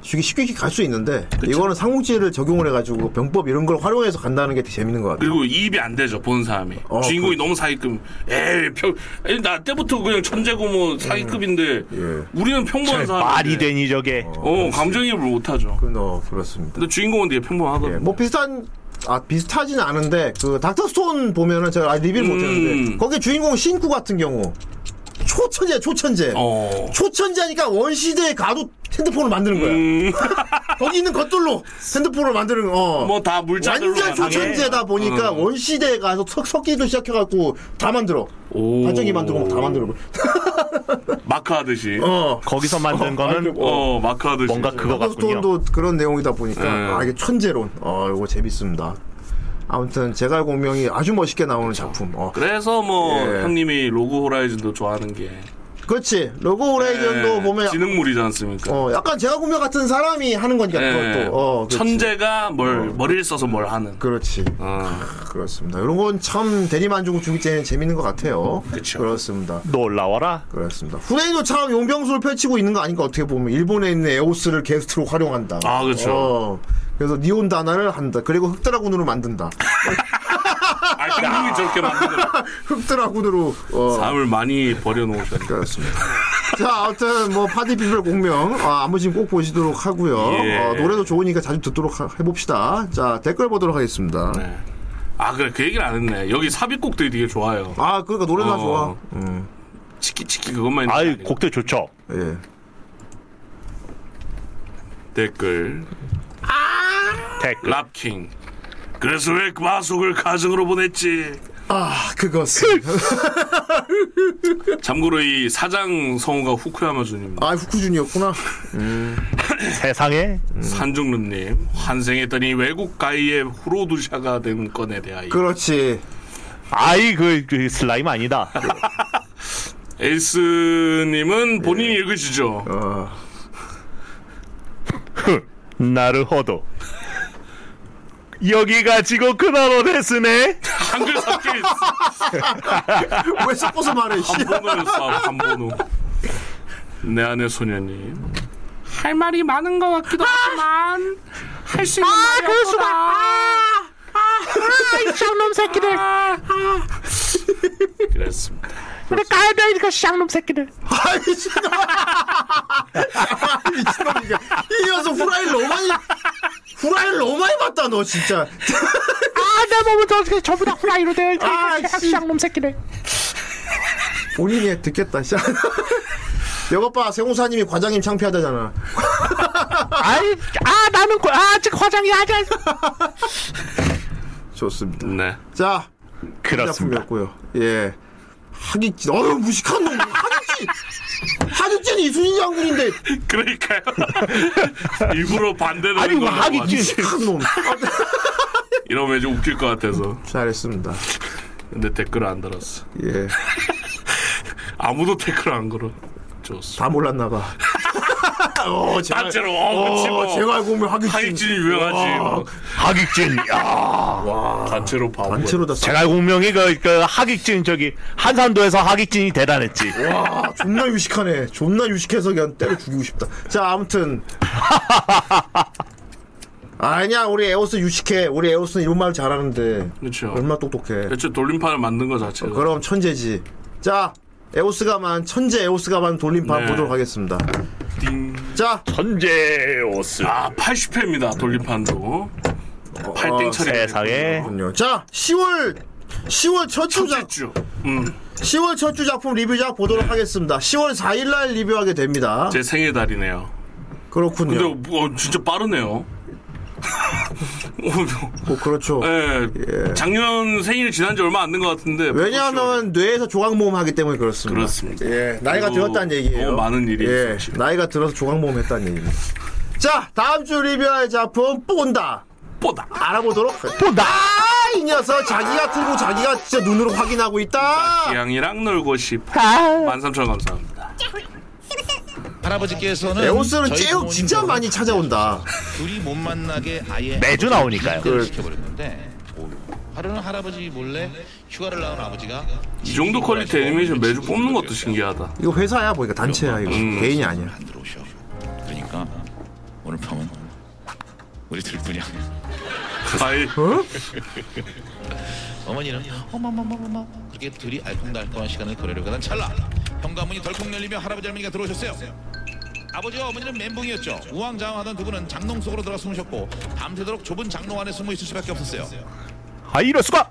[SPEAKER 6] 쉽게 쉽게 갈 수 있는데 이거는 상공지를 적용을 해가지고 병법 이런 걸 활용해서 간다는 게 되게 재밌는 것 같아요.
[SPEAKER 7] 그리고 입이 안 되죠 보는 사람이
[SPEAKER 6] 어,
[SPEAKER 7] 주인공이 너무 사기급 에이 평, 에이, 나 때부터 그냥 천재고 뭐 사기급인데
[SPEAKER 6] 음, 예.
[SPEAKER 7] 우리는 평범한 사람인데
[SPEAKER 8] 말이 되니 저게.
[SPEAKER 7] 네. 어 감정이입을 못하죠
[SPEAKER 6] 그, 어, 그렇습니다.
[SPEAKER 7] 근데 주인공은 되게 평범하거든
[SPEAKER 6] 예,
[SPEAKER 7] 요
[SPEAKER 6] 뭐 비슷한 아 비슷하진 않은데 그 닥터 스톤 보면은 제가 아직 리뷰를 못했는데
[SPEAKER 7] 음.
[SPEAKER 6] 거기 주인공 신쿠 같은 경우 초천재 초천재
[SPEAKER 7] 어.
[SPEAKER 6] 초천재니까 원시대에 가도 핸드폰을 만드는 거야 [LAUGHS] 거기 있는 것들로 핸드폰을 만드는
[SPEAKER 7] 뭐
[SPEAKER 6] 어뭐
[SPEAKER 7] 다 물자들로
[SPEAKER 6] 완전
[SPEAKER 7] 만드네.
[SPEAKER 6] 초천재다 보니까
[SPEAKER 7] 음.
[SPEAKER 6] 원시대에 가서 석, 섞기도 시작해갖고 다 만들어
[SPEAKER 7] 오.
[SPEAKER 6] 발전기 만들고 막다 만들어
[SPEAKER 7] 마크 하듯이 어, 뭐. 네.
[SPEAKER 6] 어
[SPEAKER 8] 거기서 만든 거는
[SPEAKER 7] 마크 하듯이
[SPEAKER 8] 뭔가 그거
[SPEAKER 6] 닥터
[SPEAKER 8] 같군요.
[SPEAKER 6] 스톤도 그런 내용이다 보니까
[SPEAKER 7] 네.
[SPEAKER 6] 아 이게 천재론 어 이거 재밌습니다 아무튼 제갈 공명이 아주 멋있게 나오는 작품 어.
[SPEAKER 7] 그래서 뭐
[SPEAKER 6] 예.
[SPEAKER 7] 형님이 로그 호라이즌도 좋아하는 게
[SPEAKER 6] 그렇지. 로고 오레이전도
[SPEAKER 7] 예,
[SPEAKER 6] 보면
[SPEAKER 7] 지능물이지 않습니까?
[SPEAKER 6] 어, 약간 제가 구면 같은 사람이 하는 거니까
[SPEAKER 7] 예,
[SPEAKER 6] 그것도. 어, 그렇지. 어.
[SPEAKER 7] 천재가 뭘 머리를 써서 뭘 하는.
[SPEAKER 6] 그렇지.
[SPEAKER 7] 어.
[SPEAKER 6] 그렇습니다. 이런 건 참 대리만족 주기제는 재밌는 것 같아요.
[SPEAKER 7] 그쵸.
[SPEAKER 6] 그렇습니다.
[SPEAKER 8] 놀라워라.
[SPEAKER 6] 그렇습니다. 후레이도 참 용병술을 펼치고 있는 거 아닌가 어떻게 보면 일본에 있는 에오스를 게스트로 활용한다.
[SPEAKER 7] 아, 그쵸.
[SPEAKER 6] 어, 그래서 니온 단화를 한다. 그리고 흑드라군으로 만든다.
[SPEAKER 7] 아, 감독이 저렇게 만드는
[SPEAKER 6] 흑드라군으로 어,
[SPEAKER 7] 마음을 많이 버려놓으셨네.
[SPEAKER 6] 그렇습니다. [LAUGHS] 자, 아무튼 뭐 파디 비별 공명 아, 안무 지꼭 보시도록 하고요.
[SPEAKER 7] 예.
[SPEAKER 6] 어, 노래도 좋으니까 자주 듣도록 하- 해봅시다. 자, 댓글 보도록 하겠습니다.
[SPEAKER 7] 네. 아 그래 그 얘기를 안 했네. 여기 삽입곡들이 되게 좋아요.
[SPEAKER 6] 아, 그러니까 노래나
[SPEAKER 7] 어.
[SPEAKER 6] 좋아. 음.
[SPEAKER 7] 치키 치키 그것만 있는 게
[SPEAKER 8] 아이
[SPEAKER 7] 아니고.
[SPEAKER 8] 곡도 좋죠.
[SPEAKER 6] 예.
[SPEAKER 7] 댓글
[SPEAKER 8] 댓글.
[SPEAKER 7] 아! 랍킹. 그래서 왜 마속을 가정으로 보냈지?
[SPEAKER 6] 아, 그것은.
[SPEAKER 7] 참고로 이 사장 성우가 후쿠야마
[SPEAKER 6] [LAUGHS]
[SPEAKER 7] 준입니다.
[SPEAKER 6] 아, 후쿠준이었구나.
[SPEAKER 8] 세상에
[SPEAKER 7] 산중름님 환생했더니 외국 가이의 후로두샤가 된 건에 대하여
[SPEAKER 6] 그렇지.
[SPEAKER 8] 아이 그, 그 슬라임 아니다.
[SPEAKER 7] 에이스님은 본인이 읽으시죠.
[SPEAKER 6] 어.
[SPEAKER 8] 나르호도. 여기가 지구 그나로 됐으네.
[SPEAKER 7] 한글 섞여 있어.
[SPEAKER 6] 왜 섞어서 말해, 씨.
[SPEAKER 7] 한번호 싸움 한번호. 내 안의 소녀님.
[SPEAKER 9] 할 말이 많은 것 같기도 하지만 할 수 있는 말이 없다. 아, 아, 이 쌍놈 새끼들.
[SPEAKER 7] 아. 그랬습니다.
[SPEAKER 9] 우리 깔병이니까 쌍놈 새끼들.
[SPEAKER 6] 아, 미친놈. 아, 미친놈, 이게. 이 녀석 후라이를 너무 많이, 후라이를 너무 많이 봤다, 너 진짜.
[SPEAKER 9] 아, 내 몸은 저- 전부 다 후라이로 되어
[SPEAKER 6] 아,
[SPEAKER 9] 있으니까
[SPEAKER 6] 씨.
[SPEAKER 9] 쌍놈 새끼들.
[SPEAKER 6] 본인이 듣겠다, 씨. [LAUGHS] 여것 봐, 세공사님이 과장님 창피하다잖아.
[SPEAKER 9] 아이, 아, 나는 고- 아, 아직 화장이 아직
[SPEAKER 6] 좋습니다.
[SPEAKER 7] 네.
[SPEAKER 6] 자,
[SPEAKER 8] 그렇습니다.
[SPEAKER 6] 작품이었고요. 예. 하깃진, 어휴, 무식한 놈. 하깃진! 하깃진이 이순신 장군인데,
[SPEAKER 7] 그러니까요. [LAUGHS] 일부러 반대되는
[SPEAKER 8] 아니,
[SPEAKER 7] 걸로
[SPEAKER 8] 하기
[SPEAKER 7] 완전-
[SPEAKER 6] 무식한 놈.
[SPEAKER 7] 이러면 좀 웃길 것 같아서.
[SPEAKER 6] 잘했습니다.
[SPEAKER 7] 근데 댓글 안 달았어.
[SPEAKER 6] 예.
[SPEAKER 7] 아무도 댓글 안 걸어. 좋습니다.
[SPEAKER 6] 다 몰랐나봐. [LAUGHS] 어, 제가-
[SPEAKER 7] 단체로 어, 그치 뭐.
[SPEAKER 6] 어, 제가 보면 하깃진.
[SPEAKER 7] 하익진이 유명하지. 뭐.
[SPEAKER 8] 하객진. 야.
[SPEAKER 7] 단체로 바보.
[SPEAKER 6] 단체로 다
[SPEAKER 8] 아, 제가 공명이 그, 그 하객진 저기 한산도에서 하객진이 대단했지.
[SPEAKER 6] 와 존나 유식하네 존나 유식해서 그냥 때려 죽이고 싶다 자 아무튼 아니야 우리 에오스 유식해 우리 에오스는 이런 말 잘하는데
[SPEAKER 7] 그렇죠.
[SPEAKER 6] 얼마나 똑똑해
[SPEAKER 7] 대체 돌림판을 만든 거 자체가.
[SPEAKER 6] 그럼 천재지 자 에오스가만 천재 에오스가만 돌림판
[SPEAKER 7] 네.
[SPEAKER 6] 보도록 하겠습니다
[SPEAKER 7] 띵.
[SPEAKER 6] 자
[SPEAKER 8] 천재 오스.
[SPEAKER 7] 아 80회입니다 돌림판도. 팔땡 처리.
[SPEAKER 8] 세상에
[SPEAKER 6] 그럼요. 자 10월 10월 첫 주작
[SPEAKER 7] 주. 음.
[SPEAKER 6] 10월 첫 주 작품 리뷰작 보도록 하겠습니다 10월 4일 날 리뷰하게 됩니다
[SPEAKER 7] 제 생일 달이네요.
[SPEAKER 6] 그렇군요
[SPEAKER 7] 근데 뭐 진짜 빠르네요. [LAUGHS] 어,
[SPEAKER 6] 뭐 그렇죠
[SPEAKER 7] 예, 작년 생일 지난 지 얼마 안 된 것 같은데.
[SPEAKER 6] 왜냐하면 뇌에서 조각모험 하기 때문에 그렇습니다.
[SPEAKER 7] 그렇죠. 그렇습니다.
[SPEAKER 6] 예, 나이가
[SPEAKER 7] 그리고
[SPEAKER 6] 들었다는 얘기예요.
[SPEAKER 7] 너무 많은 일이
[SPEAKER 6] 예,
[SPEAKER 7] 있었지.
[SPEAKER 6] 나이가 들어서 조각모험 했다는 얘기입니다. 자, 다음 주 리뷰할 작품 뽀온다
[SPEAKER 7] 뽀다.
[SPEAKER 6] 알아보도록. 뽀다. 아, 이 녀석 자기가 틀고 자기가 진짜 눈으로 확인하고 있다.
[SPEAKER 7] 양이랑 놀고 싶어.
[SPEAKER 9] 아.
[SPEAKER 7] 13,000원 감사합니다.
[SPEAKER 10] 할아버지께서는
[SPEAKER 6] 에오스는
[SPEAKER 10] 저희
[SPEAKER 6] 째욕
[SPEAKER 10] 부모님
[SPEAKER 6] 진짜
[SPEAKER 10] 덕분에
[SPEAKER 6] 많이 찾아온다.
[SPEAKER 10] 둘이 못 만나게 아예
[SPEAKER 6] 네.
[SPEAKER 8] 매주 나오니까요.
[SPEAKER 10] 휴가를
[SPEAKER 4] 그
[SPEAKER 10] 시켜버렸는데 오, 하루는 할아버지 몰래 휴가를 나온 아버지가
[SPEAKER 7] 이 정도 퀄리티 애니메이션 매주 뽑는 것도 신기하다.
[SPEAKER 6] 이거 회사야 보니까 단체야 이거
[SPEAKER 7] 음.
[SPEAKER 6] 개인이 아니야.
[SPEAKER 10] 안 들어오셔. 그러니까 오늘 밤은 우리 둘뿐이야.
[SPEAKER 7] 아이,
[SPEAKER 10] 어머니는 어머머머머머 그렇게 둘이 알콩달콩한 시간을 보내려고 하던 찰나 현관문이 덜컥 열리며 할아버지 할머니가 들어오셨어요. 아버지와 어머니는 멘붕이었죠. 우왕좌왕하던 두 분은 장롱 속으로 들어가 숨으셨고 밤새도록 좁은 장롱 안에 숨어 있을 수밖에 없었어요.
[SPEAKER 8] 아 이럴 수가.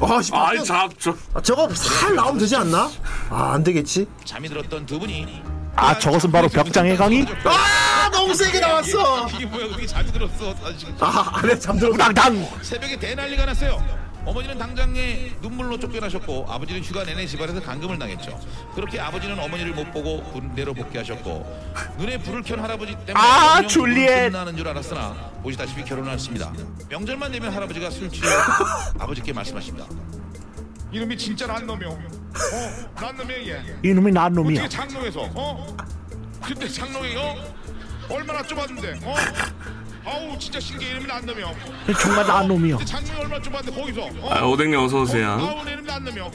[SPEAKER 6] 아, 씨,
[SPEAKER 7] 아이, 잡, 저.
[SPEAKER 6] 아, 저거 살 나오면 되지 않나? 아, 안 되겠지.
[SPEAKER 10] 잠이 들었던 두 분이
[SPEAKER 8] 아 저것은 바로 벽장의 강의.
[SPEAKER 6] 아, 너무 세게 나왔어.
[SPEAKER 10] 이게 뭐야 그게 잠이 들었어 사실.
[SPEAKER 6] 아, 안에 잠들어.
[SPEAKER 8] 당당.
[SPEAKER 10] 새벽에 대난리가 났어요 어머니는 당장에 눈물로 쫓겨나셨고 아버지는 휴가 내내 집안에서 감금을 당했죠 그렇게 아버지는 어머니를 못 보고 군대로 복귀하셨고 눈에 불을 켠 할아버지 때문에
[SPEAKER 8] 아,
[SPEAKER 10] 명령은
[SPEAKER 8] 줄리엣.
[SPEAKER 10] 끝나는 줄 알았으나 보시다시피 결혼을 했습니다 명절만 되면 할아버지가 술 취해 아버지께 말씀하십니다
[SPEAKER 7] 이놈이 진짜 난놈이요. 어, 난놈이야 얘.
[SPEAKER 8] 이놈이 난 놈이야.
[SPEAKER 7] 어떻게 장롱에서 어? 그때 장롱이 어? 얼마나 좁았는데 어? 아우 진짜 신기해 이름이 안 나며
[SPEAKER 8] 정말 난 놈이야.
[SPEAKER 7] 근데 장롱이 얼마나 좁았는데 거기서 어?
[SPEAKER 1] 아, 오뎅님 어서 오세요.
[SPEAKER 7] 아우 내 이름이 안 나며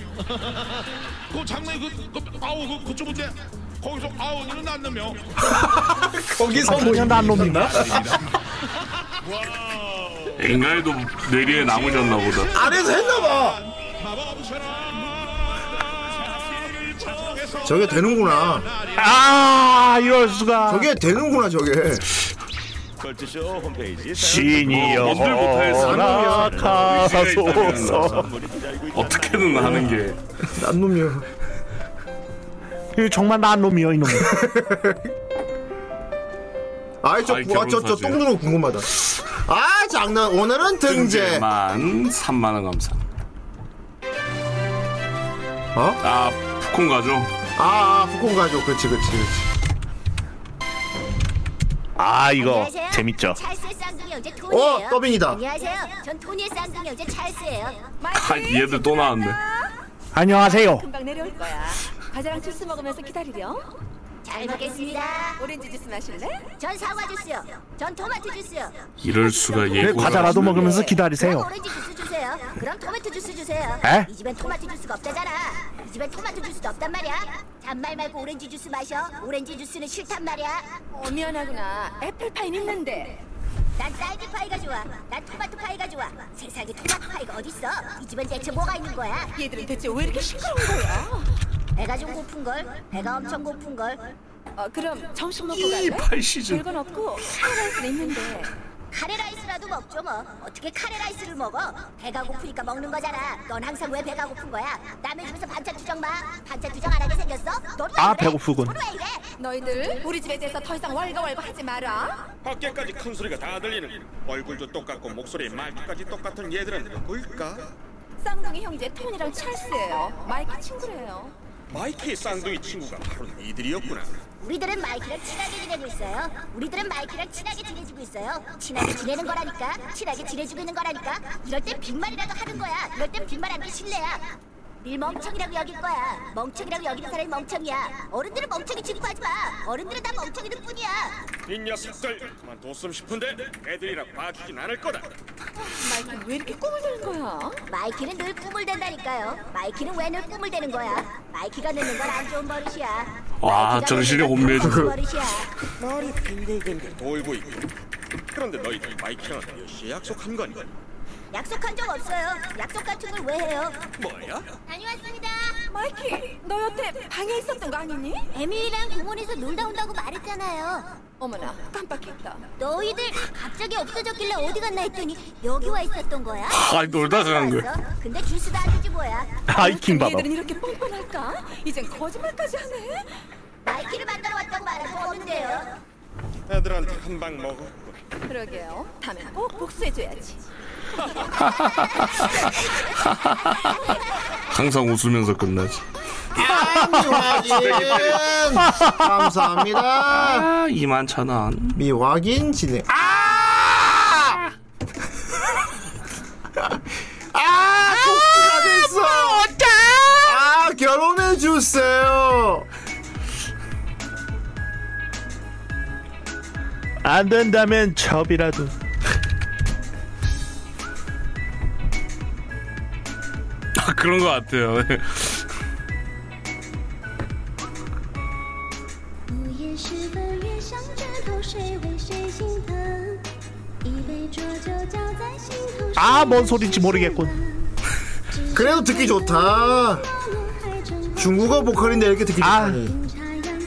[SPEAKER 7] 그 장롱이 그, 그 아우 그, 그 좁은데 거기서 아우 이름이 안 나며
[SPEAKER 6] 거기서
[SPEAKER 8] 그냥 난 놈이야.
[SPEAKER 1] 엥가에도 뇌리에 남으셨나 보다.
[SPEAKER 6] 안에서 했나봐. 저게 되는구나.
[SPEAKER 8] 아 이럴 수가.
[SPEAKER 6] 저게 되는구나 저게.
[SPEAKER 11] 걸트쇼 홈페이지
[SPEAKER 8] 신이여
[SPEAKER 1] 뭔들 못하겠어.
[SPEAKER 8] 허락하소서.
[SPEAKER 1] 어떻게든 하는 게.
[SPEAKER 6] 난 놈이야.
[SPEAKER 8] 이거 정말 난 놈이여 이놈.
[SPEAKER 6] [LAUGHS] 아이 저
[SPEAKER 1] 아이,
[SPEAKER 6] 아, 저, 저
[SPEAKER 1] 결혼 사진.
[SPEAKER 6] 똥누로 궁금하다. 아 장난. 오늘은 등재.
[SPEAKER 1] 만 3만 원 감사.
[SPEAKER 6] 어?
[SPEAKER 1] 아, 푸콘 가죠.
[SPEAKER 6] 아, 아 북콘 가족. 그렇지 그렇지 그렇지.
[SPEAKER 8] 아 이거 재밌죠.
[SPEAKER 12] 찰스의 쌍둥이 형제
[SPEAKER 6] 어
[SPEAKER 12] 토니예요.
[SPEAKER 6] 더빙이다.
[SPEAKER 12] 안녕하세요. 전 토니의 쌍둥이 형제 찰스예요.
[SPEAKER 1] 아, 얘들 또 나왔네.
[SPEAKER 8] 안녕하세요.
[SPEAKER 2] 금방 내려올 거야. 과자랑 주스 먹으면서 기다리렴.
[SPEAKER 12] 잘 먹겠습니다.
[SPEAKER 2] 오렌지 주스 마실래?
[SPEAKER 12] 전 사과 주스요. 전 토마토 주스요.
[SPEAKER 1] 이럴 수가
[SPEAKER 8] 왜
[SPEAKER 1] 예고.
[SPEAKER 8] 네, 과자라도 먹으면서 기다리세요.
[SPEAKER 12] 그럼 오렌지 주스 주세요. 그럼 토마토 주스 주세요.
[SPEAKER 8] 에?
[SPEAKER 12] 이 집엔 토마토 주스가 없다잖아. 이 집엔 토마토 주스도 없단 말이야. 잔말 말고 오렌지 주스 마셔. 오렌지 주스는 싫단 말이야.
[SPEAKER 2] 어, 미안하구나. 애플파인 있는데.
[SPEAKER 12] 난 딸기 그 파이가 좋아. 난 토마토 파이가 좋아. 세상에 토마토 파이가 어딨어? 이 집엔 대체 뭐가 있는 거야?
[SPEAKER 2] 얘들은 대체 왜 이렇게 시끄러운 거야?
[SPEAKER 12] 배가 좀 고픈 걸? 배가 엄청 고픈 걸?
[SPEAKER 2] 어, 그럼 점심 먹고 갈래?
[SPEAKER 1] 이팔 시즌.
[SPEAKER 2] 별건 없고 카레라이스는 있는데.
[SPEAKER 12] 카레라이스라도 먹죠 뭐. 어떻게 카레라이스를 먹어? 배가 고프니까 먹는 거잖아. 넌 항상 왜 배가 고픈 거야? 남의 집에서 반찬 투정 마. 반찬 투정 안 하게 생겼어? 넌왜
[SPEAKER 8] 아,
[SPEAKER 12] 그래?
[SPEAKER 8] 배고프군.
[SPEAKER 12] 넌왜 이래?
[SPEAKER 2] 너희들 우리 집에 대해서 더 이상 왈가왈부 하지 마라.
[SPEAKER 11] 밖에까지 큰 소리가 다 들리는 얼굴도 똑같고 목소리 말투까지 똑같은 얘들은 누구일까?
[SPEAKER 2] 쌍둥이 형제 토니랑 찰스예요. 마이크 친구래요.
[SPEAKER 11] 마이키의 쌍둥이 친구가 바로 이들이었구나
[SPEAKER 12] 우리들은 마이키랑 친하게 지내고 있어요. 우리들은 마이키랑 친하게 지내지고 있어요. 친하게 지내는 거라니까. 친하게 지내지고 있는 거라니까. 이럴 땐 빈말이라도 하는 거야. 이럴 땐 빈말 하는 게 신뢰야. 늘 멍청이라고 여길 거야. 멍청이라고 여기는 사람이 멍청이야. 어른들은 멍청이 취급하지 마. 어른들은 다 멍청이들 뿐이야.
[SPEAKER 11] 이 녀석들 그만뒀으면 싶은데 애들이라 봐주진 않을 거다
[SPEAKER 2] 마이크 왜 이렇게 꿈을 되는 거야?
[SPEAKER 12] 마이키는 늘 꿈을 댄다니까요. 마이키는 왜 늘 꿈을 대는 거야? 마이키가 늦는 건 안 좋은 버릇이야.
[SPEAKER 1] 와, 정신이 혼미해져.
[SPEAKER 11] 머리 빙글빙글 돌고 있고 그런데 너희들 마이키랑 몇 시에 약속한 거니?
[SPEAKER 12] 약속한 적 없어요. 약속 같은 걸 왜 해요?
[SPEAKER 11] 뭐야?
[SPEAKER 12] 다녀왔습니다.
[SPEAKER 2] 마이키, 너 여태 방에 있었던 거 아니니?
[SPEAKER 12] 에밀이랑 공원에서 놀다 온다고 말했잖아요.
[SPEAKER 2] 어머나, 깜빡했다.
[SPEAKER 12] 너희들 갑자기 없어졌길래 어디 갔나 했더니 여기 와 있었던 거야?
[SPEAKER 1] 아이, 놀다 가는 거야.
[SPEAKER 12] 왔어? 근데 주스도 안 주지 뭐야?
[SPEAKER 8] 아, 하이킹 봐봐.
[SPEAKER 2] 얘들은 이렇게 뻔뻔할까? 이젠 거짓말까지 하네.
[SPEAKER 12] 마이키를 만나러 왔다고 말할 수 없는데요.
[SPEAKER 11] 애들한테 한 방 먹었고
[SPEAKER 2] 그러게요. 다음엔 꼭 복수해줘야지.
[SPEAKER 1] 항상 웃으면서 끝나지.
[SPEAKER 6] 미확인. 감사합니다.
[SPEAKER 1] 아, 2만 천 원.
[SPEAKER 6] 미확인 진행. 아! 아! 복수가 됐어. 아, 결혼해 주세요.
[SPEAKER 8] 안 된다면 첩이라도.
[SPEAKER 1] 아, 그런 것 같아요.
[SPEAKER 8] 아, 뭔 소린지 모르겠군.
[SPEAKER 6] 그래도 듣기 좋다. 중국어 보컬인데 이렇게 듣기
[SPEAKER 8] 아.
[SPEAKER 6] 좋다니.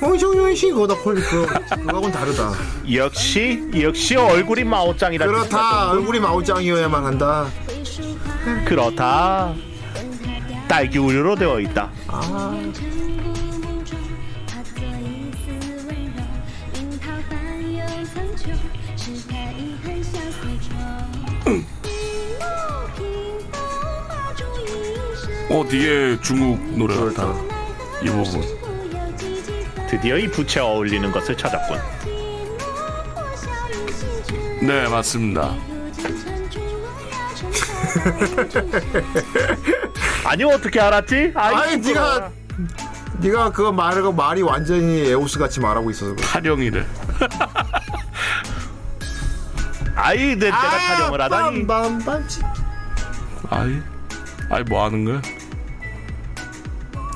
[SPEAKER 6] 홍성윤 씨 거다 콜리크. 그거하고는 다르다.
[SPEAKER 8] 역시 역시 얼굴이 마오짱이라.
[SPEAKER 6] 그렇다. 얼굴이 마오짱이어야만 한다.
[SPEAKER 8] 그렇다. 딸기 우유로 되어 있다.
[SPEAKER 12] 음. 음.
[SPEAKER 1] 어, 뒤에 중국 노래가 다. 이 부분.
[SPEAKER 8] 드디어 이 부채 어울리는 것을 찾았군.
[SPEAKER 7] [LAUGHS]
[SPEAKER 1] 네, 맞습니다.
[SPEAKER 8] 아니 어떻게 알았지? 아이,
[SPEAKER 6] 아니 네가 네가 그거 말하고 말이 완전히 에오스 같이 말하고 있어서 그래.
[SPEAKER 7] 타령이래.
[SPEAKER 8] 아이 내, 내가 타령을 하다니
[SPEAKER 6] 뭐. 빰빰빰
[SPEAKER 7] 아이, 아이 뭐 하는 거야?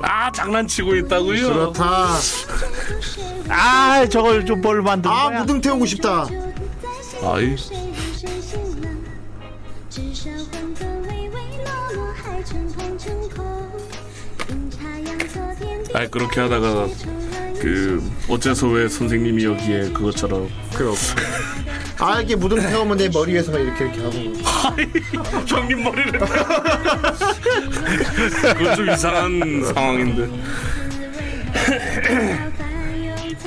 [SPEAKER 7] 아 장난치고 있다고요?
[SPEAKER 6] 그렇다.
[SPEAKER 8] 아 저걸 좀 뭘 만든
[SPEAKER 6] 아
[SPEAKER 8] 거야
[SPEAKER 6] 무등 태우고 싶다.
[SPEAKER 7] 아이.
[SPEAKER 1] 只手换个唯唯诺诺，还成空成空。阴差阳错天地
[SPEAKER 7] 아이 그렇게 하다가
[SPEAKER 1] 成了一
[SPEAKER 7] [LAUGHS] 그 어째서 왜 선생님이 여기에 그것처럼
[SPEAKER 6] 그럼. 아 이렇게 무등 태우면 내 머리 위에서 막 이렇게 이렇게 하고.
[SPEAKER 7] 형님 머리를 [LAUGHS] 그건 좀 이상한 상황인데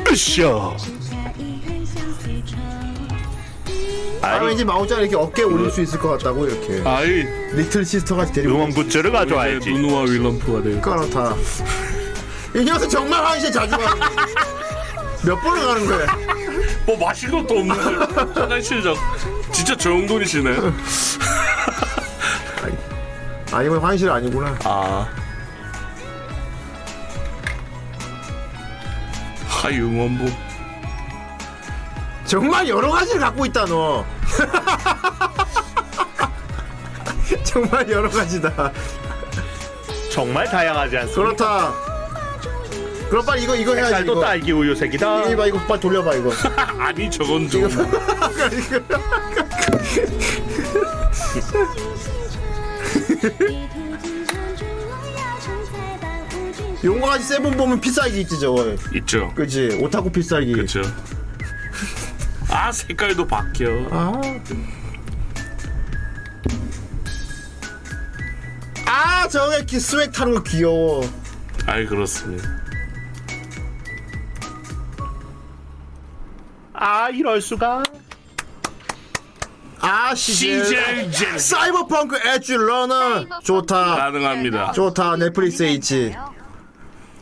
[SPEAKER 1] 道白又怎
[SPEAKER 8] 쇼
[SPEAKER 1] 只差遗憾相思愁？
[SPEAKER 6] 아 왠지 마오짱 이렇게 어깨 올릴 수 있을 것 같다고 이렇게.
[SPEAKER 7] 아이
[SPEAKER 6] 리틀 시스터 같이 [LAUGHS] 데리고.
[SPEAKER 8] 응원 굿즈를
[SPEAKER 7] 왜
[SPEAKER 8] 가져와야지
[SPEAKER 7] 누누와 윌럼프가 돼요
[SPEAKER 6] 그렇다. 이 녀석 정말 화장실 자주 가. 몇 번을 가는 거야?
[SPEAKER 7] 뭐 마실 것도 없는데 화장실 자 진짜 정돈이시네
[SPEAKER 6] 아 이건 화장실 아니구나.
[SPEAKER 7] 아 하이 응원봉
[SPEAKER 6] 정말 여러 가지를 갖고 있다 너. [LAUGHS] 정말 여러 가지다.
[SPEAKER 8] 정말 다양하지 않습니까?
[SPEAKER 6] 그렇다. 그럼 빨리 이거 이거 해야지
[SPEAKER 8] 쌀도
[SPEAKER 6] 이거.
[SPEAKER 8] 딸기 우유 색이다
[SPEAKER 6] 이거 봐 이거 빨리 돌려봐 이거.
[SPEAKER 7] 아니 저건
[SPEAKER 6] [LAUGHS]
[SPEAKER 7] 좀
[SPEAKER 1] 一途经常住落要成才般无惧。
[SPEAKER 6] 용과가지 세븐 보면 필살기 있지 저거.
[SPEAKER 7] 있죠
[SPEAKER 6] 그지 오타쿠 필살기.
[SPEAKER 7] 그렇죠 아 색깔도 바뀌어
[SPEAKER 6] 아. 아 저게 기- 스웩 타는 거 귀여워.
[SPEAKER 7] 아이 그렇습니다
[SPEAKER 8] 아 이럴 수가
[SPEAKER 6] 아 시즌.
[SPEAKER 7] 시젤 젤
[SPEAKER 6] 사이버펑크 엣지 러너 좋다
[SPEAKER 8] 네,
[SPEAKER 7] 가능합니다
[SPEAKER 6] 좋다 넷플릭스에 있지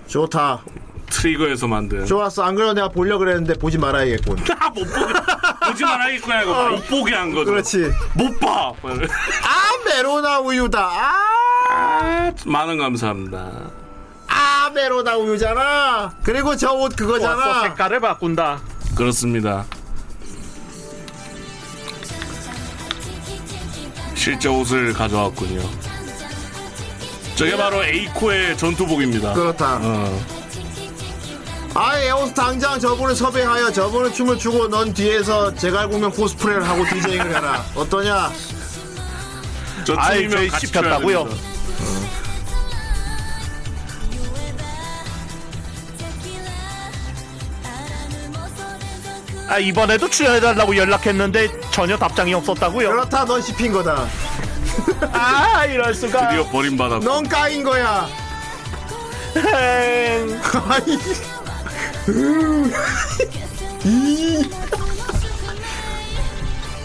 [SPEAKER 6] 좋다
[SPEAKER 8] 네.
[SPEAKER 7] 트리거에서 만든
[SPEAKER 6] 좋았어 안 그래도 내가 보려 그랬는데 보지 말아야겠군
[SPEAKER 7] 다못 보게 보지 말아야겠구나 이거
[SPEAKER 8] 어,
[SPEAKER 7] 못 보게 한 거죠
[SPEAKER 6] 그렇지
[SPEAKER 7] 못봐
[SPEAKER 6] 아 메로나 우유다 아,
[SPEAKER 7] 많은 감사합니다
[SPEAKER 6] 아 메로나 우유잖아 그리고 저 옷
[SPEAKER 8] 왔어
[SPEAKER 6] 그거잖아
[SPEAKER 8] 색깔을 바꾼다
[SPEAKER 7] 그렇습니다 실제 옷을 가져왔군요 저게 바로 에이코의 전투복입니다
[SPEAKER 6] 그렇다
[SPEAKER 7] 어.
[SPEAKER 6] 아 에오스 당장 저분을 섭외하여 저분을 춤을 추고 넌 뒤에서 제갈공명 코스프레를 하고 디제잉을 해라 어떠냐
[SPEAKER 7] 저
[SPEAKER 8] 아이
[SPEAKER 7] 팀이면
[SPEAKER 8] 저희
[SPEAKER 7] 같이
[SPEAKER 8] 씹혔다고요
[SPEAKER 7] 춰야 됩니다.
[SPEAKER 8] 아 이번에도 출연해달라고 연락했는데 전혀 답장이 없었다고요
[SPEAKER 6] 그렇다 넌 씹힌 거다
[SPEAKER 8] 아 이럴 수가
[SPEAKER 7] 드디어 버림받았고
[SPEAKER 6] 넌 까인 거야 [LAUGHS]
[SPEAKER 8] 엥.
[SPEAKER 6] 아이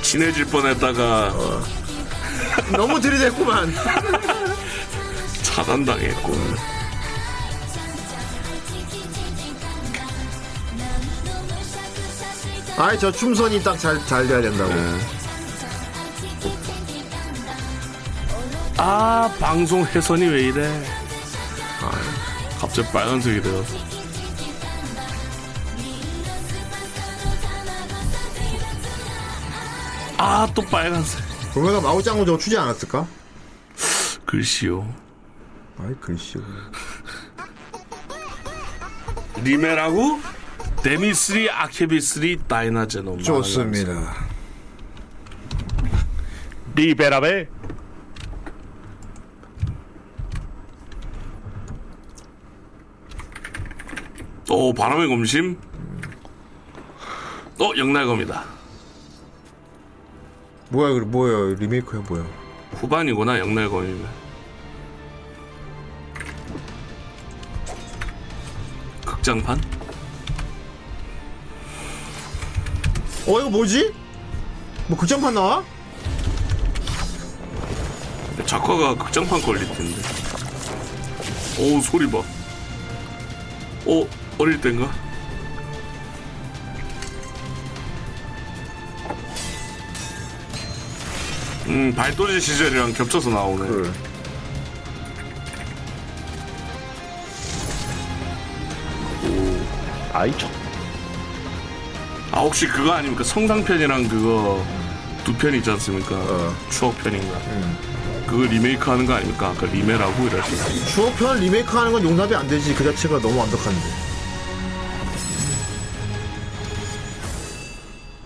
[SPEAKER 7] 친해질 뻔했다가
[SPEAKER 6] 너무 들이댔구만
[SPEAKER 7] 차단당했고
[SPEAKER 6] 아이 저 춤선이 딱 잘 잘 돼야 된다고.
[SPEAKER 7] 아 방송 해선이 왜 이래 아, 갑자기 빨간색이 돼요 아 또 빨간색
[SPEAKER 6] 그러면 마오짱구 저거 추지 않았을까?
[SPEAKER 7] 글씨요
[SPEAKER 6] 아이 글씨.
[SPEAKER 7] 리메라고 데미스리 아케비스리 다이나제노
[SPEAKER 6] 좋습니다.
[SPEAKER 8] 리베라베
[SPEAKER 7] 오 바람의 검심 어 영날검이다
[SPEAKER 6] 뭐야 그 뭐야 리메이크야 뭐야?
[SPEAKER 7] 후반이구나 영날검이면 극장판
[SPEAKER 6] 어 이거 뭐지? 뭐 극장판 나와?
[SPEAKER 7] 작화가 극장판 퀄리티인데. 오 소리 봐. 오 어릴 땐가? 음 발도지 시절이랑 겹쳐서 나오네.
[SPEAKER 6] 그래.
[SPEAKER 8] 아이 저
[SPEAKER 7] 아 혹시 그거 아닙니까? 성상편이랑 그거 두 편 있지 않습니까? 추억편인가? 그거 리메이크하는 거 아닙니까? 아까 리메라고 이러시는
[SPEAKER 6] 주어편 리메이크하는 건 용납이 안 되지 그 자체가 너무 완벽한데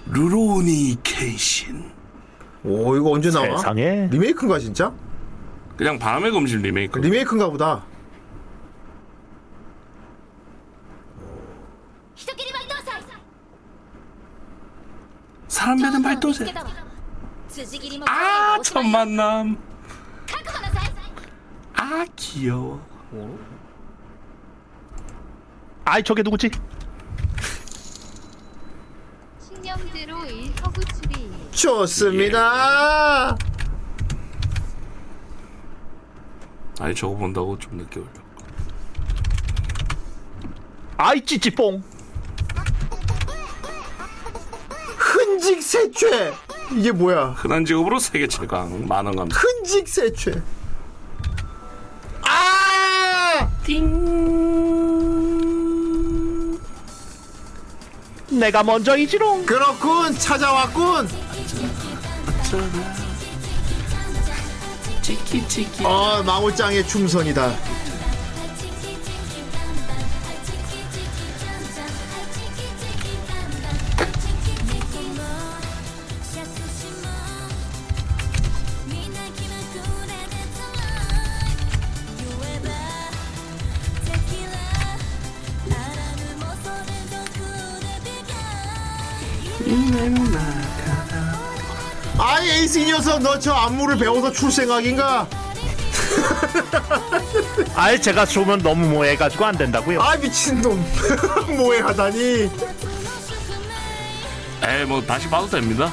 [SPEAKER 7] 루로니 켄신
[SPEAKER 6] 오 이거 언제 나와?
[SPEAKER 8] 세상에.
[SPEAKER 6] 리메이크인가 진짜?
[SPEAKER 7] 그냥 바람의 검심 리메이크
[SPEAKER 6] 리메이크인가 보다
[SPEAKER 1] 人斬りは伊藤さん
[SPEAKER 7] 사람 배는 발도제
[SPEAKER 1] 辻斬りも
[SPEAKER 7] 아
[SPEAKER 1] おし
[SPEAKER 7] 첫
[SPEAKER 1] まい
[SPEAKER 7] 만남
[SPEAKER 1] 覚悟なさい
[SPEAKER 7] 아 귀여워
[SPEAKER 8] 아이 저게 누구지?
[SPEAKER 1] 신념대로 일 허구 추리
[SPEAKER 6] 좋습니다
[SPEAKER 7] 아니 저거 본다고 좀 늦게 올렸고
[SPEAKER 8] 아이 찌찌뽕.
[SPEAKER 6] 흔직 세죄 이게 뭐야
[SPEAKER 7] 흔한 직업으로 세계 최강 만원 감사
[SPEAKER 6] 흔직 세죄 아
[SPEAKER 8] 내가 먼저이지롱.
[SPEAKER 6] 그렇군 찾아왔군 어 마오짱의 춤선이다 아이 에이스 이 녀석 너 저 안무를 배워서 출 생각인가
[SPEAKER 8] 아이 제가 쏘면 너무 뭐해가지고 안 된다고요.
[SPEAKER 6] 아 미친놈 [LAUGHS] 모해하다니
[SPEAKER 7] 에이 뭐 다시 봐도 됩니다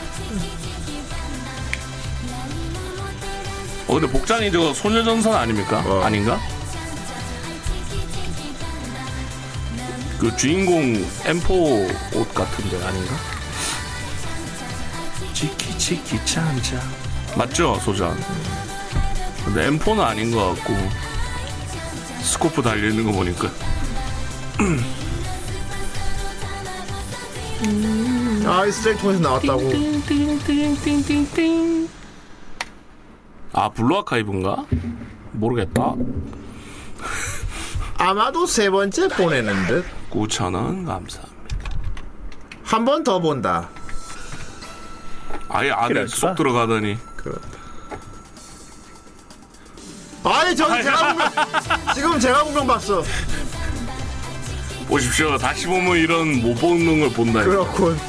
[SPEAKER 7] 어 근데 복장이 저거 소녀전선 아닙니까? 아닌가? 그 주인공 M4 옷 같은데 아닌가? 치키 치키 참참 맞죠 소장? 근데 M4는 아닌 것 같고 스코프 달려있는 거 보니까
[SPEAKER 6] 아이 스트레이 통해서 나왔다고
[SPEAKER 7] 아 블루 아카이브인가? 모르겠다
[SPEAKER 6] 아마도 세 번째 보내는 듯.
[SPEAKER 7] 9,000원 감사합니다
[SPEAKER 6] 한 번 더 본다.
[SPEAKER 7] 아예 안에
[SPEAKER 8] 그럴까?
[SPEAKER 7] 쏙 들어가더니
[SPEAKER 6] 아니 저기 제가 분명 지금 제가 분명 봤어.
[SPEAKER 7] 보십시오. 다시 보면 이런 못 보는 걸 본다. 이거.
[SPEAKER 6] 그렇군.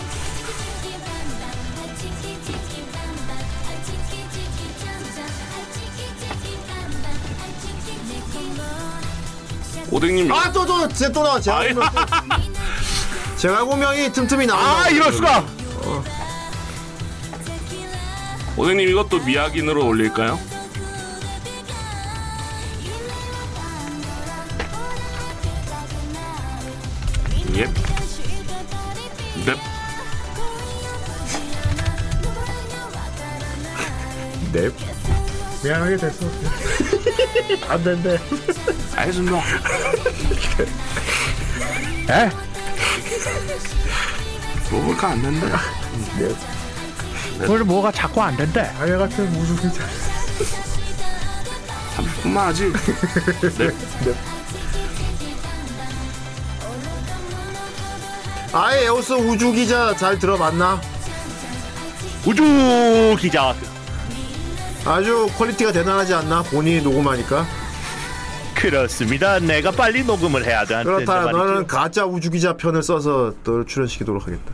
[SPEAKER 7] 오뎅님.
[SPEAKER 6] 아 또 또 제 또 나와 제가 분명 또. 제가 분명이 틈틈이 나와.
[SPEAKER 8] 아 이럴 수가.
[SPEAKER 7] 오뎅님 이것도 미약인으로 올릴까요? 예. 넵.
[SPEAKER 6] 넵. 미안하게 됐어. 안 된대.
[SPEAKER 7] 알겠습니다.
[SPEAKER 8] 에?
[SPEAKER 7] 로볼카 안 된대.
[SPEAKER 8] 오늘 뭐가 자꾸 안 된대.
[SPEAKER 6] 아예 같은 무슨 기자.
[SPEAKER 7] 30분만 하지. 넵.
[SPEAKER 6] 아예 에오스 우주 기자 잘 들어봤나?
[SPEAKER 8] 우주 기자.
[SPEAKER 6] 아주 퀄리티가 대단하지 않나? 본인이 녹음하니까.
[SPEAKER 8] 그렇습니다. 내가 빨리 녹음을 해야 돼. 안 된다
[SPEAKER 6] 그렇다.
[SPEAKER 8] 네, 말이죠.
[SPEAKER 6] 너는 가짜 우주 기자 편을 써서 너를 출연시키도록 하겠다.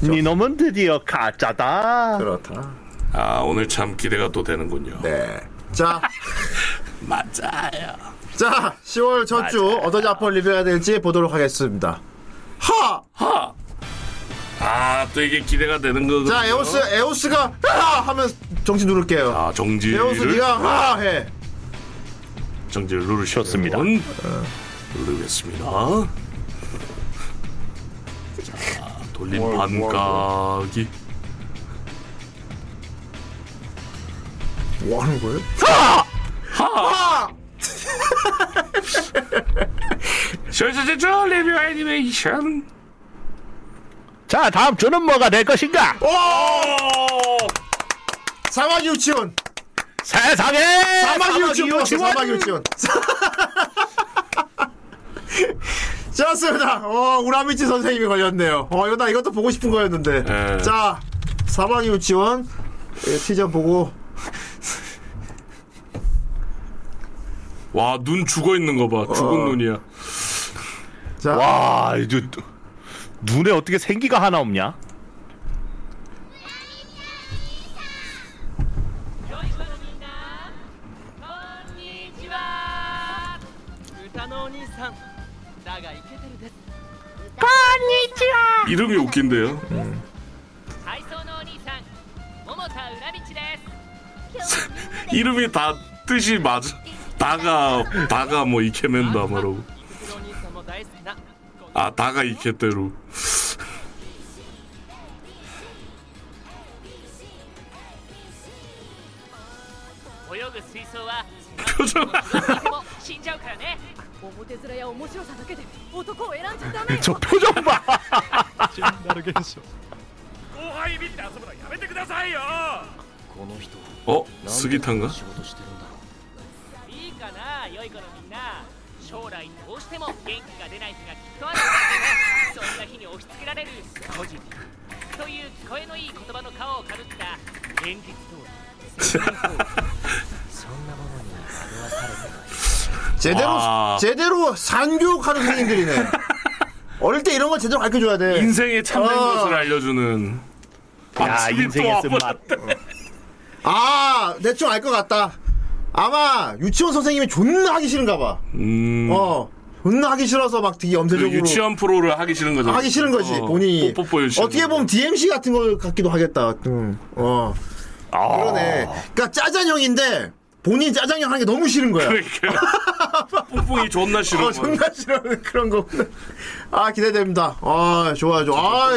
[SPEAKER 8] 네 니놈은 드디어 가짜다.
[SPEAKER 6] 그렇다.
[SPEAKER 7] 아 오늘 참 기대가 또 되는군요.
[SPEAKER 6] 네. 자.
[SPEAKER 7] 맞아요.
[SPEAKER 6] 자, 10월 첫 주 어떤 작품을 리뷰해야 될지 보도록 하겠습니다. 하!
[SPEAKER 7] 하. 아또 이게 기대가 되는 거거든요.
[SPEAKER 6] 자, 에오스, 에오스가 하! 하면 정신 누를게요.
[SPEAKER 7] 음. 아 정지를.
[SPEAKER 6] 에오스 네가 하! 해.
[SPEAKER 7] 정지를 누르셨습니다. 어,
[SPEAKER 8] 좋습니다.
[SPEAKER 7] 누르겠습니다. 자, 돌림 반각이
[SPEAKER 6] 뭐 하는 거예요? 하! 하!
[SPEAKER 7] 쇼쇼쇼쇼 레뷰 애니메이션
[SPEAKER 8] 자 다음 주는 뭐가 될 것인가?
[SPEAKER 7] 오!
[SPEAKER 6] 사막 유치원.
[SPEAKER 8] 세상에
[SPEAKER 6] 사막 유치원. 나왔어,
[SPEAKER 8] 사막
[SPEAKER 6] 사막 유치원. [LAUGHS] 좋았습니다. 어, 우라미치 선생님이 걸렸네요. 어, 이거 나 이것도 보고 싶은 거였는데.
[SPEAKER 7] 네.
[SPEAKER 6] 자, 사막 유치원. 예, 티저 보고.
[SPEAKER 7] 와 눈 죽어 있는 거봐 죽은 눈이야
[SPEAKER 6] 자,
[SPEAKER 8] 와 이제 눈에 어떻게 생기가 하나 없냐?
[SPEAKER 7] 이름이 웃긴데요 이름이 다 뜻이 맞아 다가 다가 뭐 이케맨다 말하고 아 다가 이케테루 [LAUGHS]
[SPEAKER 11] [LAUGHS]
[SPEAKER 7] 표정
[SPEAKER 8] 저 표정 봐.
[SPEAKER 7] 어 스기탄가
[SPEAKER 6] 제대로,
[SPEAKER 7] 와.
[SPEAKER 6] 제대로 산교육하는 선생님들이네. 어릴 때 이런 거 제대로 가르쳐 줘야 돼.
[SPEAKER 7] 인생의 참된
[SPEAKER 6] 어.
[SPEAKER 7] 것을 알려주는 아,
[SPEAKER 8] 야
[SPEAKER 7] 마침이 또
[SPEAKER 8] 아, 인생의
[SPEAKER 7] 와버렸다.
[SPEAKER 8] 쓴맛.
[SPEAKER 6] 아, 대충 알 것 같다. 아마 유치원 선생님이 존나 하기 싫은가 봐.
[SPEAKER 7] 음,
[SPEAKER 6] 어. 존나 하기 싫어서 막 되게
[SPEAKER 7] 그
[SPEAKER 6] 염세적으로
[SPEAKER 7] 유치원 프로를 하기 싫은 거죠
[SPEAKER 6] 하기 싫은 거지
[SPEAKER 7] 어,
[SPEAKER 6] 본인이.
[SPEAKER 7] 뽀뽀 유치원.
[SPEAKER 6] 어떻게
[SPEAKER 7] [LAUGHS]
[SPEAKER 6] 보면 DMC 같은 걸 같기도 하겠다. 음, 어.
[SPEAKER 8] 아.
[SPEAKER 6] 그러네.
[SPEAKER 7] 아.
[SPEAKER 6] 그러니까 짜장형인데 본인 짜장형 하는 게 너무 싫은 거야. [LAUGHS]
[SPEAKER 7] 그러니까 뿡뿡이 존나 싫은
[SPEAKER 6] 어,
[SPEAKER 7] 거
[SPEAKER 6] 존나 싫어하는 [LAUGHS] 그런 거. 아 기대됩니다. 아 좋아 좋아. 아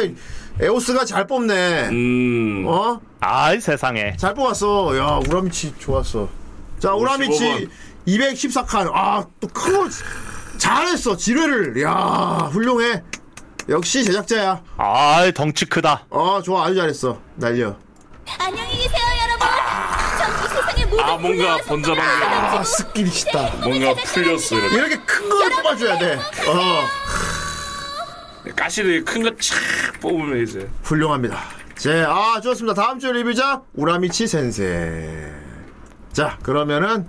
[SPEAKER 6] 에오스가 잘 뽑네.
[SPEAKER 7] 음,
[SPEAKER 6] 어?
[SPEAKER 8] 아이 세상에.
[SPEAKER 6] 잘 뽑았어. 야, 우라미치 좋았어. 자, 우라미치
[SPEAKER 7] 55번.
[SPEAKER 6] 214칸. 아, 또 크고 잘했어. 지뢰를. 야, 훌륭해. 역시 제작자야.
[SPEAKER 8] 아이 덩치 크다.
[SPEAKER 6] 어, 좋아. 아주 잘했어. 날려.
[SPEAKER 1] 안녕히 계세요 여러분 전이 세상의 모든
[SPEAKER 7] 아 뭔가 번잡한 게
[SPEAKER 6] 아, 스킬이 있다.
[SPEAKER 7] 뭔가 풀렸어 이렇게
[SPEAKER 6] 이렇게 큰 걸 뽑아줘야 돼. 어,
[SPEAKER 7] 가시를 큰거착 뽑으면 이제
[SPEAKER 6] 훌륭합니다. 제, 아, 좋았습니다. 다음 주 리뷰자, 우라미치 센세. 자, 그러면은,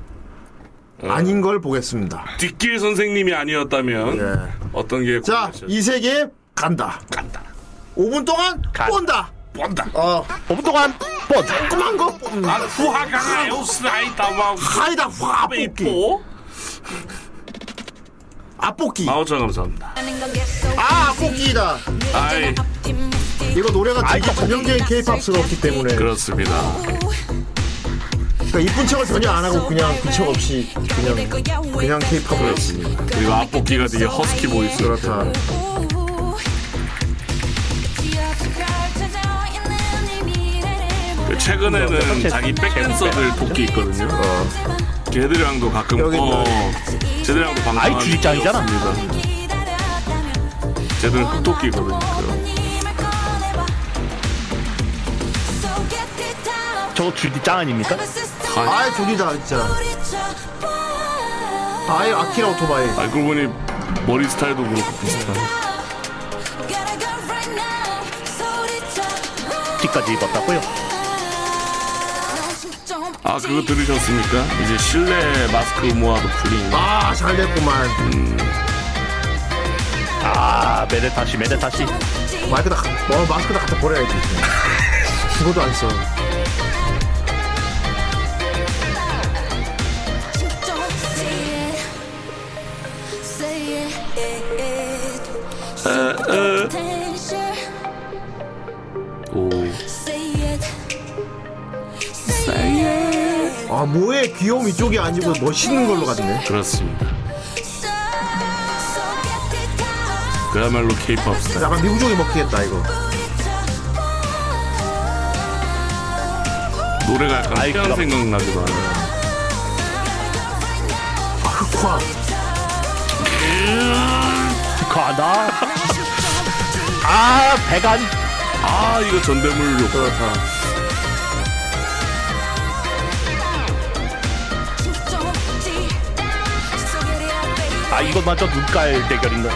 [SPEAKER 6] 아닌 걸 보겠습니다.
[SPEAKER 7] 뒷길 선생님이 아니었다면
[SPEAKER 6] 예.
[SPEAKER 7] 어떤 게
[SPEAKER 6] 자,
[SPEAKER 7] 궁금하셨-
[SPEAKER 6] 이 세계 간다.
[SPEAKER 7] 간다
[SPEAKER 6] 5분 동안
[SPEAKER 8] 간-
[SPEAKER 6] 본다.
[SPEAKER 7] 본다
[SPEAKER 6] 어.
[SPEAKER 8] 5분 동안 뻗.
[SPEAKER 6] 뭐 조그만 거 뽑는
[SPEAKER 7] 아 후하강아 에오스 아이다마
[SPEAKER 6] 하이다 화 뽑기
[SPEAKER 7] 후베이뽀
[SPEAKER 6] 아 뽑기
[SPEAKER 7] 마오천 감사합니다
[SPEAKER 6] 아 뽑기다
[SPEAKER 7] 아이
[SPEAKER 6] 아, 이거 노래가 되게 전형적인 케이팝스럽기 때문에
[SPEAKER 7] 그렇습니다
[SPEAKER 6] 그러니까 이쁜 척을 전혀 안 하고 그냥 그척 없이 그냥 그냥 케이팝을
[SPEAKER 7] 그렇습니다 그리고 앞복기가 되게 허스키 보이스
[SPEAKER 6] 그렇다
[SPEAKER 7] 그
[SPEAKER 6] 어,
[SPEAKER 7] 최근에는 자기 백댄서들 복귀 있거든요
[SPEAKER 8] 어.
[SPEAKER 7] 걔들이랑도 가끔
[SPEAKER 6] 여기
[SPEAKER 7] 어 쟤들이랑도 방송
[SPEAKER 8] 아이, 주식장이잖아.
[SPEAKER 7] 네, 쟤들은 흑토끼거든요 그럼.
[SPEAKER 8] 저거 줄기짱 아닙니까?
[SPEAKER 6] 아이 조기다 진짜 아이 아키라 오토바이
[SPEAKER 7] 아 그러고 보니 머리 스타일도 그렇고 비슷한
[SPEAKER 8] 티까지 입었다고요?
[SPEAKER 7] 아 그거 들으셨습니까? 이제 실내 마스크 모아도 풀린 아,
[SPEAKER 6] 아잘 됐구만
[SPEAKER 8] 아 메데타시 메데타시.
[SPEAKER 6] 마이크 다 어, 마스크 다 갖다 버려야지 [LAUGHS] 죽어도 안써
[SPEAKER 7] 오
[SPEAKER 6] 아 뭐에 귀여움 이쪽이 아니고 멋있는 걸로 갔네
[SPEAKER 7] 그렇습니다 그야말로 케이팝 스타일
[SPEAKER 6] 약간 미국족이 먹히겠다 이거
[SPEAKER 7] 노래가 약간
[SPEAKER 8] 아이,
[SPEAKER 7] 태양
[SPEAKER 8] 그럼.
[SPEAKER 7] 생각나기도 하네요
[SPEAKER 6] 흑화
[SPEAKER 7] 음,
[SPEAKER 8] 축하한다. 아, 배간.
[SPEAKER 7] 아 이거 전대물 욕.
[SPEAKER 6] 그렇다.
[SPEAKER 8] 아, 이것마저 눈깔 대결인가?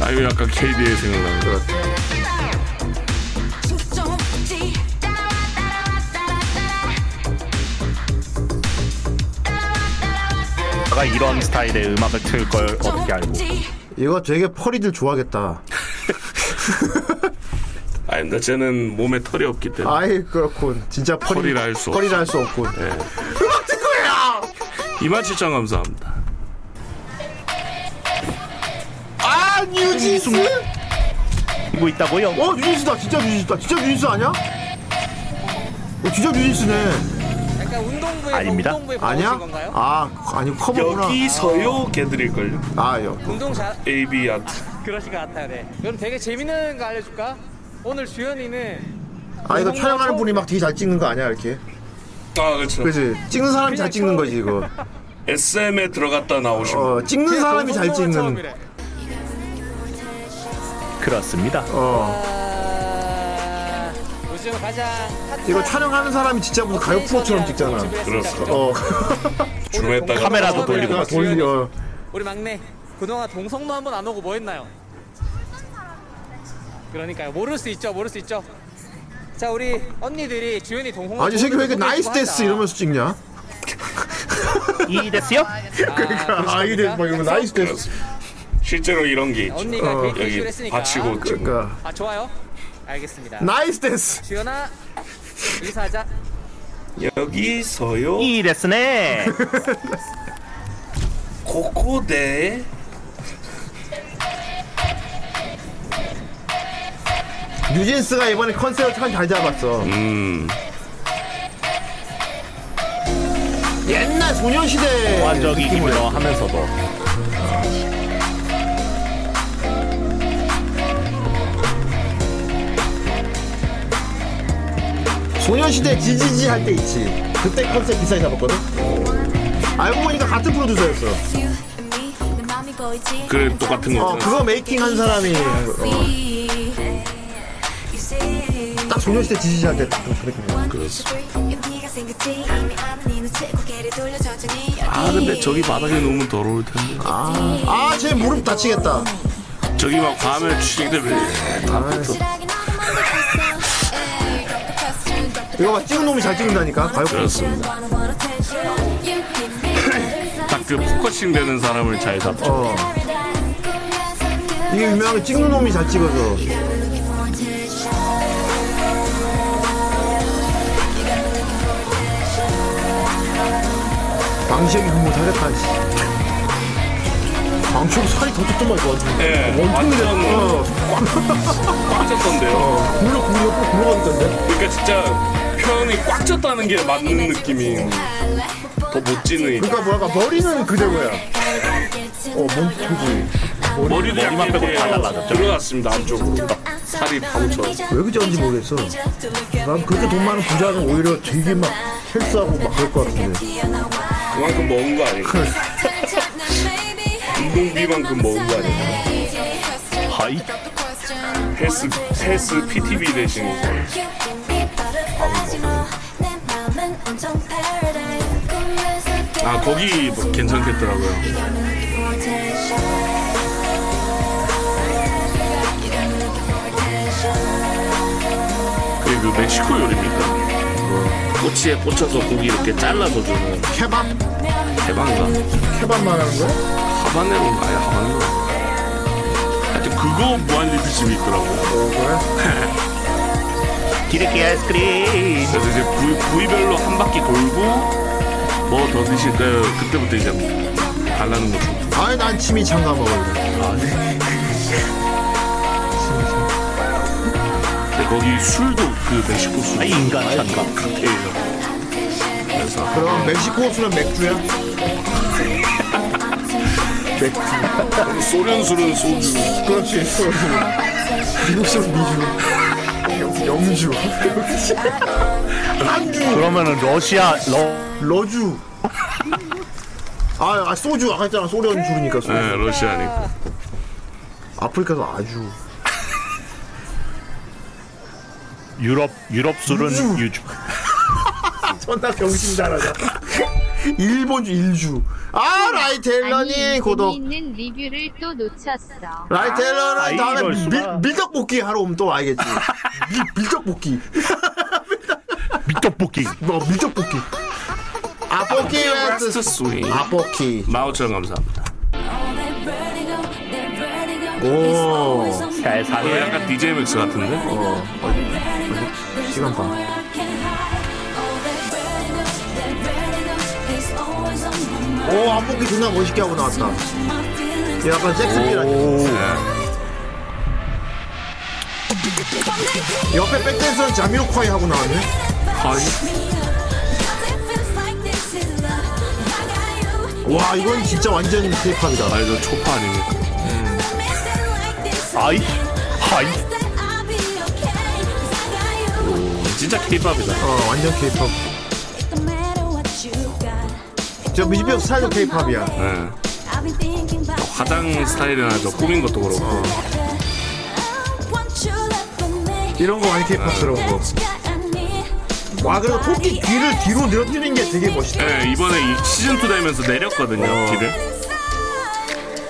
[SPEAKER 7] 아 이거 약간 KDA 생각나는 거.
[SPEAKER 8] 내가 이런 스타일의 음악을 틀 걸 어떻게 알고.
[SPEAKER 6] 이거 되게 펄이들 좋아하겠다.
[SPEAKER 7] 아니 근데 쟤는 몸에 털이 없기 때문에.
[SPEAKER 6] 아이 그렇군. 진짜 펄이
[SPEAKER 7] 펄이라 할수 없어.
[SPEAKER 6] 펄이라 할수 예. 없군. 음악 듣고 해요.
[SPEAKER 7] 이만칠천 감사합니다.
[SPEAKER 6] 아 뉴진스?
[SPEAKER 8] 이거 있다고요?
[SPEAKER 6] 어 뉴진스다. 진짜 뉴진스다. 진짜 뉴진스 아니야? 어 진짜 뉴진스네.
[SPEAKER 13] 약간 운동부에 뭐
[SPEAKER 8] 아닙니다.
[SPEAKER 13] 운동부에
[SPEAKER 6] 아니야?
[SPEAKER 13] 보신 건가요?
[SPEAKER 6] 아 아니 커버구나.
[SPEAKER 7] 여기서요 개드릴걸요.
[SPEAKER 6] 아 여.
[SPEAKER 13] 운동 잘
[SPEAKER 7] AB 아트.
[SPEAKER 13] 그러신 것 같아요. 네. 그럼 되게 재밌는 거 알려줄까? 오늘 주연이는
[SPEAKER 6] 아 이거 촬영하는 분이 막 되게 잘 찍는 거 아니야 이렇게?
[SPEAKER 7] 아 그렇죠.
[SPEAKER 6] 그지? 찍는 사람이 잘 찍는 거지 이거.
[SPEAKER 7] SM에 들어갔다 나오신. 분.
[SPEAKER 6] 어 찍는 사람이 잘 찍는.
[SPEAKER 13] 처음이래.
[SPEAKER 8] 그렇습니다.
[SPEAKER 6] 어
[SPEAKER 13] 아, 요즘 가장
[SPEAKER 6] 이거 촬영하는 사람이 진짜 무슨 가요 프로처럼 찍잖아.
[SPEAKER 7] 그렇습니다.
[SPEAKER 6] 어
[SPEAKER 7] 줌에다가
[SPEAKER 8] 카메라도 돌리고.
[SPEAKER 6] 그러니까 돌려.
[SPEAKER 13] 우리 막내 그동안 동성로 한번 안 오고 뭐 했나요? 그러니까요 모를 수 있죠 모를 수 있죠 자 우리 언니들이 주연이 동홍
[SPEAKER 6] 아니 새끼 왜 이렇게 나이스 데스 이러면서 찍냐?
[SPEAKER 8] 이 됐어요?
[SPEAKER 6] 그러니까 아 이게 막 이러면 나이스 데스.
[SPEAKER 7] 실제로 이런 게 있죠.
[SPEAKER 13] 언니가
[SPEAKER 6] 어.
[SPEAKER 13] 어, 그 이슈를
[SPEAKER 7] 여기
[SPEAKER 13] 했으니까
[SPEAKER 7] 받치고 찍는.
[SPEAKER 6] 그러니까
[SPEAKER 13] 아 좋아요 알겠습니다
[SPEAKER 6] 나이스 데스.
[SPEAKER 13] 주연아 인사하자
[SPEAKER 3] 여기서요
[SPEAKER 8] 이 됐으네.
[SPEAKER 3] 고고대
[SPEAKER 6] 뉴진스가 이번에 컨셉을 참 잘 잡았어.
[SPEAKER 7] 음.
[SPEAKER 6] 옛날 소녀시대
[SPEAKER 8] 완전히
[SPEAKER 6] 느낌으로
[SPEAKER 8] 힘들어 하면서도.
[SPEAKER 6] 소녀시대 지지지 할 때 있지. 그때 컨셉 비슷하게 잡았거든. 알고 보니까 같은 프로듀서였어.
[SPEAKER 7] 그래, 똑같은 거.
[SPEAKER 6] 어 그거 메이킹 한 사람이 한 거. 어. 딱 소녀시대 지지지 할 때딱 그렇게.
[SPEAKER 7] 아 근데 저기 바닥에 놓으면 더러울 텐데.
[SPEAKER 6] 아, 아쟤 무릎 다치겠다.
[SPEAKER 7] 저기 막 밤에 취객들
[SPEAKER 6] 이거 봐 찍은 놈이 잘 찍는다니까. 가요
[SPEAKER 7] 그렇습니다. 딱그 포커싱 되는 사람을 잘 잡죠.
[SPEAKER 6] 어. 이게 유명한 게 찍는 놈이 잘 찍어서. 방시혁이 그거 못하겠다, 씨. 방시혁 살이 더 쪘던 말도 같은데.
[SPEAKER 7] 예,
[SPEAKER 6] 원통이
[SPEAKER 7] 완전
[SPEAKER 6] 됐어.
[SPEAKER 7] 꽉 찼던데요.
[SPEAKER 6] 굴러, 굴러, 꼭 굴러가던데.
[SPEAKER 7] 그러니까 진짜 표현이 꽉 찼다는 게 맞는 느낌이 더 못 지는.
[SPEAKER 6] 그러니까 뭐랄까, 머리는 그대로야. 어, 몸, 그지.
[SPEAKER 7] 머리도 약간
[SPEAKER 8] 빼고
[SPEAKER 7] 이렇게
[SPEAKER 8] 다 달라졌죠.
[SPEAKER 7] 들어갔습니다 안쪽으로 딱 그러니까 살이 파묻혀.
[SPEAKER 6] 왜 그렇게 하는지 모르겠어. 난 그렇게 돈 많은 부자는 오히려 되게 막 헬스하고 막 그럴 것 같은데.
[SPEAKER 7] 그만큼 먹은 거 아닌가? 운동비만큼 먹은 거 아닌가?
[SPEAKER 8] 하이.
[SPEAKER 7] 헬스 헬스 PTV 대신 아 거기 뭐 괜찮겠더라고요. 그게 그 멕시코 요리입니까? 꼬치에 꽂혀서 고기 이렇게 잘라서 주는
[SPEAKER 6] 케밥?
[SPEAKER 7] 대박인가?
[SPEAKER 6] 케밥 말하는 거야?
[SPEAKER 7] 하바네로인가? 아니 하바네로 하여튼 그거 무한리필집이 있더라고
[SPEAKER 6] 어, 그래?
[SPEAKER 8] 디르키 아이스크림.
[SPEAKER 7] 그래서 이제 부위, 부위별로 한 바퀴 돌고 뭐 더 드실까요? 그때부터 이제 달라는 거죠
[SPEAKER 6] 아이 난 침이 참가 먹을래
[SPEAKER 7] 근데 거기 술도 그 멕시코 술
[SPEAKER 8] 아, 인간 참가.
[SPEAKER 7] 칵테일이라고 그래서
[SPEAKER 6] 그럼 멕시코 술은 맥주야?
[SPEAKER 7] 소련 술은 소주
[SPEAKER 6] 그렇지 미국 술은 미주 영주. 한주. 그러면은 러시아 러 러주. 아, 아 소주 아까 했잖아 소련 주니까 소주.
[SPEAKER 7] 네, 러시아니까.
[SPEAKER 6] 아프리카도 아주.
[SPEAKER 8] 유럽 유럽 술은 유주.
[SPEAKER 6] 존나 병신 잘하자. 일본주 일주. 아 라이텔러님 고독.
[SPEAKER 14] 재미있는 리뷰를 또 놓쳤어.
[SPEAKER 6] 아, 라이텔러는 다음에 밀, 밀떡볶이 하러 오면 또 와야겠지. 밀, 밀떡볶이. 밀떡볶이. 뭐 밀떡볶이. 아포키 네, 웨스트
[SPEAKER 7] 스윙.
[SPEAKER 6] 아포키.
[SPEAKER 7] 마우천 감사합니다.
[SPEAKER 6] 오.
[SPEAKER 7] 아, 이거 약간 DJ 맥스 같은데?
[SPEAKER 6] 시간 봐. 오 아포키 존나 멋있게 하고 나왔다. 얘 약간 잭스필 아니야? 옆에 백댄서는 자미로콰이 하고 나왔네. 와 이건 진짜 완전 케이팝이다. 어,
[SPEAKER 7] 아 이거 초파 아닙니까?
[SPEAKER 8] 아이 하이.
[SPEAKER 7] 진짜 케이팝이다.
[SPEAKER 6] 어 완전 케이팝. 저 뮤직비디오 스타일도 케이팝이야.
[SPEAKER 7] 네. 화장 스타일이나 저 꾸민 것도 그렇고.
[SPEAKER 6] 이런 거 많이
[SPEAKER 7] 네.
[SPEAKER 6] 케이팝스러운 거. 와 그리고 토끼 귀를 뒤로 늘어뜨린 게 되게 멋있다. 어.
[SPEAKER 7] 네, 이번에 이 시즌2 되면서 내렸거든요, 귀를.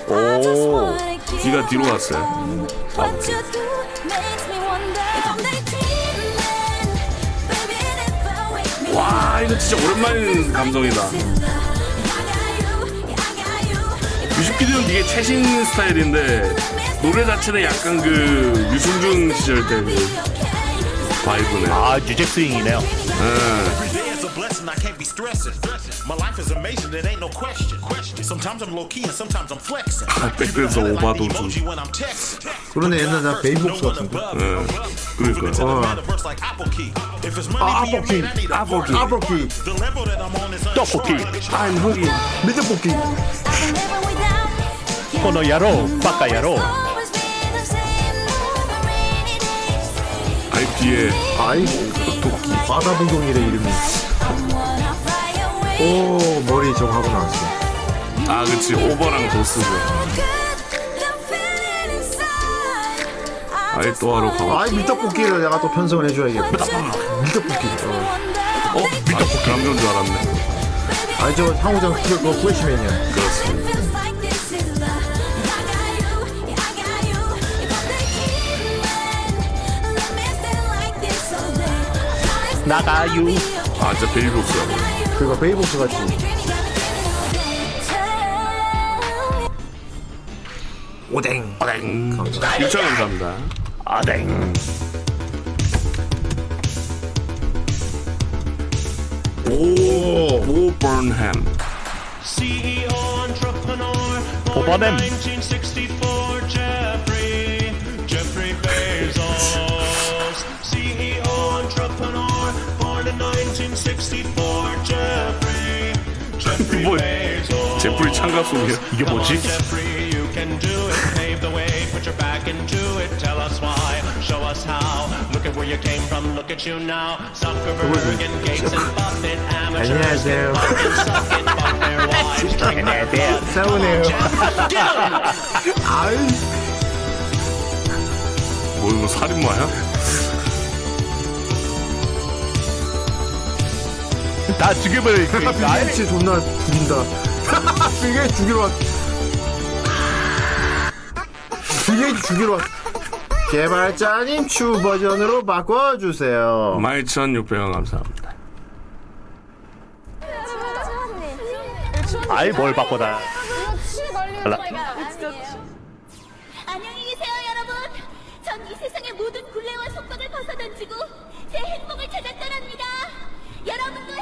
[SPEAKER 6] 오.
[SPEAKER 7] 귀가 뒤로 갔어요. 와, 이거 진짜 오랜만인 감성이다. 뮤직비디오는 이게 최신 스타일인데, 노래 자체는 약간 그, 유승준 시절 때 그, 바이브네.
[SPEAKER 8] 아, 뉴잭 스윙이네요.
[SPEAKER 7] 네.
[SPEAKER 15] Every day is a blessing, I can't be stressing. My life is amazing, it ain't no question. Sometimes I'm low key and sometimes I'm flexing.
[SPEAKER 7] 백댄서 아, 오바도 좀.
[SPEAKER 15] Emoji when I'm texting.
[SPEAKER 6] 그러네 옛날 나 베이복스 같은데.
[SPEAKER 7] 네. 그러니까.
[SPEAKER 6] 어.
[SPEAKER 15] Verse like Apple Key. If it's money
[SPEAKER 6] 아
[SPEAKER 15] being
[SPEAKER 6] 아포키.
[SPEAKER 15] made, I need a
[SPEAKER 6] 아포키.
[SPEAKER 15] fork.
[SPEAKER 6] 아포키.
[SPEAKER 15] The level that I'm on is
[SPEAKER 8] 떡볶이.
[SPEAKER 6] 아니 흑이. 미드볶이.
[SPEAKER 8] 코너야로 빠까야로.
[SPEAKER 7] 아이 뒤에
[SPEAKER 6] 아이 도끼 바다부동이래 이름이 오 머리 저거 하고 나왔어
[SPEAKER 7] 아, 그치. 오버랑 도스죠. 아이 또 하러 가봐.
[SPEAKER 6] 아이 밀떡볶이를 내가 또 편성을 해줘야겠다 밀떡볶이 어.
[SPEAKER 7] 어? 미떡볶이 남겨온 줄 알았네.
[SPEAKER 6] 아이 저 상호장 그거 그거 프레시맨이야
[SPEAKER 7] 그렇습니다.
[SPEAKER 8] 나가유.
[SPEAKER 7] 아, 진짜 베이복스라고.
[SPEAKER 6] 그거 베이복스 같이 오뎅
[SPEAKER 7] 오뎅
[SPEAKER 6] 감사합니다.
[SPEAKER 7] 유천 감사합니다.
[SPEAKER 8] 아댕.
[SPEAKER 7] 오, 오버햄. [LAUGHS]
[SPEAKER 8] 오버햄.
[SPEAKER 7] 뭐, 제프리 창가 속이야. 이게 뭐지?
[SPEAKER 6] 안녕하세요 싸우네요 아이
[SPEAKER 7] 뭐, 이거 살인마야?
[SPEAKER 8] 나 죽임을
[SPEAKER 6] 빌게이츠 존나 죽인다 빌게이츠 죽이러 왔 빌게이츠 죽이러 왔 개발자님 추 버전으로 바꿔주세요
[SPEAKER 7] 12,600원 감사합니다.
[SPEAKER 6] 아,
[SPEAKER 8] 아이 뭘 바꿔다. 알라.
[SPEAKER 1] 안녕히 계세요 여러분 전 이 세상의 모든 굴레와 속박을 벗어던지고 제 행복을 찾아 떠납니다 여러분도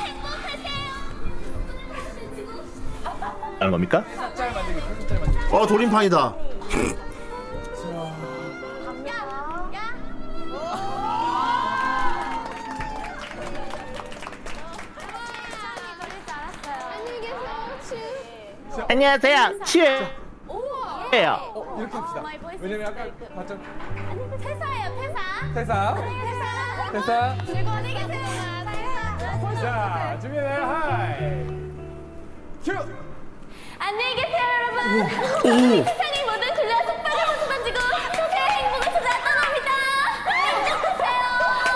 [SPEAKER 1] 행복하세요
[SPEAKER 8] 하는 겁니까?
[SPEAKER 6] 어 돌림판이다
[SPEAKER 8] 안녕하세요.
[SPEAKER 13] 이렇게 합시다. 왜냐면 아까 봤잖아.
[SPEAKER 1] 퇴사예요 퇴사
[SPEAKER 13] 퇴사.
[SPEAKER 1] 퇴사
[SPEAKER 16] 됐어?
[SPEAKER 1] 즐거운 하루 되세요.
[SPEAKER 16] 자, 준비해요. 하이. 큐!
[SPEAKER 1] 안녕히 계세요 [LAUGHS] 여러분.
[SPEAKER 16] 오.
[SPEAKER 1] 세상의 모든 굴레와 속박을 벗어던지고 평생의 행복을 찾아 떠납니다.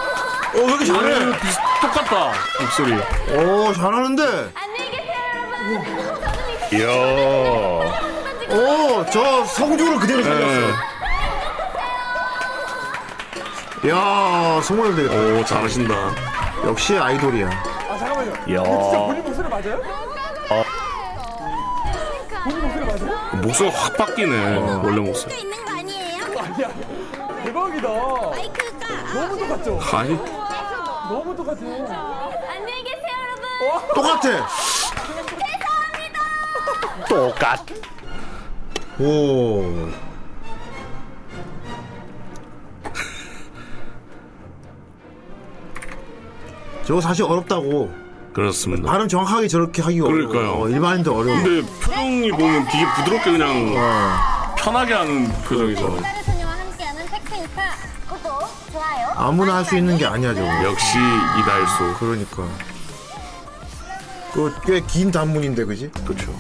[SPEAKER 1] 행복하세요.
[SPEAKER 6] 어, 왜 이렇게 잘해?
[SPEAKER 7] 똑같다. 목소리.
[SPEAKER 6] 오, 어, 잘하는데?
[SPEAKER 1] 안녕히 계세요 여러분.
[SPEAKER 8] 이야.
[SPEAKER 6] 오, 어, 저 성조를 그대로
[SPEAKER 7] 예.
[SPEAKER 6] 살렸어. 야, 성공해도 되겠다.
[SPEAKER 7] 오, 잘하신다.
[SPEAKER 6] 역시 아이돌이야.
[SPEAKER 16] 아, 잠깐만요.
[SPEAKER 6] 야.
[SPEAKER 16] 근데 진짜
[SPEAKER 7] 어.
[SPEAKER 16] 본인 목소리 맞아요? 본인 목소리 맞아요?
[SPEAKER 7] 목소리 확 바뀌네. 원래 목소리.
[SPEAKER 1] 있는 거 아니에요?
[SPEAKER 16] 어. 아니야. 대박이다.
[SPEAKER 1] 아.
[SPEAKER 16] 너무 똑같죠?
[SPEAKER 7] 아니.
[SPEAKER 16] 너무 똑같아요. 어?
[SPEAKER 1] 안녕히 계세요 여러분.
[SPEAKER 6] 똑같아. 똑같. 오. 저거 사실 어렵다고.
[SPEAKER 7] 그렇습니다.
[SPEAKER 6] 발음 정확하게 저렇게 하기 어려워.
[SPEAKER 7] 그러니까요.
[SPEAKER 6] 어, 일반인들 어려워.
[SPEAKER 7] 근데 표정이 보면 되게 부드럽게 그냥 편하게 하는 표정이잖아요.
[SPEAKER 1] 소녀와 함께하는 팩트 인파 구독 좋아요.
[SPEAKER 6] 아무나 할 수 있는 게 아니야, 저거.
[SPEAKER 7] 역시 이달소.
[SPEAKER 6] 그러니까. 그 꽤 긴 단문인데, 그지?
[SPEAKER 7] 그렇죠.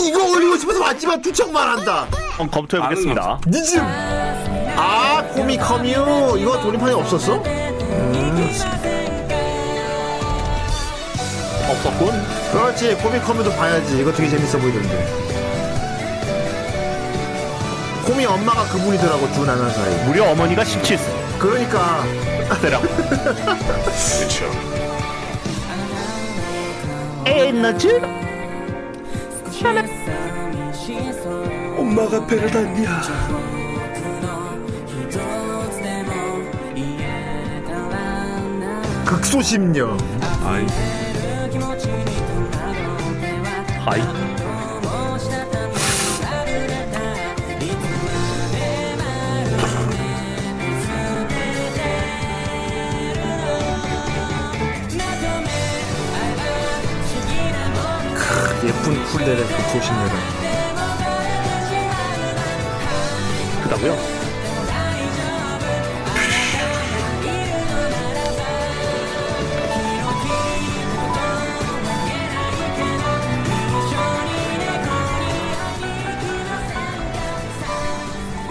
[SPEAKER 6] 이거 올리고 싶어서 왔지만 투척만 한다.
[SPEAKER 8] 한번 검토해 보겠습니다.
[SPEAKER 6] 니즘. 아, 코미 커뮤. 이거 돌림판이 없었어?
[SPEAKER 8] 없었군.
[SPEAKER 6] 그렇지. 코미 커뮤도 봐야지. 이거 되게 재밌어 보이던데. 코미 엄마가 그분이더라고 두 나나 사이.
[SPEAKER 8] 무려 어머니가 17.
[SPEAKER 6] 그러니까.
[SPEAKER 8] 때라고.
[SPEAKER 7] 그렇죠.
[SPEAKER 8] 에너지.
[SPEAKER 3] 엄마가 배를 닿냐
[SPEAKER 6] 극소심녀.
[SPEAKER 7] 아이.
[SPEAKER 8] 아이.
[SPEAKER 6] 크, 예쁜 쿨데레 극소심녀다.
[SPEAKER 8] 그다고요?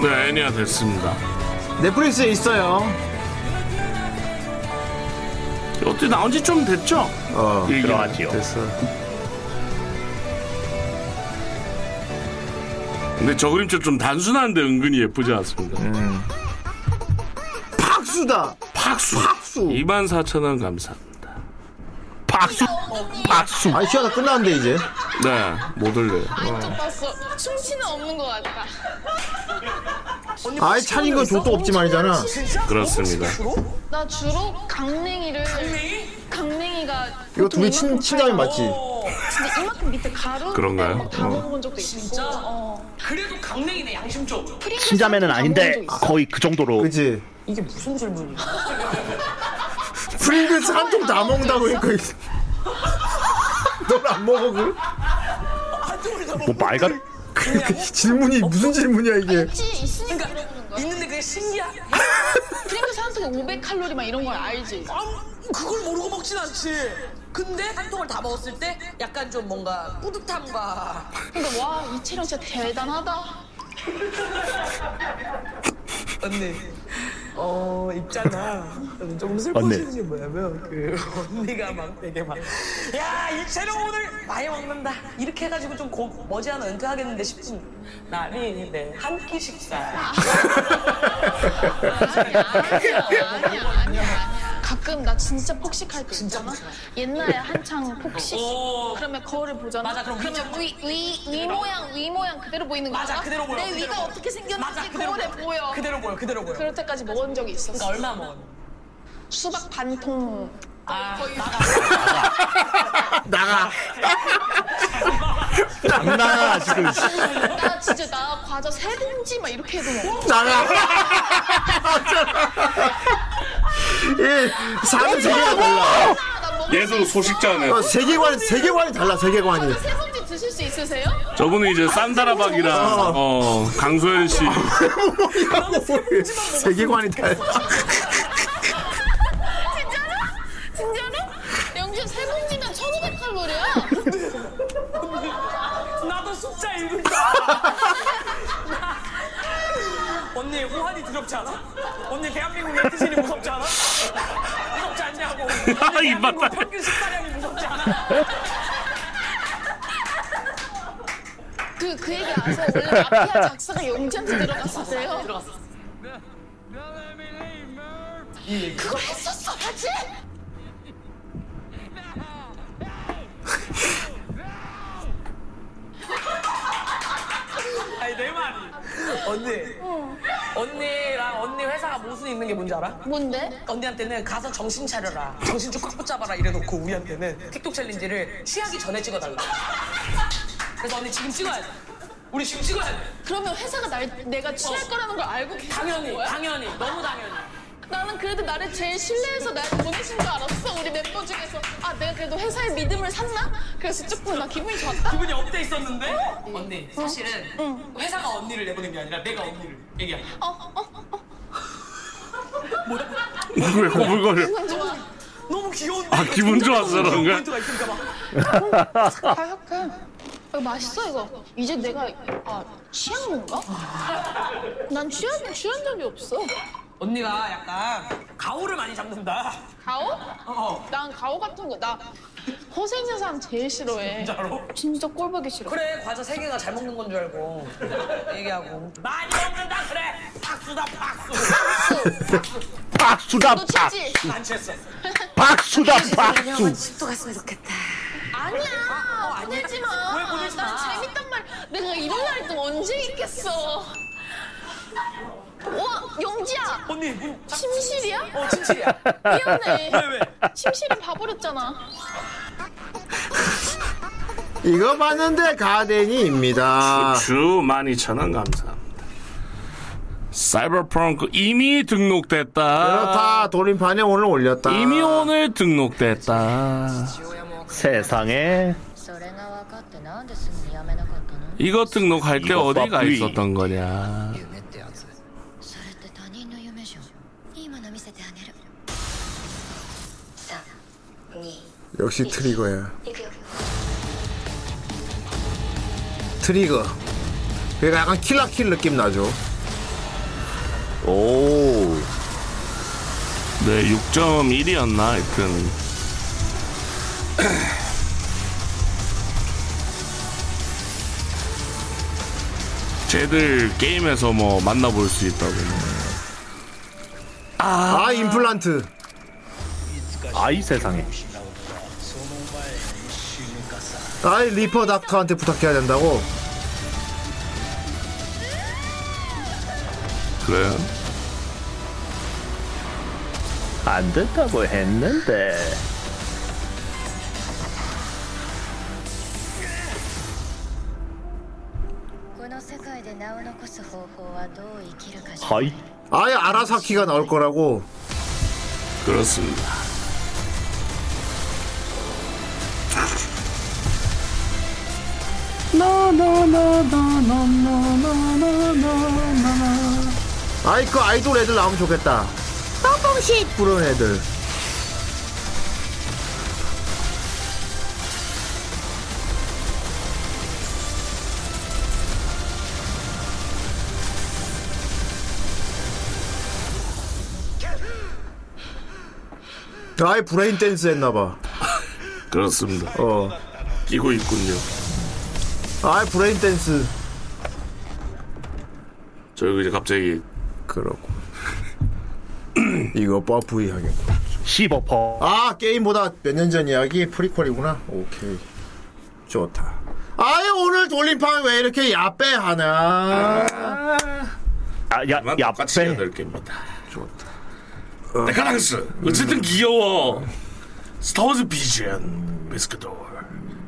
[SPEAKER 7] 네, 애니가 됐습니다.
[SPEAKER 6] 넷플릭스에 있어요.
[SPEAKER 7] 어떻게 나온 지 좀 됐죠?
[SPEAKER 6] 어,
[SPEAKER 7] 일기는.
[SPEAKER 8] 들어가지요.
[SPEAKER 7] 근데 저 그림체 좀 단순한데 은근히 예쁘지 않습니까?
[SPEAKER 6] 팍수다.
[SPEAKER 7] 팍수.
[SPEAKER 6] 팍수.
[SPEAKER 7] 24,000원 감사합니다. 박수.
[SPEAKER 6] 박수. 아니 시간다 끝났는데 이제.
[SPEAKER 7] 네, 못 올려요.
[SPEAKER 12] 봤어. 충치는 없는 것 같다.
[SPEAKER 6] 아이 찬인 건 족도 없지만이잖아.
[SPEAKER 7] 그렇습니다.
[SPEAKER 12] 나 주로 강냉이를 강냉이가
[SPEAKER 6] 이거
[SPEAKER 12] 보통
[SPEAKER 6] 둘이 친
[SPEAKER 12] 이만큼
[SPEAKER 6] 친자매
[SPEAKER 12] 팔잖아.
[SPEAKER 6] 맞지?
[SPEAKER 12] 근데 이만큼 밑에 가루
[SPEAKER 7] 그런가요?
[SPEAKER 12] 다
[SPEAKER 7] 어.
[SPEAKER 12] 먹어본 적도 있고. 진짜. 어. 그래도 강냉이네 양심적으로.
[SPEAKER 8] 친자매는 아닌데 거의 그 정도로.
[SPEAKER 6] 그지.
[SPEAKER 12] 이게 무슨 질문이야?
[SPEAKER 6] 프링글스 한 통 다 먹는다고 그러니까. 넌안 먹어 그?
[SPEAKER 8] 뭐 말같.
[SPEAKER 6] 그러니까 질문이 무슨 질문이야 이게?
[SPEAKER 12] 혹시 있으니까 그러는 거야? 있는데 그게 신기한. 그래서 사람들이 500 칼로리 막 이런 걸 알지.
[SPEAKER 4] 그걸 모르고 먹진 않지. 근데 한 통을 다 먹었을 때 약간 좀 뭔가 뿌듯함과
[SPEAKER 12] 근데 와 아, 이 체력 진짜 대단하다.
[SPEAKER 4] 언니 어 있잖아 조금 슬퍼지는 게 뭐냐면 그 언니가 막 되게 막야이 재료 오늘 많이 먹는다 이렇게 해가지고 좀 고, 머지않아 은퇴하겠는데 싶은 날이 네, 한끼 식사
[SPEAKER 12] 아니야 아니야 아니야. 가끔 나 진짜 폭식할 때 있잖아. 옛날에 한창 폭식. 그러면 거울을 보잖아. 맞아,
[SPEAKER 4] 그럼
[SPEAKER 12] 그러면 위, 위, 위 모양 위 모양 그대로 보이는 거야.
[SPEAKER 4] 맞아, 그대로 보여,
[SPEAKER 12] 내
[SPEAKER 4] 그대로
[SPEAKER 12] 위가
[SPEAKER 4] 보여.
[SPEAKER 12] 어떻게 생겼는지
[SPEAKER 4] 맞아, 그대로
[SPEAKER 12] 거울에
[SPEAKER 4] 보여.
[SPEAKER 12] 보여.
[SPEAKER 4] 그대로 보여, 그대로 보여.
[SPEAKER 12] 그럴 때까지 먹은 적이 있었어.
[SPEAKER 4] 그러니까 얼마 먹었니?
[SPEAKER 12] 수박 반통. 아,
[SPEAKER 6] 나가.
[SPEAKER 8] [LAUGHS] 장난하나 지금.
[SPEAKER 12] 나 진짜 나 과자 세 봉지 막 이렇게 해도 먹어.
[SPEAKER 6] 예, 사는 세계가 달라.
[SPEAKER 7] 예술 소식자네.
[SPEAKER 6] 어, 세계관이 세계관이 달라 세계관이.
[SPEAKER 12] 세 봉지 드실 수 있어. 있으세요?
[SPEAKER 7] 저분은 이제 쌈다라박이랑 어, 강소연 씨 [LAUGHS]
[SPEAKER 6] 세계관이 달
[SPEAKER 12] 진짜로? 진짜로? 영준 세 봉지면 1500칼로리야?
[SPEAKER 4] 나도 숫자 읽은 언니 호환이 두렵지 않아? 언니 대한민국 네티즌이 무섭지 않아? 무섭지 않냐고 언니
[SPEAKER 7] 입맛
[SPEAKER 4] 대한민국 평균 식사량이 무섭지 않아?
[SPEAKER 12] 그, 그 얘기 아세요? 원래 마피아 작사가 용지한테 들어갔었대요. 그걸 했었어야지?
[SPEAKER 4] 아니 내 말이 언니 언니랑 언니 회사가 모순이 있는 게 뭔지 알아?
[SPEAKER 12] 뭔데?
[SPEAKER 4] 언니한테는 가서 정신 차려라 정신 좀 꽉 붙잡아라 이래놓고 우리한테는 틱톡 챌린지를 취하기 전에 찍어달라 그래서 언니 지금 찍어야 돼 우리 지금 찍어야 돼
[SPEAKER 12] 그러면 회사가 날, 내가 취할
[SPEAKER 4] 어.
[SPEAKER 12] 거라는 걸 알고 계속
[SPEAKER 4] 당연히
[SPEAKER 12] 거야?
[SPEAKER 4] 당연히 너무 당연히
[SPEAKER 12] 나는 그래도 나를 제일 신뢰해서 날 보내신 줄 알았어. 우리 멤버 중에서. 아, 내가 그래도 회사의 믿음을 샀나? 그래서 조금 나 기분이 좋았다.
[SPEAKER 4] 기분이 업돼 있었는데 언니 사실은 회사가 언니를 내보낸 게 아니라 내가 언니를 얘기하는
[SPEAKER 12] 어,
[SPEAKER 4] 거야
[SPEAKER 7] 왜 고불거려?
[SPEAKER 12] 좋아.
[SPEAKER 4] 아, 너무 귀여운데
[SPEAKER 7] 아, 기분 좋아서 그런 거야?
[SPEAKER 4] 포인트가 있으니까 막
[SPEAKER 12] 가격해. 이거 아, 맛있어 이거. 이제 내가 아 취한 건가? 난 취한 취한 적이 없어.
[SPEAKER 4] 언니가 약간 가오를 많이 잡는다
[SPEAKER 12] 가오?
[SPEAKER 4] 어.
[SPEAKER 12] 난 가오 같은 거 나 허생세 사람 제일 싫어해.
[SPEAKER 4] 진짜로?
[SPEAKER 12] 진짜 꼴보기 싫어.
[SPEAKER 4] 그래 과자 세 개가 잘 먹는 건 줄 알고 얘기하고 많이 먹는다 그래 박수다 박수
[SPEAKER 8] 박수다
[SPEAKER 12] 너 치지?
[SPEAKER 8] 박수
[SPEAKER 4] 안 취했어
[SPEAKER 8] 박수다 박수
[SPEAKER 12] 10도 어, 갔으면 좋겠다. 아니야. 보내지 마.
[SPEAKER 4] 왜 보내지 마?
[SPEAKER 12] 난 재밌단 말. 내가 이런 날이 또 언제 있겠어. 와 영지야.
[SPEAKER 4] 언니
[SPEAKER 12] 침실이야?
[SPEAKER 4] 어 침실이야
[SPEAKER 12] 미안해.
[SPEAKER 6] 왜, 왜?
[SPEAKER 12] 침실은 봐버렸잖아.
[SPEAKER 6] 이거 봤는데
[SPEAKER 8] 아.
[SPEAKER 6] 가데니입니다.
[SPEAKER 7] 주 12,000원 감사합니다. 사이버펑크 이미 등록됐다.
[SPEAKER 6] 그렇다 돌림판에 오늘 올렸다.
[SPEAKER 7] 이미 오늘 등록됐다.
[SPEAKER 8] 세상에
[SPEAKER 17] それが分かってなんですぐにやめなかったの
[SPEAKER 7] 이거 등록할 때
[SPEAKER 8] 이거
[SPEAKER 7] 어디가
[SPEAKER 8] 바쁘이.
[SPEAKER 7] 있었던 거냐?
[SPEAKER 17] 夢ってやつそれって他人の夢じゃんいいもの見せてあげる3
[SPEAKER 6] 역시 트리거야.
[SPEAKER 17] 2いくよ
[SPEAKER 6] 트리거. 얘가 약간 킬라킬 느낌 나죠.
[SPEAKER 7] 오. 네, 6.1이었나? 하여튼. [CLEARS THROAT] 쟤들 게임에서 뭐 만나볼 수 있다고.
[SPEAKER 6] 아, 임플란트.
[SPEAKER 8] 아이 세상에
[SPEAKER 6] 아이 리퍼 닥터한테 부탁해야 된다고.
[SPEAKER 7] 그래요?
[SPEAKER 8] 안 된다고 했는데
[SPEAKER 17] この世界で名を残す方法はどう生きるかじゃ
[SPEAKER 6] 하이. 아예 아라사키가 나올 거라고.
[SPEAKER 7] 그렇습니다.
[SPEAKER 6] 아이 그 아이돌 애들 나오면 좋겠다. 뻥뻥식 부르는 애들. 아이 브레인 댄스 했나봐.
[SPEAKER 7] 그렇습니다.
[SPEAKER 6] 어.
[SPEAKER 7] 끼고 있군요.
[SPEAKER 6] 아이 브레인 댄스.
[SPEAKER 7] 저 이제 갑자기.
[SPEAKER 6] 그러고. [CLEARS THROAT] 이거 버프 이야기.
[SPEAKER 8] 15퍼
[SPEAKER 6] 아 게임보다 몇 년 전 이야기 프리퀄이구나 오케이 좋다 아유 오늘 돌림판 왜 이렇게 야빼하나
[SPEAKER 8] 아야 네, 야빼
[SPEAKER 7] 좋다. 데카랑스 어쨌든 귀여워. 스타워즈 비전 미스크돌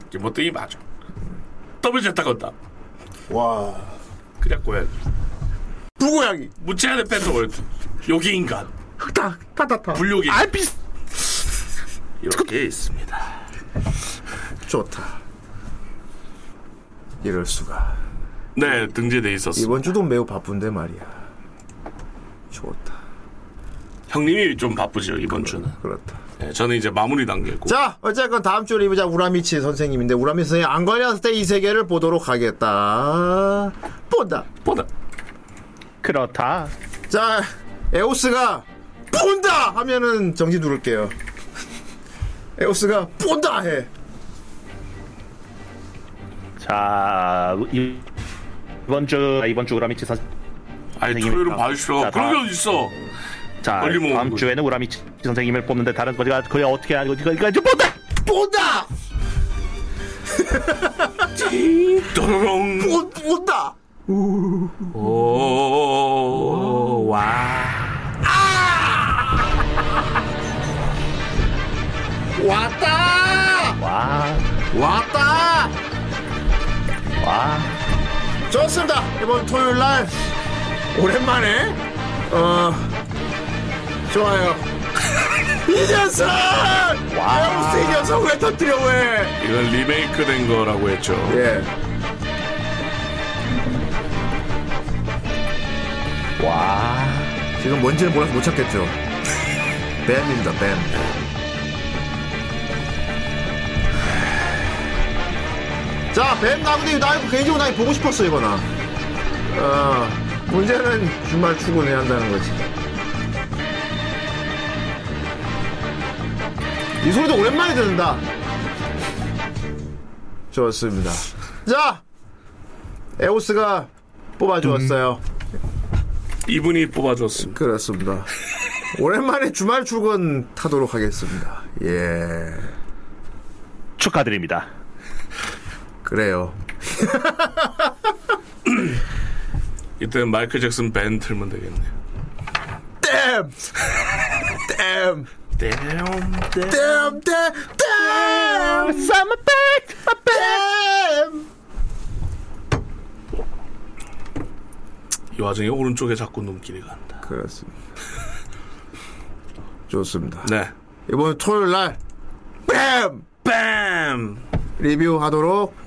[SPEAKER 7] 이게 뭐 뜬이 맞아. 더블 제타 건다.
[SPEAKER 6] 와
[SPEAKER 7] 그냥 고양이.
[SPEAKER 6] 누구양이?
[SPEAKER 7] 무채한의 펜트월드. 여기 인간.
[SPEAKER 6] 흑다 타타타
[SPEAKER 7] 불욕이.
[SPEAKER 6] 아 비스
[SPEAKER 7] 이렇게 있습니다.
[SPEAKER 6] 좋다 이럴 수가.
[SPEAKER 7] 네, 등재돼 있었어.
[SPEAKER 6] 이번 주도 매우 바쁜데 말이야. 좋다.
[SPEAKER 7] 형님이 좀 바쁘죠 이번 주는. 네,
[SPEAKER 6] 그렇다.
[SPEAKER 7] 저는 이제 마무리 단계고.
[SPEAKER 6] 자, 어쨌건 다음 주를 입으자 우라미치 선생님인데 우라미치 선생님 안 걸렸을 때 이 세계를 보도록 하겠다. 보다.
[SPEAKER 7] 보다.
[SPEAKER 8] 그렇다.
[SPEAKER 6] 자, 에오스가 본다 하면은 정신 누를게요. 에오스가 본다 해.
[SPEAKER 8] 자 이- 이번 주 아, 이번 주 우라미치 선.
[SPEAKER 7] 아니 토요일은 봐주시라고 그런 게 어딨어.
[SPEAKER 8] 자
[SPEAKER 7] 멀리 먹은
[SPEAKER 8] 다음
[SPEAKER 7] 거지.
[SPEAKER 8] 주에는 우라미치 선생님을 뽑는데 다른 거가 그게 어떻게 하는 거지? 그러니까 좀 본다.
[SPEAKER 6] 본다.
[SPEAKER 7] 도롱.
[SPEAKER 6] 본 본다.
[SPEAKER 7] 오, 와.
[SPEAKER 6] 아! 왔다.
[SPEAKER 8] 와.
[SPEAKER 6] 왔다.
[SPEAKER 8] 와.
[SPEAKER 6] 좋습니다. 이번 토요일 날 오랜만에 어 좋아요. 이 녀석! 에오스 이 녀석 왜 터뜨려 왜?
[SPEAKER 7] 이건 리메이크 된 거라고 했죠.
[SPEAKER 6] 예.
[SPEAKER 8] 와.
[SPEAKER 6] 지금 뭔지는 몰라서 못 찾겠죠. [LAUGHS] 뱀입니다, 뱀. 자, 뱀 나무대, 나 이거 개인적으로 나 이거 보고 싶었어, 이거나. 어, 문제는 주말 출근해야 한다는 거지. 이 소리도 오랜만에 듣는다. 좋습니다. 자! 에오스가 뽑아주었어요.
[SPEAKER 7] 이분이 뽑아줬습니다.
[SPEAKER 6] 음, 그렇습니다. 오랜만에 주말 출근 타도록 하겠습니다. 예.
[SPEAKER 8] 축하드립니다.
[SPEAKER 6] 그래요.
[SPEAKER 7] 이때는 마이클 잭슨 밴 틀면 되겠네요.
[SPEAKER 6] 땜! 땜!
[SPEAKER 7] 땜!
[SPEAKER 6] 땜! 땜! 땜!
[SPEAKER 8] Summer back! My
[SPEAKER 6] back!
[SPEAKER 7] 이 와중에 오른쪽에 자꾸 눈길이 간다.
[SPEAKER 6] 그렇습니다. 좋습니다.
[SPEAKER 7] 네.
[SPEAKER 6] 이번 토요일 날, 뺨!
[SPEAKER 7] 뺨!
[SPEAKER 6] 리뷰하도록.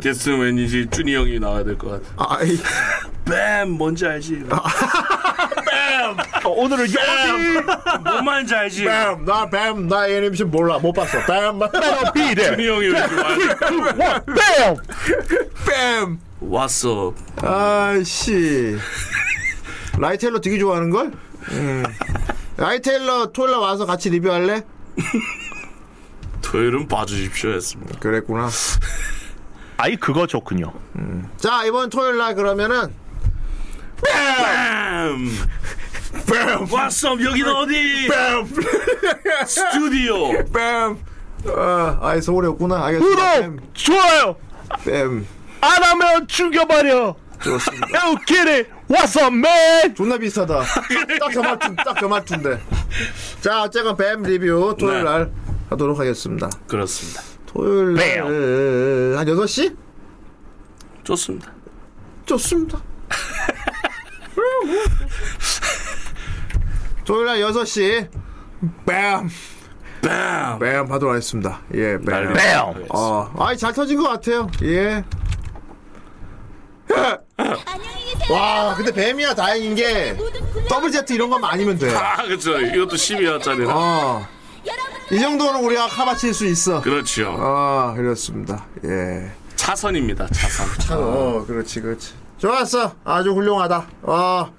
[SPEAKER 7] 됐으면 왠지 준이 형이 나와야 될 것 같아.
[SPEAKER 6] 아이.
[SPEAKER 7] 뺨! 뭔지 [LAUGHS] 알지?
[SPEAKER 8] 어, 오늘은
[SPEAKER 7] 뺨! 뭔 말인지 알지?
[SPEAKER 6] 뺨! 나 뺨! 나 애니메이션 몰라. 못 봤어. [LAUGHS] 뺨!
[SPEAKER 7] 준이 형이 왜 좋아하지?
[SPEAKER 8] 뺨!
[SPEAKER 6] 뺨!
[SPEAKER 7] 왔어.
[SPEAKER 6] 아씨 라이텔러 되게 좋아하는 걸? 음. 라이텔러 토요일 날 와서 같이 리뷰할래?
[SPEAKER 7] 토요일은 봐주십시오 했습니다.
[SPEAKER 6] 그랬구나.
[SPEAKER 8] 아이 그거 좋군요.
[SPEAKER 6] 자 이번 토요일 날 그러면은
[SPEAKER 7] 뺨!
[SPEAKER 6] 뺨!
[SPEAKER 7] 왔어! 여기는 어디?
[SPEAKER 6] 뺨!
[SPEAKER 7] 스튜디오!
[SPEAKER 6] 뺨! 아, 아이 서울에 없구나. 알겠습니다. 뺨.
[SPEAKER 8] 네. 좋아요.
[SPEAKER 6] 뺨.
[SPEAKER 8] 안 하면 죽여버려.
[SPEAKER 6] 좋습니다.
[SPEAKER 8] [LAUGHS] Yo, get it. What's up, man?
[SPEAKER 6] 존나 비슷하다. 딱 저 말투, 딱저 말투인데. 자 어쨌건 뱀 리뷰 토요일
[SPEAKER 7] 네.
[SPEAKER 6] 날 하도록 하겠습니다.
[SPEAKER 7] 그렇습니다.
[SPEAKER 6] 토요일 날한 6시?
[SPEAKER 7] 좋습니다.
[SPEAKER 6] 좋습니다. 토요일 날 6시 뺨!
[SPEAKER 7] 뺨!
[SPEAKER 6] 뺨 하도록 하겠습니다. 예, 뺨.
[SPEAKER 8] 뺨!
[SPEAKER 6] 어, 아이 잘 터진 것 같아요. 예. 와, 근데 뱀이야 다행인 게 더블 Z 이런 거만 아니면 돼.
[SPEAKER 7] 아, 그쵸. 이것도 12화짜리라.
[SPEAKER 6] 어. 이 정도는 우리가 커버칠 수 있어.
[SPEAKER 7] 그렇죠.
[SPEAKER 6] 아, 그렇습니다. 예.
[SPEAKER 7] 차선입니다, 차선.
[SPEAKER 6] 참, 어, 그렇지, 그렇지. 좋았어. 아주 훌륭하다. 어.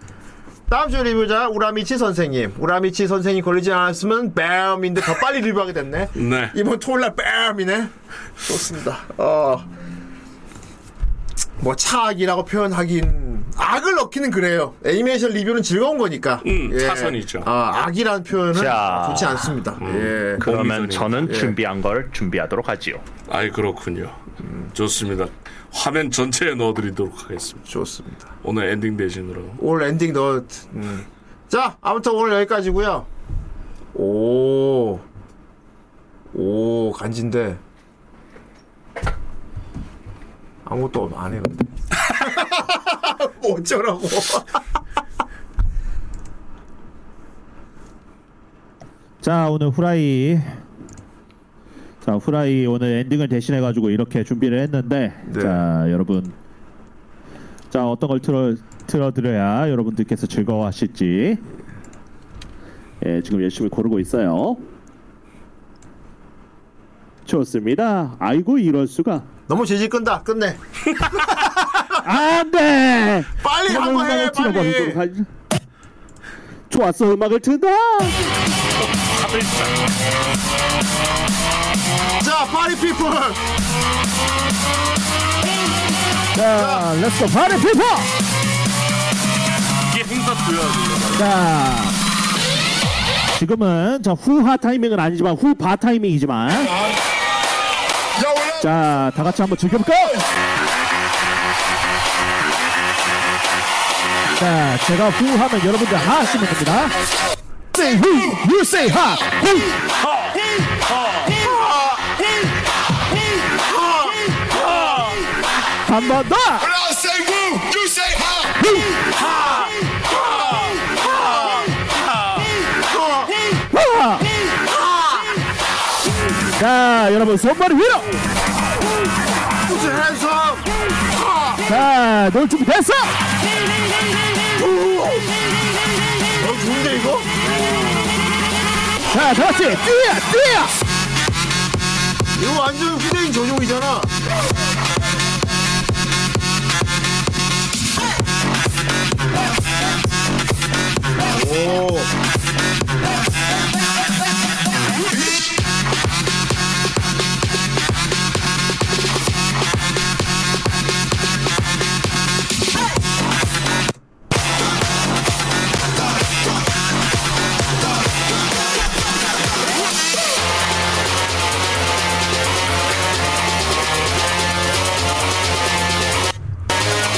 [SPEAKER 6] 다음 주 리뷰자 우라미치 선생님. 우라미치 선생님 걸리지 않았으면 뺨인데 더 빨리 리뷰하게 됐네.
[SPEAKER 7] 네.
[SPEAKER 6] 이번 토요일날 뺨이네. 좋습니다. 어. 뭐 차악이라고 표현하긴 악을 넣기는 그래요. 애니메이션 리뷰는 즐거운 거니까.
[SPEAKER 7] 음, 차선이죠.
[SPEAKER 6] 아, 악이라는 표현은
[SPEAKER 8] 자.
[SPEAKER 6] 좋지 않습니다. 예.
[SPEAKER 7] 음.
[SPEAKER 8] 그러면 저는
[SPEAKER 6] 예.
[SPEAKER 8] 준비한 걸 준비하도록 하지요.
[SPEAKER 7] 아이, 그렇군요. 좋습니다. 화면 전체에 넣어드리도록 하겠습니다.
[SPEAKER 6] 좋습니다.
[SPEAKER 7] 오늘 엔딩 대신으로.
[SPEAKER 6] 오늘 엔딩 넣. 음. 자, 아무튼 오늘 여기까지고요. 오, 오 간지인데 아무것도 안 해. 근데. [LAUGHS] 뭐 어쩌라고?
[SPEAKER 11] 자 오늘 후라이 자 자, 후라이 오늘 엔딩을 대신해가지고 이렇게 준비를 했는데, 자, 여러분. 자, 어떤 걸 틀어, 틀어드려야 여러분들께서 즐거워하실지. 예, 지금 열심히 고르고 있어요. 좋습니다. 아이고, 이럴 수가.
[SPEAKER 6] 너무 재질 끈다. 끝내.
[SPEAKER 11] 안 돼!
[SPEAKER 6] 빨리
[SPEAKER 11] 그러면
[SPEAKER 6] 한번 해,
[SPEAKER 11] 음악을
[SPEAKER 6] 빨리.
[SPEAKER 11] 틀어보도록 하지. 좋았어, 음악을 튼다!
[SPEAKER 6] 자, 파리 피플.
[SPEAKER 11] 자, 렛츠고 파리 피퍼!
[SPEAKER 7] 이게 행사 줘야
[SPEAKER 11] 자, 지금은 자 후하 타이밍은 아니지만 후바 타이밍이지만 자, 다 같이 한번 즐겨볼까요? 자, 제가 후하면 여러분들 하 하시면 됩니다. Say who, you say ha, who. 한 번 더!
[SPEAKER 3] When I say woo, you say ha.
[SPEAKER 11] 하! 자, 여러분 손발을 위로! 네.
[SPEAKER 6] 무슨 핸섬.
[SPEAKER 11] 자, 놀 준비 됐어!
[SPEAKER 6] 어, 좋은데, 이거?
[SPEAKER 11] 자, 다 같이 뛰어, 뛰어!
[SPEAKER 6] 이거 완전 휴대인 전용이잖아. 오.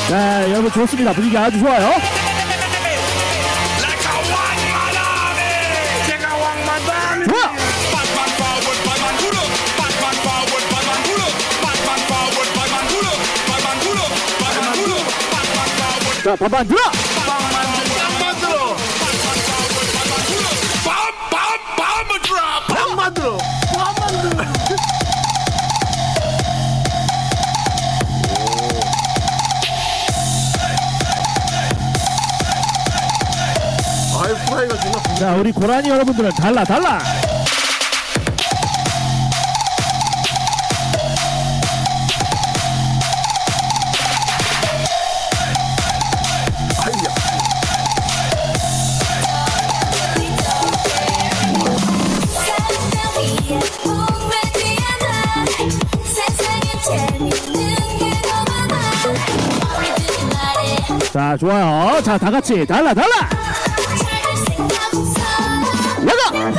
[SPEAKER 11] 자, 여러분 좋습니다. 분위기 아주 좋아요.
[SPEAKER 3] 제가 왕만담.
[SPEAKER 11] 좋아.
[SPEAKER 3] Batman forward, Batman pull up. Batman forward, Batman pull up. Batman forward, Batman pull up. Batman pull up. Batman pull up.
[SPEAKER 11] 자, 반반 들어!
[SPEAKER 3] 빵만 들어. 빵빵빵을 drop. 빵만 들어. 빵만 들어.
[SPEAKER 6] 아이, 후라이가 존나
[SPEAKER 11] 자, 우리 고라니 여러분들은 달라, 달라! 자, 좋아요. 자, 다 같이 달라, 달라! 와가!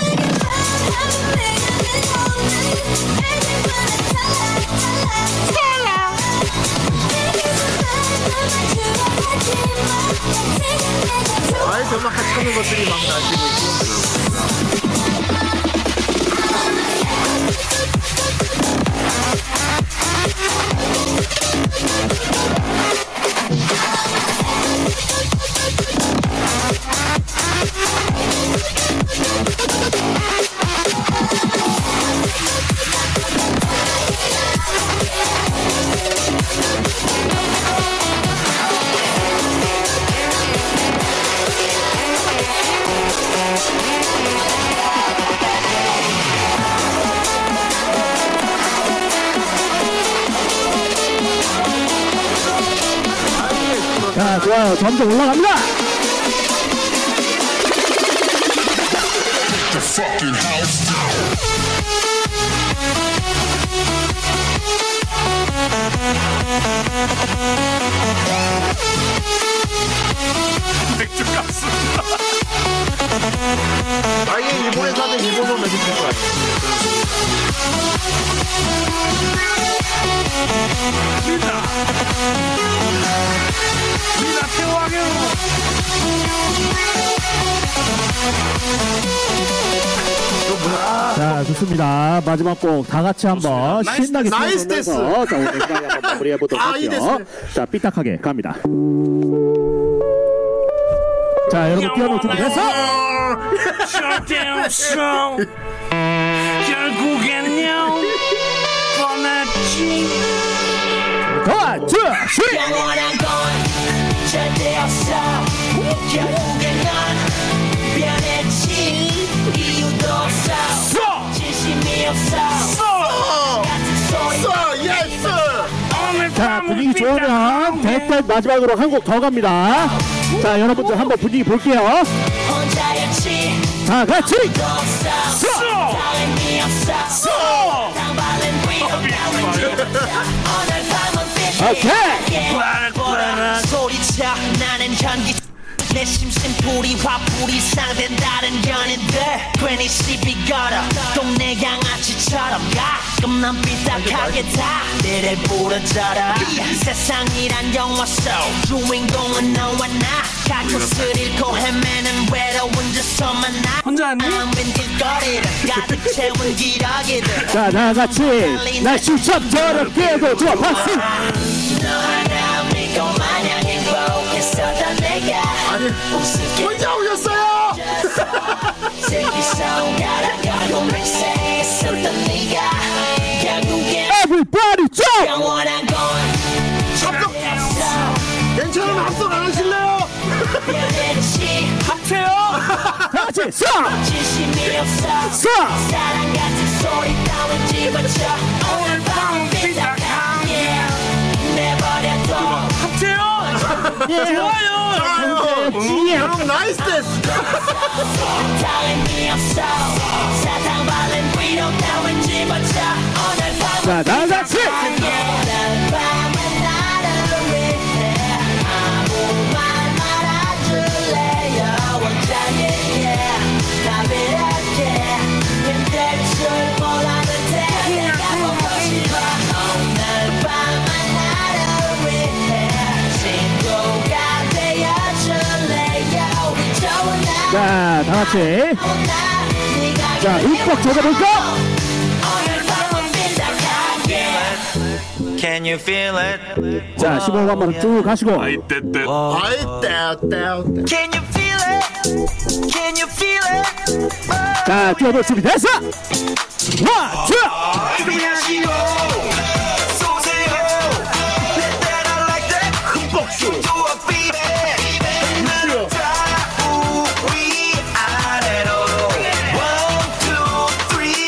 [SPEAKER 6] 아이, 정말 하찮은 것들이 막 날뛰고 있고.
[SPEAKER 11] 자, 좋아요. 점점 올라갑니다!
[SPEAKER 3] The fucking house down.
[SPEAKER 7] 맥주 가스.
[SPEAKER 6] 아예 일본에 사는 일본어 매직 거야.
[SPEAKER 3] 리나. 리나 태왕이요.
[SPEAKER 11] 자, 좋습니다. 마지막 곡 다 같이 한번
[SPEAKER 3] 좋습니다.
[SPEAKER 11] 신나게
[SPEAKER 3] 나이스 댄스.
[SPEAKER 11] 서 자, 오늘 시간에 한번 마무리해보도록
[SPEAKER 3] 아, 이
[SPEAKER 11] 할게요. 자, 삐딱하게 갑니다. 자, 여러분 피아노 준비됐어?
[SPEAKER 3] 절대 없어. 결국엔요.
[SPEAKER 11] 원, 투, 쓰리.
[SPEAKER 2] 영원한 건 절대 없어 결국엔 넌 변했지 이유도 없어 진심이 없어 같은 소리
[SPEAKER 3] 뭐
[SPEAKER 11] 자 분위기 좋으면 대탈 마지막으로 한 곡 더 갑니다. 자 여러분들 한번 분위기 볼게요.
[SPEAKER 2] 혼자였지
[SPEAKER 11] 다 같이.
[SPEAKER 2] 아무도 없어 다른 이 없어 당발은 위로 나온 뒤 오늘 밤은 빛이
[SPEAKER 11] 오케이.
[SPEAKER 2] 꽝, 꽝. 소리쳐 나는 전기 내 심신 풀이 화풀이 상된 다른 연인들 괜히 시비 걸어 동네 양아치처럼 가끔 난 삐딱하게 다 니를 부러져라 이 세상이란 영화 속 주인공은 너와 나 가끔을 잃고 헤매는 외로운 저서 만나 혼자 아니? 빈 길거리를 가득 채운 기러기들
[SPEAKER 11] 자 다같이 날씨참 저렇게도 좋아 박수
[SPEAKER 2] 너나 믿고 마냥 행복했었던 내가 웃을게 혼자 오셨어요 슬기서 가라가고 맹세했었던 네가 결국엔
[SPEAKER 11] Everybody jump!
[SPEAKER 2] 영원한 건 합동 괜찮으면 합동 안 하실래요? 합세요
[SPEAKER 11] 같이
[SPEAKER 2] 진심이 없어 사랑 같은 소리 따윈 집어쳐 오늘 밤은 삐딱하게 내버려둬 합세요
[SPEAKER 6] 좋아요. 그럼 나이스 댄스.
[SPEAKER 2] 다른 게 없어 사탕 발은 위로 따윈 집어쳐 오늘 밤은
[SPEAKER 11] 자, 다 같이.
[SPEAKER 2] 오늘 밤은 나를 위해 아무 말 말아줄래요 원장님께 다 이렇게 힘들 줄 몰랐는데 내가 보고 싶어 오늘 밤은 나를 위해 친구가 되어줄래요 우리 좋은 날
[SPEAKER 11] 자 다같이 자 흠뻑 젖어볼까?
[SPEAKER 2] 오늘 밤은 빈닥하게
[SPEAKER 18] Can you feel it?
[SPEAKER 11] 자 15분 한번 쭉 하시고
[SPEAKER 6] 아이 떼떼떼.
[SPEAKER 18] Can you feel it? Can you feel it?
[SPEAKER 11] 자 뛰어볼 준비 됐어 원, 투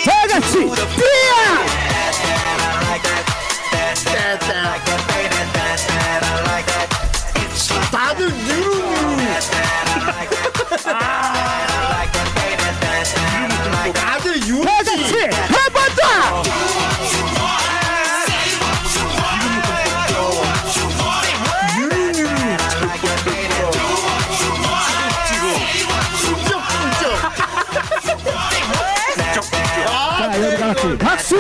[SPEAKER 2] 다같이 뛰어
[SPEAKER 6] 다들 유루. 다들 유루.
[SPEAKER 11] 다같이 해보자. 자 여러분 다같이 박수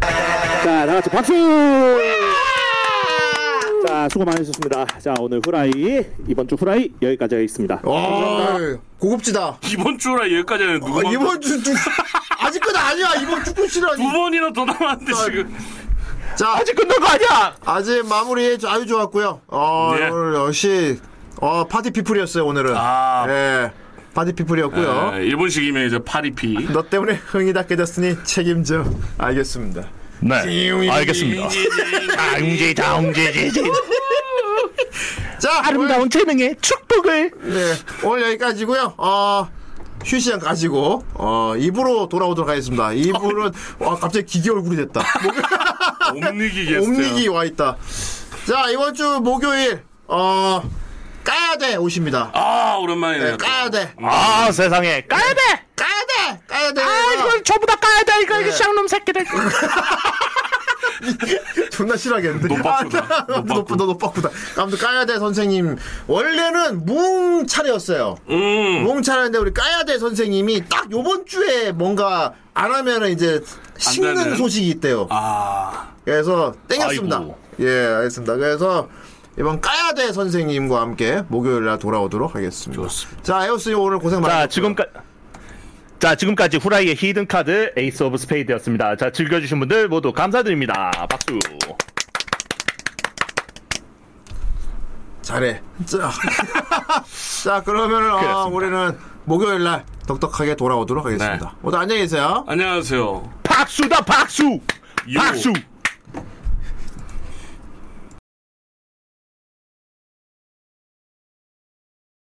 [SPEAKER 11] 자 다같이 박수 자 수고 많으셨습니다 자 오늘 후라이 이번 주 후라이 여기까지 하겠습니다
[SPEAKER 6] 고급지다
[SPEAKER 7] 이번 주라 여기까지 하는 누가
[SPEAKER 6] 아, 이번 주 두, 아직까지 아니야 이번 축구 시라 두
[SPEAKER 7] 번이나 더 남았는데
[SPEAKER 6] 아,
[SPEAKER 7] 지금
[SPEAKER 6] 자 아직
[SPEAKER 11] 끝난 거 아니야
[SPEAKER 6] 아직 마무리 아주 좋았고요 어
[SPEAKER 7] 네.
[SPEAKER 6] 오늘 역시 어 파티 피플이었어요 오늘은 예 파티 피플이었고요
[SPEAKER 7] 에, 네, 일본식이면 이제
[SPEAKER 6] [LAUGHS]
[SPEAKER 7] 파리피
[SPEAKER 6] 너 때문에 흥이 닿게 됐으니 책임져 알겠습니다
[SPEAKER 7] 네, 알겠습니다.
[SPEAKER 8] 다음지 다음지
[SPEAKER 6] 자
[SPEAKER 11] 아름다운 재능에 축복을
[SPEAKER 6] 네 오늘 여기까지고요 어 휴시장 가지고 어 입으로 돌아오도록 하겠습니다
[SPEAKER 11] [LAUGHS]
[SPEAKER 6] 입으로 와 갑자기 기계 얼굴이 됐다
[SPEAKER 7] 옴니기
[SPEAKER 6] 옴닉기와 있다. 자 이번 주 목요일 어 까야 돼 오십니다.
[SPEAKER 7] 아
[SPEAKER 6] 네,
[SPEAKER 7] 오랜만이네요.
[SPEAKER 6] 까야 돼.
[SPEAKER 8] 아 세상에
[SPEAKER 6] 까야 돼. 까야 돼. 까야 돼.
[SPEAKER 9] 아 이거 전부 다 까야 돼 이거
[SPEAKER 11] 네.
[SPEAKER 9] 이거 쌍놈 새끼들
[SPEAKER 6] 존나 싫어하겠는데.
[SPEAKER 7] 노빠꾸다.
[SPEAKER 6] 아, 너 노빠- 너 노빠꾸다. 아무튼 까야 돼 선생님 원래는 뭉 차례였어요.
[SPEAKER 7] 음.
[SPEAKER 6] 뭉 차례인데 우리 까야 돼 선생님이 딱 요번 주에 뭔가 안 하면은 이제 식는
[SPEAKER 7] 되는?
[SPEAKER 6] 소식이 있대요.
[SPEAKER 7] 아,
[SPEAKER 6] 그래서 땡겼습니다. 예, 알겠습니다. 그래서 이번 까야 돼 선생님과 함께 목요일 날 돌아오도록 하겠습니다. 자, 에오스 오늘 고생
[SPEAKER 8] 자 지금까지 자 지금까지 후라이의 히든 카드 에이스 오브 스페이드였습니다. 자 즐겨주신 분들 모두 감사드립니다. 박수.
[SPEAKER 6] 잘해. 자, [LAUGHS] 자 그러면은 어, 우리는 목요일 날 똑똑하게 돌아오도록 하겠습니다. 모두 안녕히 계세요.
[SPEAKER 7] 안녕하세요.
[SPEAKER 8] 박수다 박수.
[SPEAKER 7] 박수.